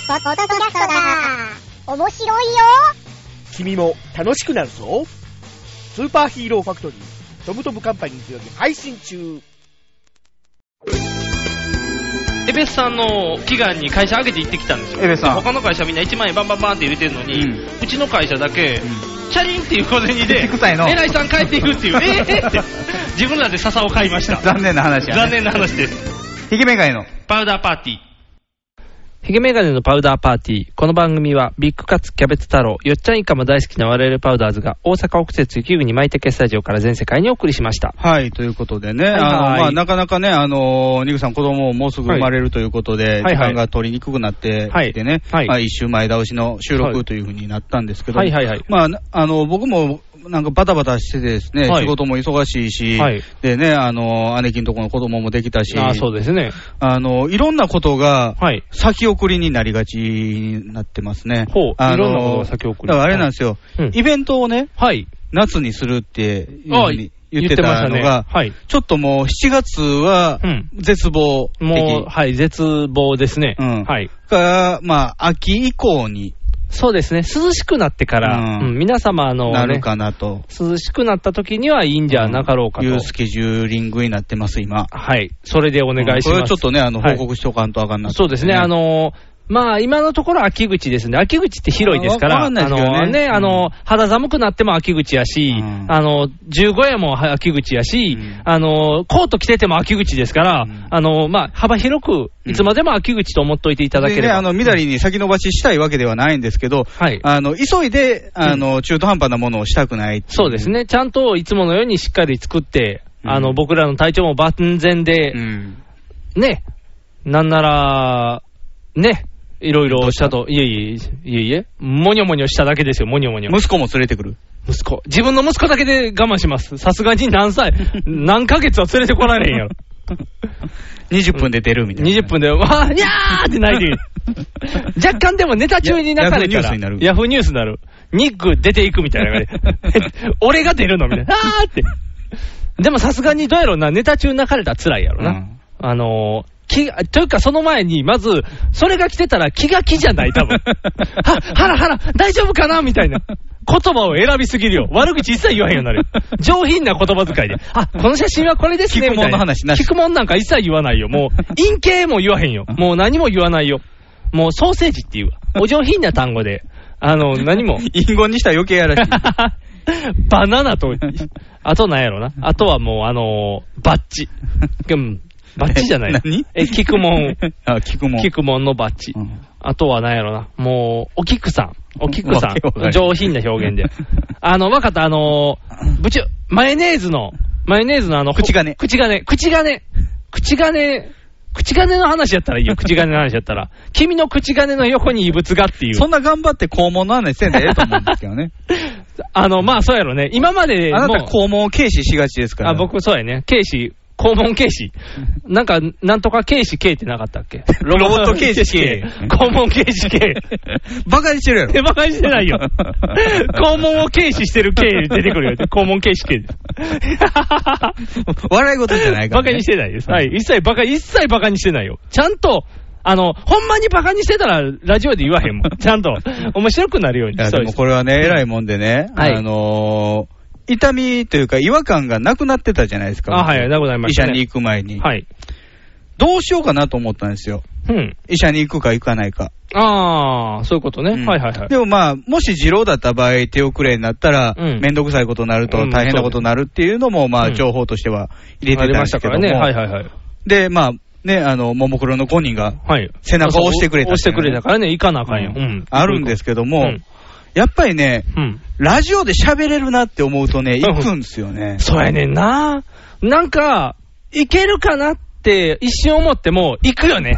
D: ポポトキャストだ面白いよ
K: 君も楽しくなるぞスーパーヒーローファクトリー、トムトムカンパニーズより配信中
C: エベスさんの祈願に会社上げて行ってきたんですよ。
B: エベスさん
C: 他の会社みんな1万円バンバンバンって入れてるのに、うちの会社だけ、チャリンっていう小銭で、
B: 臭いの
C: 偉いさん帰っていくっていう、えーって、自分らで笹を買いました。
B: 残念な話や、ね。
C: 残念な話です。
B: ヒゲメガイの。
C: パウダーパーティー。ヒゲメガネのパウダーパーティー。この番組は、ビッグカツ、キャベツ太郎、よっちゃんイカも大好きな我々パウダーズが、大阪北節雪国舞茸スタジオから全世界にお送りしました。
B: はい、ということでね、
C: いはい
B: あのまあ、なかなかね、あのニグさん、子供ももうすぐ生まれるということで、
C: いはい
B: 時間が取りにくくなってきてね、
C: はいはい
B: まあ、一周前倒しの収
C: はい
B: 録というふうになったんですけど、
C: はいはいはい
B: まあな、あの僕もなんかバタバタしててですね、
C: はい
B: 仕事も忙しいし、
C: はい
B: でね、あの姉貴のところの子供もできたし、
C: ああ、そうですね。
B: あのいろんなことが、
C: はい。
B: 先送りになりがちになってますね。
C: ほう
B: あの
C: いろんなことが先送り
B: だからあれなんですよ、
C: うん
B: イベントをね、
C: はい。
B: 夏にするっていう
C: あ
B: ふ
C: あ
B: うに言ってたのが、
C: はい。
B: ちょっともう7月は
C: うん
B: 絶望的。
C: もう、はい、絶望ですね。
B: うん
C: はい。
B: から、まあ、秋以降に
C: そうですね。涼しくなってから、
B: う
C: うんん皆様、あの、
B: なる
C: ね、
B: かなと。
C: 涼しくなった時にはいいんじゃなかろうかと。
B: いうスケジューリングになってます、今。
C: はい。それでお願いします。
B: うんこれはちょっとね、あの、
C: はい
B: 報告しとかんとあかんなと
C: そう
B: 思って、
C: ですね、あのーまあ、今のところ秋口ですね。秋口って広いですから、
B: あわかんないですけどね
C: あ
B: う
C: のー
B: ん
C: あのー肌寒くなっても秋口やし、
B: うん
C: あのー、十五夜もは秋口やし、
B: うん
C: あのーコート着てても秋口ですから、
B: うん
C: あのーまあ、幅広く、いつまでも秋口と思っておいていただけれ
B: でね、
C: ば。
B: あの、みだりに先延ばししたいわけではないんですけど、
C: はい
B: あの、急いで、あの、中途半端なものをしたくないってい
C: そうですね、ちゃんといつものようにしっかり作って、
B: うん
C: あの僕らの体調も万全で、
B: うん。
C: ね、なんなら、ね、いろいろしたと、いえいえ、いえいえ、もにょもにょしただけですよ、もにょもにょ。
B: 息子も連れてくる。 [LAUGHS]
C: 息子。自分の息子だけで我慢します。さすがに何 [LAUGHS] 歳、何ヶ月は連れてこられへんやろ。
B: 20分で出るみたいな。
C: 20分で、わー、にゃーって泣いて
B: [LAUGHS]
C: る。若干でもネタ中に泣かれたら、
B: ヤヤフーニュースになる
C: ヤフーニュースになる。ニック出ていくみたいな感
B: [LAUGHS]
C: じで俺が出るのみたいな。あーって。でもさすがにどうやろうな、ネタ中泣かれたら辛いやろな。
B: うん
C: あのー、気がというか、その前に、まず、それが来てたら気が気じゃない、
B: [LAUGHS]
C: 多分は、はらはら、大丈夫かなみたいな。言葉を選びすぎるよ。悪口一切言わへんようになるよ。上品な言葉遣いで。あ、この写真はこれですね。
B: 聞くもんの話なし
C: みたい聞くもんなんか一切言わないよ。も
B: [LAUGHS]
C: う、陰形も言わへんよ。もう何も言わないよ。もうソーセージっていうわ。お上品な単語で。あの、
B: [LAUGHS]
C: 何も。
B: 隠語にしたら余計やら
C: [LAUGHS]
B: しい。
C: バナナと、あとなんやろな。あとはもう、あのーバッ
B: [LAUGHS]
C: チ。うん。バッチじゃない。
B: え [LAUGHS] 何
C: え、キクモン。
B: あ、 [LAUGHS] 聞くもん。
C: キクモンのバッチ。
B: うん
C: あとはなんやろな。もう、お菊さん。お菊さ
B: わけわか
C: ん。
B: らん [LAUGHS]
C: 上品な表現で。あの、わかった、あのー、ぶちゅ、マヨネーズの、マヨネーズのあの、口金。口金、口金、口金、口金の話やったらいい
B: [LAUGHS]
C: よ、口金の話やったら。君の口金の横に異物がっていう。
B: そんな頑張って肛門の話せんでええと思うんですけど
C: [LAUGHS]
B: ね。
C: あの、まあ、そうやろね。今までもう
B: あなた肛門を軽視しがちですから。
C: あ、僕、そうやね。警視、肛門警視。
B: [LAUGHS]
C: なんか、なんとか警視 K ってなかったっけ
B: ロボット警視
C: [LAUGHS]
B: K
C: 肛門警
B: [LAUGHS]
C: 視 K。
B: [LAUGHS] バカにしてるやろ。
C: 手馬鹿にし
B: [LAUGHS]
C: てないよ。肛門を軽視してる K 出てくるよ。肛門軽視 K です。
B: 笑い事じゃないから、ね。
C: バカにしてないです。はい。一切バカ、一切バカにしてないよ。ちゃんと、あの、ほんまにバカにしてたら、ラジオで言わへ
B: [LAUGHS]
C: んもん。ちゃんと、面白くなるように
B: いや、で
C: そうで
B: も
C: す。
B: これはね、偉いもんでね、
C: はい
B: あのー痛みというか違和感がなくなってたじゃないですか。
C: あ、はい、なくなりま
B: 医
C: した、
B: 者
C: ね。
B: に行く前に。
C: はい。
B: どうしようかなと思ったんですよ。
C: うん。
B: 医者に行くか行かないか。
C: ああ、そういうことね。
B: うん
C: はいはいはい。
B: でもまあ、もし二郎だった場合、手遅れになったら、
C: うん
B: めんどくさいことになると
C: うん
B: 大変なことになるっていうのも、ま
C: う
B: あ、
C: ん
B: 情報としては入れてたんですけども。
C: ありましたからね。はいはいはい。
B: で、まあ、ね、あの、ももクロの5人が
C: はい。
B: 背中を押してくれた
C: 押してくれたからね、行かなあかんよ。うん。
B: あるんですけども、
C: うん
B: やっぱりね、
C: うん。
B: ラジオで喋れるなって思うとね、
C: うん
B: 行くんですよね。
C: そうやねんな。なんか、いけるかなって一瞬思っても、行く
B: [LAUGHS]
C: よね。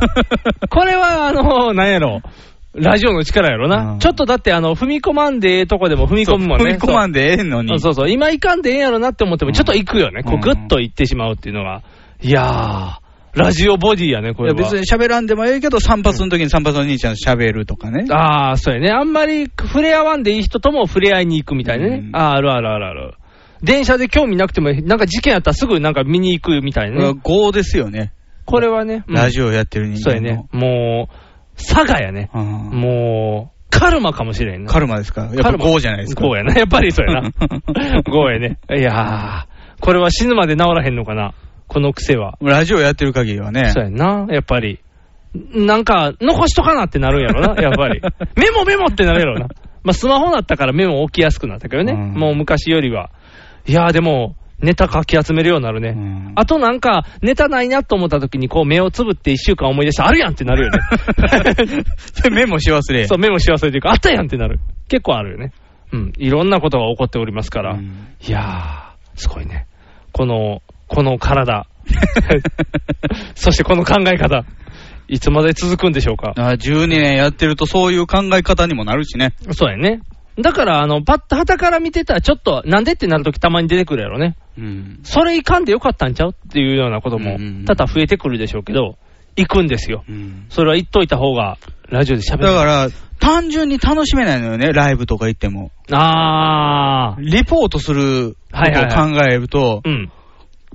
C: これは、あの、なんやろ。ラジオの力やろ
B: う
C: な。
B: ん
C: ちょっとだって、あの、踏み込まんでええとこでも踏み込むもんね。
B: 踏み込まんでええの
C: そう
B: に。
C: そうそう。今行かんでええんやろなって思っても、ちょっと行くよね。こ
B: うん
C: う、ぐっと行ってしまうっていうのが。いやー、ラジオボディやね、
B: い
C: これ
B: や
C: は。
B: 別に喋らんでもええけど、散髪の時に散髪の兄ちゃんと喋るとかね。
C: ああ、そうやね。あんまり触れ合わんでいい人とも触れ合いに行くみたいなね。
B: うん
C: あーあるあるあるある。電車で興味なくても、なんか事件あったらすぐなんか見に行くみたいなね。
B: 5ですよね。
C: これはね。うん
B: ラジオやってる人
C: そう
B: 間
C: やね
B: の。。
C: もう、佐賀やね。
B: うん
C: もう、カルマかもしれんな。
B: カルマですかやっぱ
C: カルマ
B: 5じゃないですか。。
C: こうやな。やっぱりそうやな
B: [LAUGHS]
C: こうやね。いやー、これは死ぬまで治らへんのかな。この癖は。
B: ラジオやってる限りはね
C: そ。うやんな、やっぱり。なんか、残しとかなってなるんや
B: [LAUGHS]
C: ろな、やっぱり。メモメモってなるやろな。まあ、スマホだったからメモ置きやすくなったけどね、
B: うん
C: もう昔よりは。いやー、でも、ネタかき集めるようになるね。
B: うん
C: あとなんか、ネタないなと思った時に、こう、目をつぶって一週間思い出して、あるやんってなるよ [LAUGHS] ね。
B: それメモし忘れ。
C: そう、メモし忘れていうか、あったやんってなる。結構あるよね。うん。いろんなことが起こっておりますから。
B: うん
C: いやー、すごいね。この、この [LAUGHS] 体。そしてこの考え方。いつまで続くんでしょうか。
B: あ12年やってるとそういう考え方にもなるしね。
C: そうやね。だから、あの、パッと旗から見てたら、ちょっと、なんでってなるときたまに出てくるやろね。
B: うん。
C: それいかんでよかったんちゃうっていうようなこと
B: う
C: も
B: んうんうん、
C: 多々増えてくるでしょうけど、行くんですよ。
B: うん
C: それは言っといた方が、ラジオで喋
B: だ
C: る。
B: から、単純に楽しめないのよね、ライブとか行っても。
C: あー。
B: リポートするこ
C: はいはい
B: と
C: は
B: を考えると、
C: うん。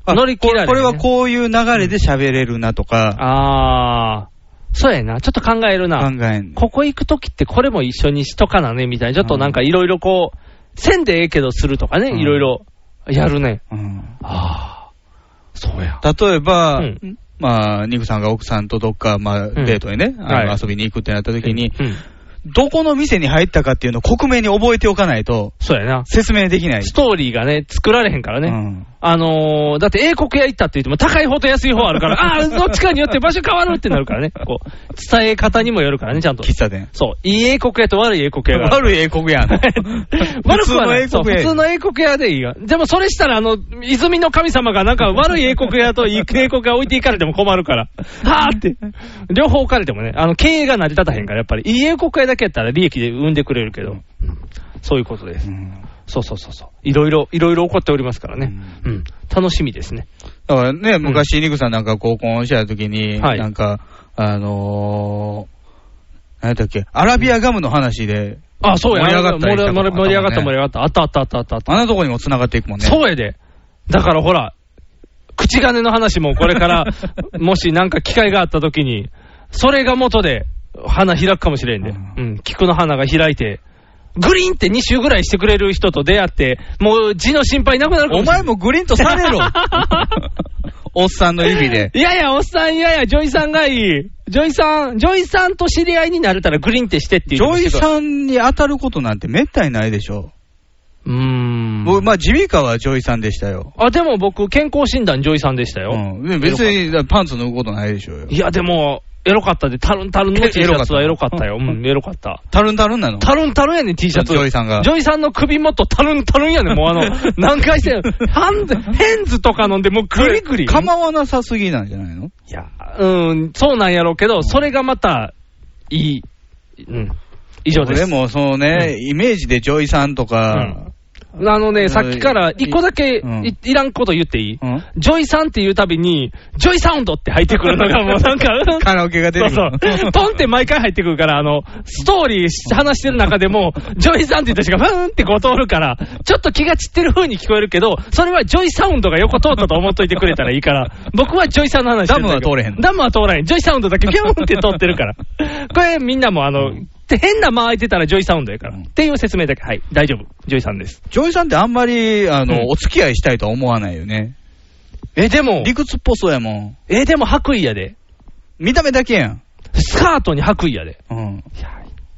B: あ
C: 乗り切られるね
B: これこれはこういう流れで喋れるなとか、
C: あー、そうやな、ちょっと考える
B: 考
C: な。
B: えん。
C: ここ行くときってこれも一緒にしとかなね、みたいな。ちょっとなんかいろいろこう、せんでええけどするとかね、
B: うん
C: いろいろやるね。
B: うん
C: あー、そうや。
B: 例えば、
C: うん
B: まあ、ニクさんが奥さんとどっか、まあ、デートにね、あの
C: はい
B: 遊びに行くってなった時に、
C: うん、
B: どこの店に入ったかっていうのを克明に覚えておかないと、
C: そうやな。
B: 説明できない。
C: ストーリーがね、作られへんからね。
B: うん
C: あのー、だって英国屋行ったって言っても高い方と安い方あ
B: [LAUGHS]
C: るから、あー、どっちかによって場所変わるってなるからね。こう、伝え方にもよるからね、ちゃんと。
B: 喫茶店。
C: そう、いい英国屋と悪い英国屋がある。。
B: 悪い英国やん
C: 悪くはない。そう
B: 普通の英国や
C: 普通の英国屋でいいが。でもそれしたら、あの、泉の神様がなんか [LAUGHS] 悪い英国屋といい英国屋置いていかれても困るから。 [LAUGHS] はぁって。両方置かれてもね、あの、経営が成り立たへんから、やっぱり。いい英国屋だけやったら利益で生んでくれるけど。そういうことです。
B: うん
C: そうそうそうそう。いろいろ、いろいろ起こっておりますからね。うん。楽しみですね。
B: だからね、昔、ニクさんなんか合コンしてた時に、
C: はい
B: なんか、あのー、何やったっけ、アラビアガムの話で、
C: あ、そうや。
B: 盛り上がったりした
C: 盛
B: ことあったもんね
C: り上がった、盛り上がった。あったあったあったあったあった
B: あんなとこにも繋がっていくもんね。
C: そうやで。だからほら、口金の話もこれ
B: [LAUGHS]
C: から、もしなんか機会があった時に、それが元で花開くかもしれんで。
B: うん
C: うん。菊の花が開いて、グリーンって2周ぐらいしてくれる人と出会って、もう字の心配なくなるか
B: お
C: もしれん
B: 前もグリンとされ
C: [LAUGHS]
B: ろおっさんの指で。
C: いやいや、おっさん、いやいや、ジョイさんがいい。ジョイさん、ジョイさんと知り合いになれたらグリーンってしてっ
B: ジ
C: ていうのも
B: ョ
C: けど。
B: イさんに当たることなんてめったにないでしょ。
C: うーん。
B: 僕、まあ、ジビカはジョイさんでしたよ。
C: あ、でも僕、健康診断ジョイさんでしたよ。
B: うん、別にパンツ脱ぐことないでしょうよ。
C: いや、でも、エロかったで、タルンタルンの T シャツはエロかったよ。うん、エロかった。
B: タルンタルンなの
C: タルンタルンやねん、T シャツ。
B: ジョイさんが
C: ジョイさんの首元タルンタルンやねん、もう
B: [LAUGHS]
C: あの、何回してんのハンズ、ヘンズとか飲んで、もうグリグリ。
B: 構わなさすぎなんじゃないの
C: いや、うん、そうなんやろうけど、それがまた、いい。うん。以上です。
B: でも、そのね、イメージでジョイさんとか、
C: あのね、さっきから一個だけ
B: うん
C: いいらんこと言っていい
B: うん
C: ジョイさんって言うたびに、ジョイサウンドって入ってくるのがもうなんか、
B: [LAUGHS] カラオケが出
C: そ
B: て
C: う
B: く
C: そ
B: る。
C: う。ポンって毎回入ってくるから、あの、ストーリー話してる中でも、ジョイさんって言った人がふーんってこう通るから、ちょっと気が散ってる風に聞こえるけど、それはジョイサウンドが横通ったと思っといてくれたらいいから、僕はジョイさんの話してるだけ
B: ダムは通れへんの
C: ダムは通らへん。ジョイサウンドだけピョーンって通ってるから。これみんなもあの、で変な間空いてたらジョイサウンドやから。っていう説明だけ。はい。大丈夫。ジョイさんです。
B: ジョイさんってあんまり、あの、
C: うん
B: お付き合いしたいとは思わないよね。
C: え、でも、
B: 理屈っぽそうやもん。
C: え、でも白衣やで。
B: 見た目だけやん。
C: スカートに白衣やで。
B: うん。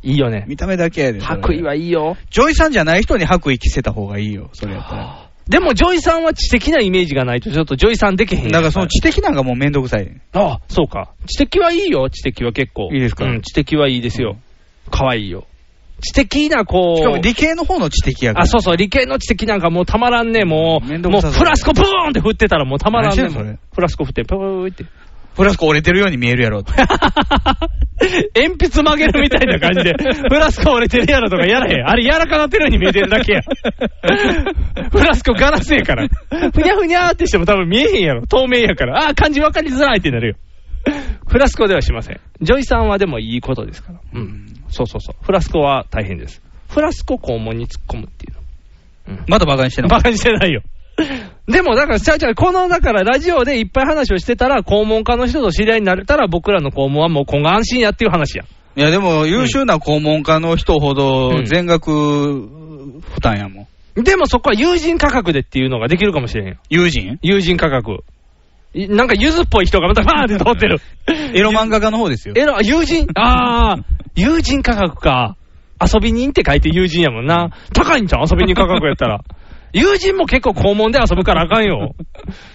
C: いいよね。
B: 見た目だけやで。それ
C: 白衣はいいよ。
B: ジョイさんじゃない人に白衣着せた方がいいよ、それやったら。
C: でも、ジョイさんは知的なイメージがないと、ちょっとジョイさんできへんやん
B: だからその知的なんかもうめんどくさい。
C: ああ、そうか。知的はいいよ、知的は結構。
B: いいですか
C: うん、知的はいいですよ。可愛いよ。知的な、こう。
B: しかも理系の方の知的やから。
C: あ、そうそう、理系の知的なんかもうたまらんね、もう。
B: めんど
C: も
B: くさ
C: う
B: そう
C: フラスコブーンって振ってたらもうたまらんね。
B: 何してんのそれ
C: フラスコ振って、ぷーって。
B: フラスコ折れてるように見えるやろ。
C: 鉛筆曲げるみたいな感じで、フラスコ折れてるやろとかやらへん。あれ柔らかなってるように見えてるだけや。フラスコガラスやから。ふにゃふにゃーってしても多分見えへんやろ。透明やから。ああ、漢字分かりづらいってなるよ。フラスコではしません。ジョイさんはでもいいことですから。うん。そうそうそう。フラスコは大変です。フラスコ肛門に突っ込むっていうの。
B: まだバカにしてんの
C: バカにしてないよ。でも、だから、ちゃうちゃう、この、だから、ラジオでいっぱい話をしてたら、肛門科の人と知り合いになれたら、僕らの肛門はもう今後安心やっていう話や。
B: いやでも優秀な肛門科の人ほ
C: う
B: ど
C: ん
B: 全額負担やもん。
C: でもそこは友人価格でっていうのができるかもしれへんよ。
B: 友人
C: 友人価格。いなんか、ゆずっぽい人がまたバーンって通ってる。
B: エロ漫画家の方ですよ。
C: [LAUGHS] えら、友人、あー、友人価格か。遊び人って書いて友人やもんな。高いんちゃう遊び人価格やったら。友人も結構肛門で遊ぶからあかんよ。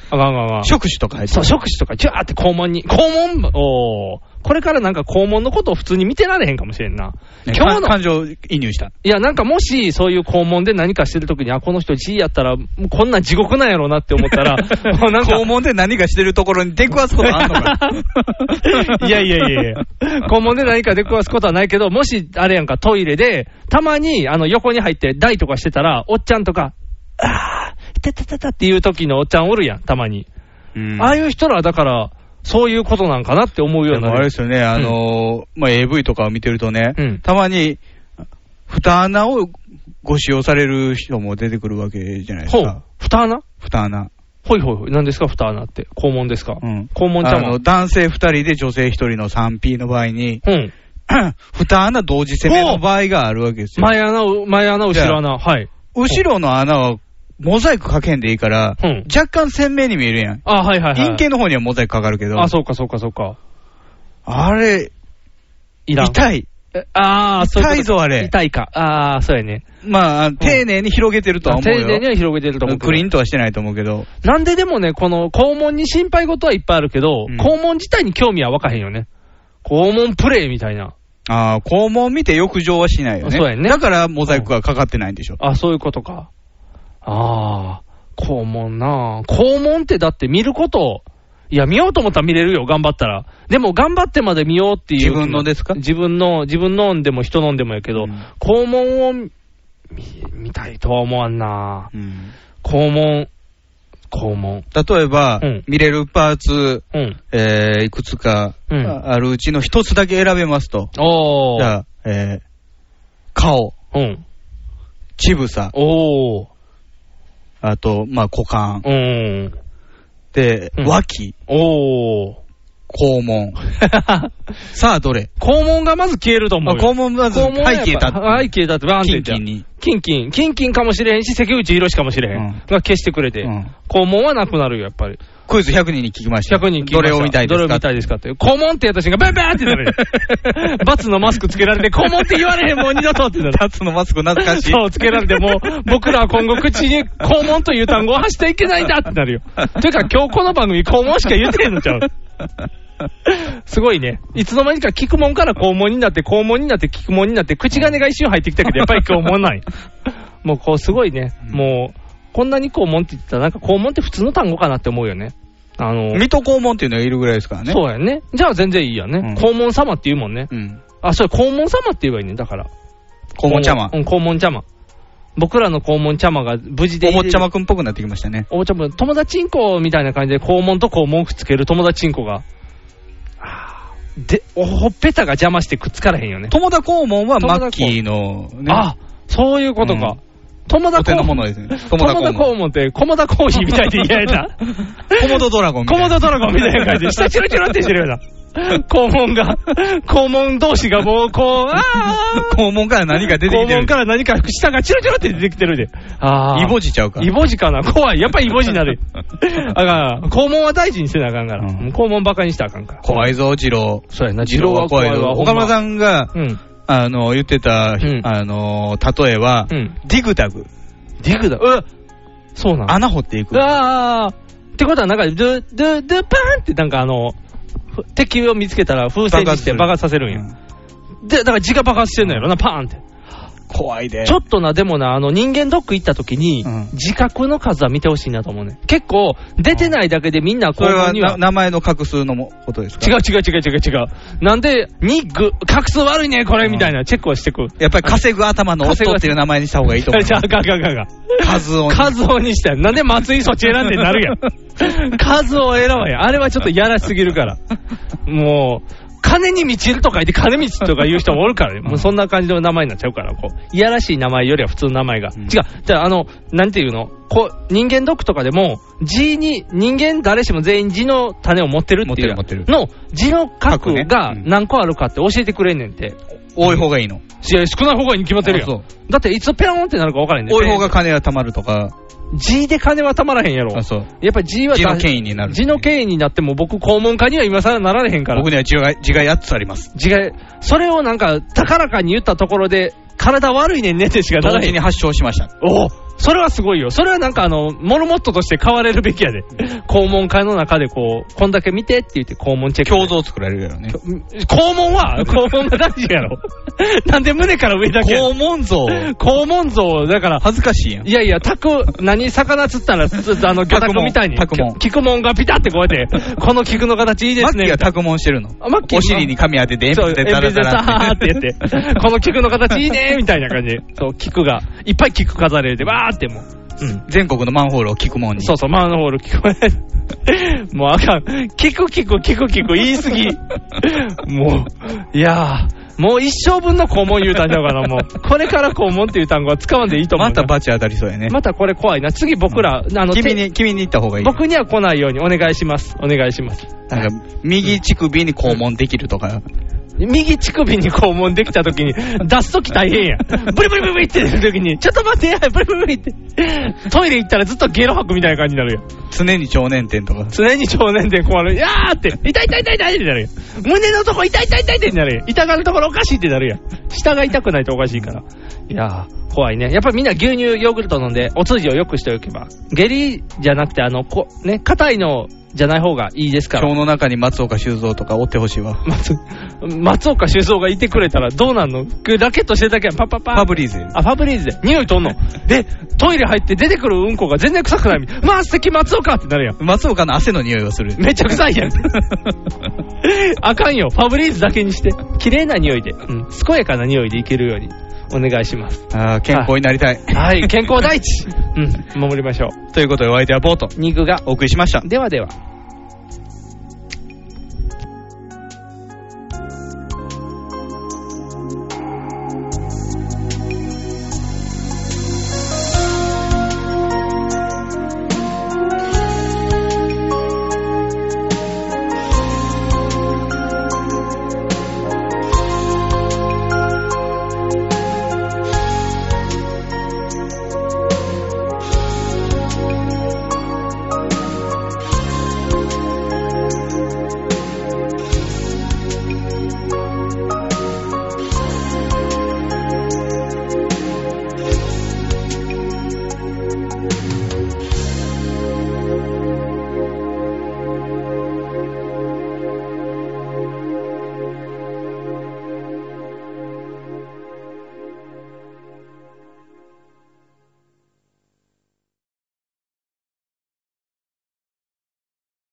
C: あかんあかんあかん。
B: 職種とか入って
C: そう、触手とか、ジュワーって肛門に。肛門、おーこれからなんか肛門のことを普通に見てられへんかもしれんな。
B: ね
C: 今日
B: か
C: の、
B: 感情移入した。
C: いや、なんかもし、そういう肛門で何かしてるときに、あ、この人 G やったら、もうこんなん地獄なんやろうなって思った
B: [LAUGHS]
C: ら、もうなんか
B: 肛、門で何かしてるところに出くわすことあんのか
C: [LAUGHS] いやいやいやいや、肛門で何か出くわすことはないけど、もし、あれやんか、トイレで、たまに、あの、横に入って、台とかしてたら、おっちゃんとか、あー、いててててっていう時のおっちゃんおるやん、たまに。
B: うん
C: ああいう人ら、だから、そういうことなんかなって思うよう
B: で
C: にな
B: も
C: る
B: あれですよね、あのーまあ、AV とかを見てるとね、
C: うん
B: たまに、蓋穴をご使用される人も出てくるわけじゃないです
C: ほ
B: か
C: う。。蓋穴
B: 蓋穴。
C: ほいほいほい。何ですか蓋穴って。肛門ですか、
B: うん
C: 肛門ちゃ
B: あ
C: うも
B: の
C: ん。
B: 男性2人で女性1人の 3P の場合
C: [CLEARS THROAT]
B: に、
C: うん。
B: 蓋穴同時攻めの場合があるわけですよ。
C: 前穴を、前穴、後ろ穴。はい。
B: 後ろの穴はモザイクかけんでいいから、
C: うん
B: 若干鮮明に見えるやん。
C: あ、はいはいはい。
B: 陰茎の方にはモザイクかかるけど、
C: あ、そうかそうかそうか。
B: あれ、
C: いらん。
B: 痛い。
C: えああ、そういうこと
B: 痛いぞあれ
C: 痛いか。ああ、そうやね。
B: まあ、丁寧に広げてるとは思うよ。
C: 丁寧には広げてると思うけど。
B: クリーンとはしてないと思うけど。
C: なんででもね、この肛門に心配事はいっぱいあるけど、
B: うん
C: 肛門自体に興味は湧かへんよね。肛門プレイみたいな。
B: ああ、肛門見て浴場はしないよね。
C: そうやね
B: だからモザイクがかかってないんでしょ。
C: あ、そういうことか。ああ、肛門なあ肛門ってだって見ること、いや、見ようと思ったら見れるよ、頑張ったら。でも、頑張ってまで見ようっていう。
B: 自分のですか
C: 自分の、自分のんでも人のんでもやけど、
B: うん
C: 肛門を見見たいとは思わんなあ
B: うん
C: 肛門、肛門。
B: 例えば、
C: うん
B: 見れるパーツ、
C: うん。
B: えーいくつか
C: うん
B: ああるうちの一つだけ選べますと。
C: お
B: じ
C: ー。
B: ゃあ、えー顔、
C: うん。
B: 乳房、
C: おー。
B: あと、まあ、股間、
C: うん。
B: で、
C: うん
B: 脇、 [LAUGHS]
C: おー。
B: 肛
C: [LAUGHS]
B: 門。さあ、どれ
C: 肛門がまず消えると思
B: あ
C: うよ。
B: 肛門まず背
C: 肛門はやっぱ
B: 景立って。
C: はい消えたって、バーンって言っちゃう
B: キンキンに。
C: キンキン。キンキンかもしれへんし、関口博士かもしれへん。
B: うん
C: が消してくれて、
B: うん
C: 肛門はなくなるよ、やっぱり。
B: クイズ100人に聞きました。
C: 100人聞い
B: どれを見たいですか
C: どれを見たいですかって。肛門ってやった瞬間、バンバンってなる [LAUGHS] よ。バツのマスクつけられて、肛門って言われへん、もう二度とってなる。
B: タツのマスク懐かしい。
C: そう、つけられて、もう、僕らは今後口に肛門という単語を発していけないんだってなるよ。というか、今日この番組、肛門しか言ってへんのちゃう。すごいね。いつの間にか聞くもんから肛門になって、肛門になって、聞くもんになって、口金が一瞬入ってきたけど、やっぱり肛門なんや。もうこう、すごいね。もう、こんなに肛門って言ったら、なんか肛門って普通の単語かなって思うよね。あの、
B: 水戸黄門っていうのがいるぐらいですからね。
C: そうやね。じゃあ全然いいやね。肛門様って言うもんね。
B: うん。
C: あ、それ肛門様って言えばいいね。だから。
B: 肛門ちゃま
C: うん、肛門ちゃま。僕らの肛門ちゃまが無事で
B: おもっちゃま
C: く
B: くんっぽくなってきましたね。
C: おもちゃま、友達んこみたいな感じで肛門と肛門くっつける友達んこが。で、おほっぺたが邪魔してくっつからへんよね。
B: 友田肛門は
C: 友田肛門
B: マッキーのね。
C: あ、そういうことか。友
B: お
C: 田
B: 手
C: 肛
B: のも
C: 門。
B: のですね。
C: 友
B: 友
C: 田
B: 田肛門。
C: 肛門って、駒田コーヒーみたいで嫌やな。
B: [LAUGHS] コモドドラゴンみた
C: コ
B: いな。
C: モドドラゴンみたいな感じで、下チロチロってしてるよ
B: [LAUGHS]
C: うな。肛門が、肛門同士がもう、こう、ああ
B: 肛門から何か出てき
C: 肛
B: てる
C: 門。から何か下がチロチロって出てきてるで。ああ。
B: イボジちゃうから
C: イ。ボジかな怖い。やっぱりイボジ
B: [LAUGHS]
C: になる。だから、肛門は大事にせなあかんか
B: う
C: ら。
B: ん
C: 肛門バカにしたらあかんから。
B: 怖いぞ、二郎。
C: そうやな、
B: 二郎は怖い
C: 二郎
B: ぞ。
C: ほ
B: 岡
C: ま
B: 村さんが、
C: うん。
B: あの、言ってた、
C: ん
B: あの、例えは、
C: うん
B: ディグダグ。
C: ディグだ。うそうなん。
B: 穴掘っていく。
C: ああってことは、なんか、ドゥ、ドゥ、ドゥパーンって、なんかあの、ふ敵を見つけたら風船にして爆発させるんや。
B: うん
C: で、だから字が爆発してんのやろな、パーンって。
B: 怖いで。
C: ちょっとな、でもな、あの人間ドック行った時に、
B: うん
C: 自覚の数は見てほしいなと思うね。結構、出てないだけでみんな
B: そ
C: こ
B: れ
C: う
B: は
C: には
B: な、名前の画数のもことですか
C: 違う違う違う違う違う。なんで、にぐ、画数悪いね、これ、みたいなチェックをしてく。
B: やっぱり稼ぐ頭の夫っていう名前にした方がいいと思う
C: [LAUGHS] じ。ゃあ、ガガガガ。
B: 数を。
C: カズオにしたよ。なんで松井そっち選んでなるや [LAUGHS] ん。カズオ選ばやん。あれはちょっとやらしすぎるから。もう、金に満ちるとか言って、金満ちとか言う人もおるからね。もうそんな感じの名前になっちゃうから、こう。いやらしい名前よりは普通の名前が。
B: うん
C: 違う。じゃあ、あの、なんていうのこう、人間ドックとかでも、字に、人間誰しも全員字の種を持ってるっていうやん
B: 持ってる持って
C: の、字の
B: 角
C: 角
B: ね
C: が
B: うん
C: 何個あるかって教えてくれんねんて。
B: 多い方がいいの。
C: いや、少ない方がいいに決まってるやん
B: あそう。
C: だって、いつペロンってなるか分からへんねん。
B: 多い方が金が貯まるとか、
C: G で金はたまらへんやろ。
B: あそう
C: やっぱり G は
B: 字の権威になる
C: 字の権威になっても僕、肛門家には今更なられへんから。
B: 僕には字が字が8つあります。
C: 字が、それをなんか、高らかに言ったところで、体悪いねんねってしかな
B: 同
C: らへ
B: 時に
C: ん。
B: 発症しました。
C: おうそれはすごいよ。それはなんかあの、モルモットとして買われるべきやで。肛門家の中でこう、こんだけ見てって言って肛門チェック。
B: 胸像作られるよね。
C: 肛門は、 [LAUGHS] 肛門が大事やろ。なんで胸から上だけや
B: 肛門像。
C: 肛門像、だから、
B: 恥ずかしいやん
C: い。やいや、タク、何、魚釣ったら、つあ
B: タ
C: の、魚
B: ク
C: 拓
B: モン
C: みたいに。
B: タクモン
C: 菊門がピタってこうや
B: [LAUGHS]
C: って、この菊の形いいで
B: マ
C: す
B: ッキ
C: ね。
B: ー
C: み
B: が
C: たいな
B: 託問してるの。
C: あマッキー
B: お尻に紙当てて、
C: そう
B: 鉛筆でダラダラ
C: 鉛筆でザーってやって、この菊の形いいねみたいな感じで。そう、菊が、いっぱい菊飾れて、わーってもう。うん。
B: 全国のマンホールを聞くもんに。
C: そうそう、マンホール聞こえる。 [LAUGHS] もうあかん。聞く聞く聞く聞く言い過ぎ。もう、いやー、もう一生分の肛門言うたんちゃうかな、もう。これから肛門っていう単語は使わんでいいと思う
B: ま
C: な。
B: たバチ当たりそうやね。
C: [LAUGHS] またこれ怖いな。次僕ら、あの、
B: 君に、君に行った方がいい。
C: 僕には来ないようにお願いします。お願いします。
B: なんか、右乳首に肛門できるとか。
C: 右乳首に肛門できた
B: [LAUGHS]
C: 時に、出す時大変や。ブリブリブリブリって出る時に、ちょっと待ってや、ブリブリブリって。トイレ行ったらずっとゲロ吐くみたいな感じになるよ。
B: 常に腸年点とか。
C: 常に少年で壊れる。やーって、痛い痛い痛い痛いってなるよ。胸のとこ痛い痛い痛いってなるよ。痛がるところおかしいってなるよ。下が痛くないとおかしいから。いやー、怖いね。やっぱりみんな牛乳、ヨーグルト飲んで、お通じを良くしておけば。下痢じゃなくて、あの、こね、硬いのじゃない方がいいですから。
B: 腸の中に松岡修造とかおってほしいわ。
C: 松松岡修造がいてくれたらどうなんのラケットしてるだけやんパッパッパ
B: ファブリーズやね
C: あファブリーズで匂いとんのでトイレ入って出てくるうんこが全然臭くないみたいまあ素敵松岡ってなるやん
B: 松岡の汗の匂いがする。
C: めっちゃ臭いやん
B: [LAUGHS]
C: あかんよファブリーズだけにして綺麗な匂いで、うん、健やかな匂いでいけるようにお願いします
B: あー健康になりたい。 [LAUGHS]
C: [LAUGHS] はい健康第一、うん、守りましょ
B: ということで、お相手はボート。
C: う肉が
B: お送りしました。
C: ではでは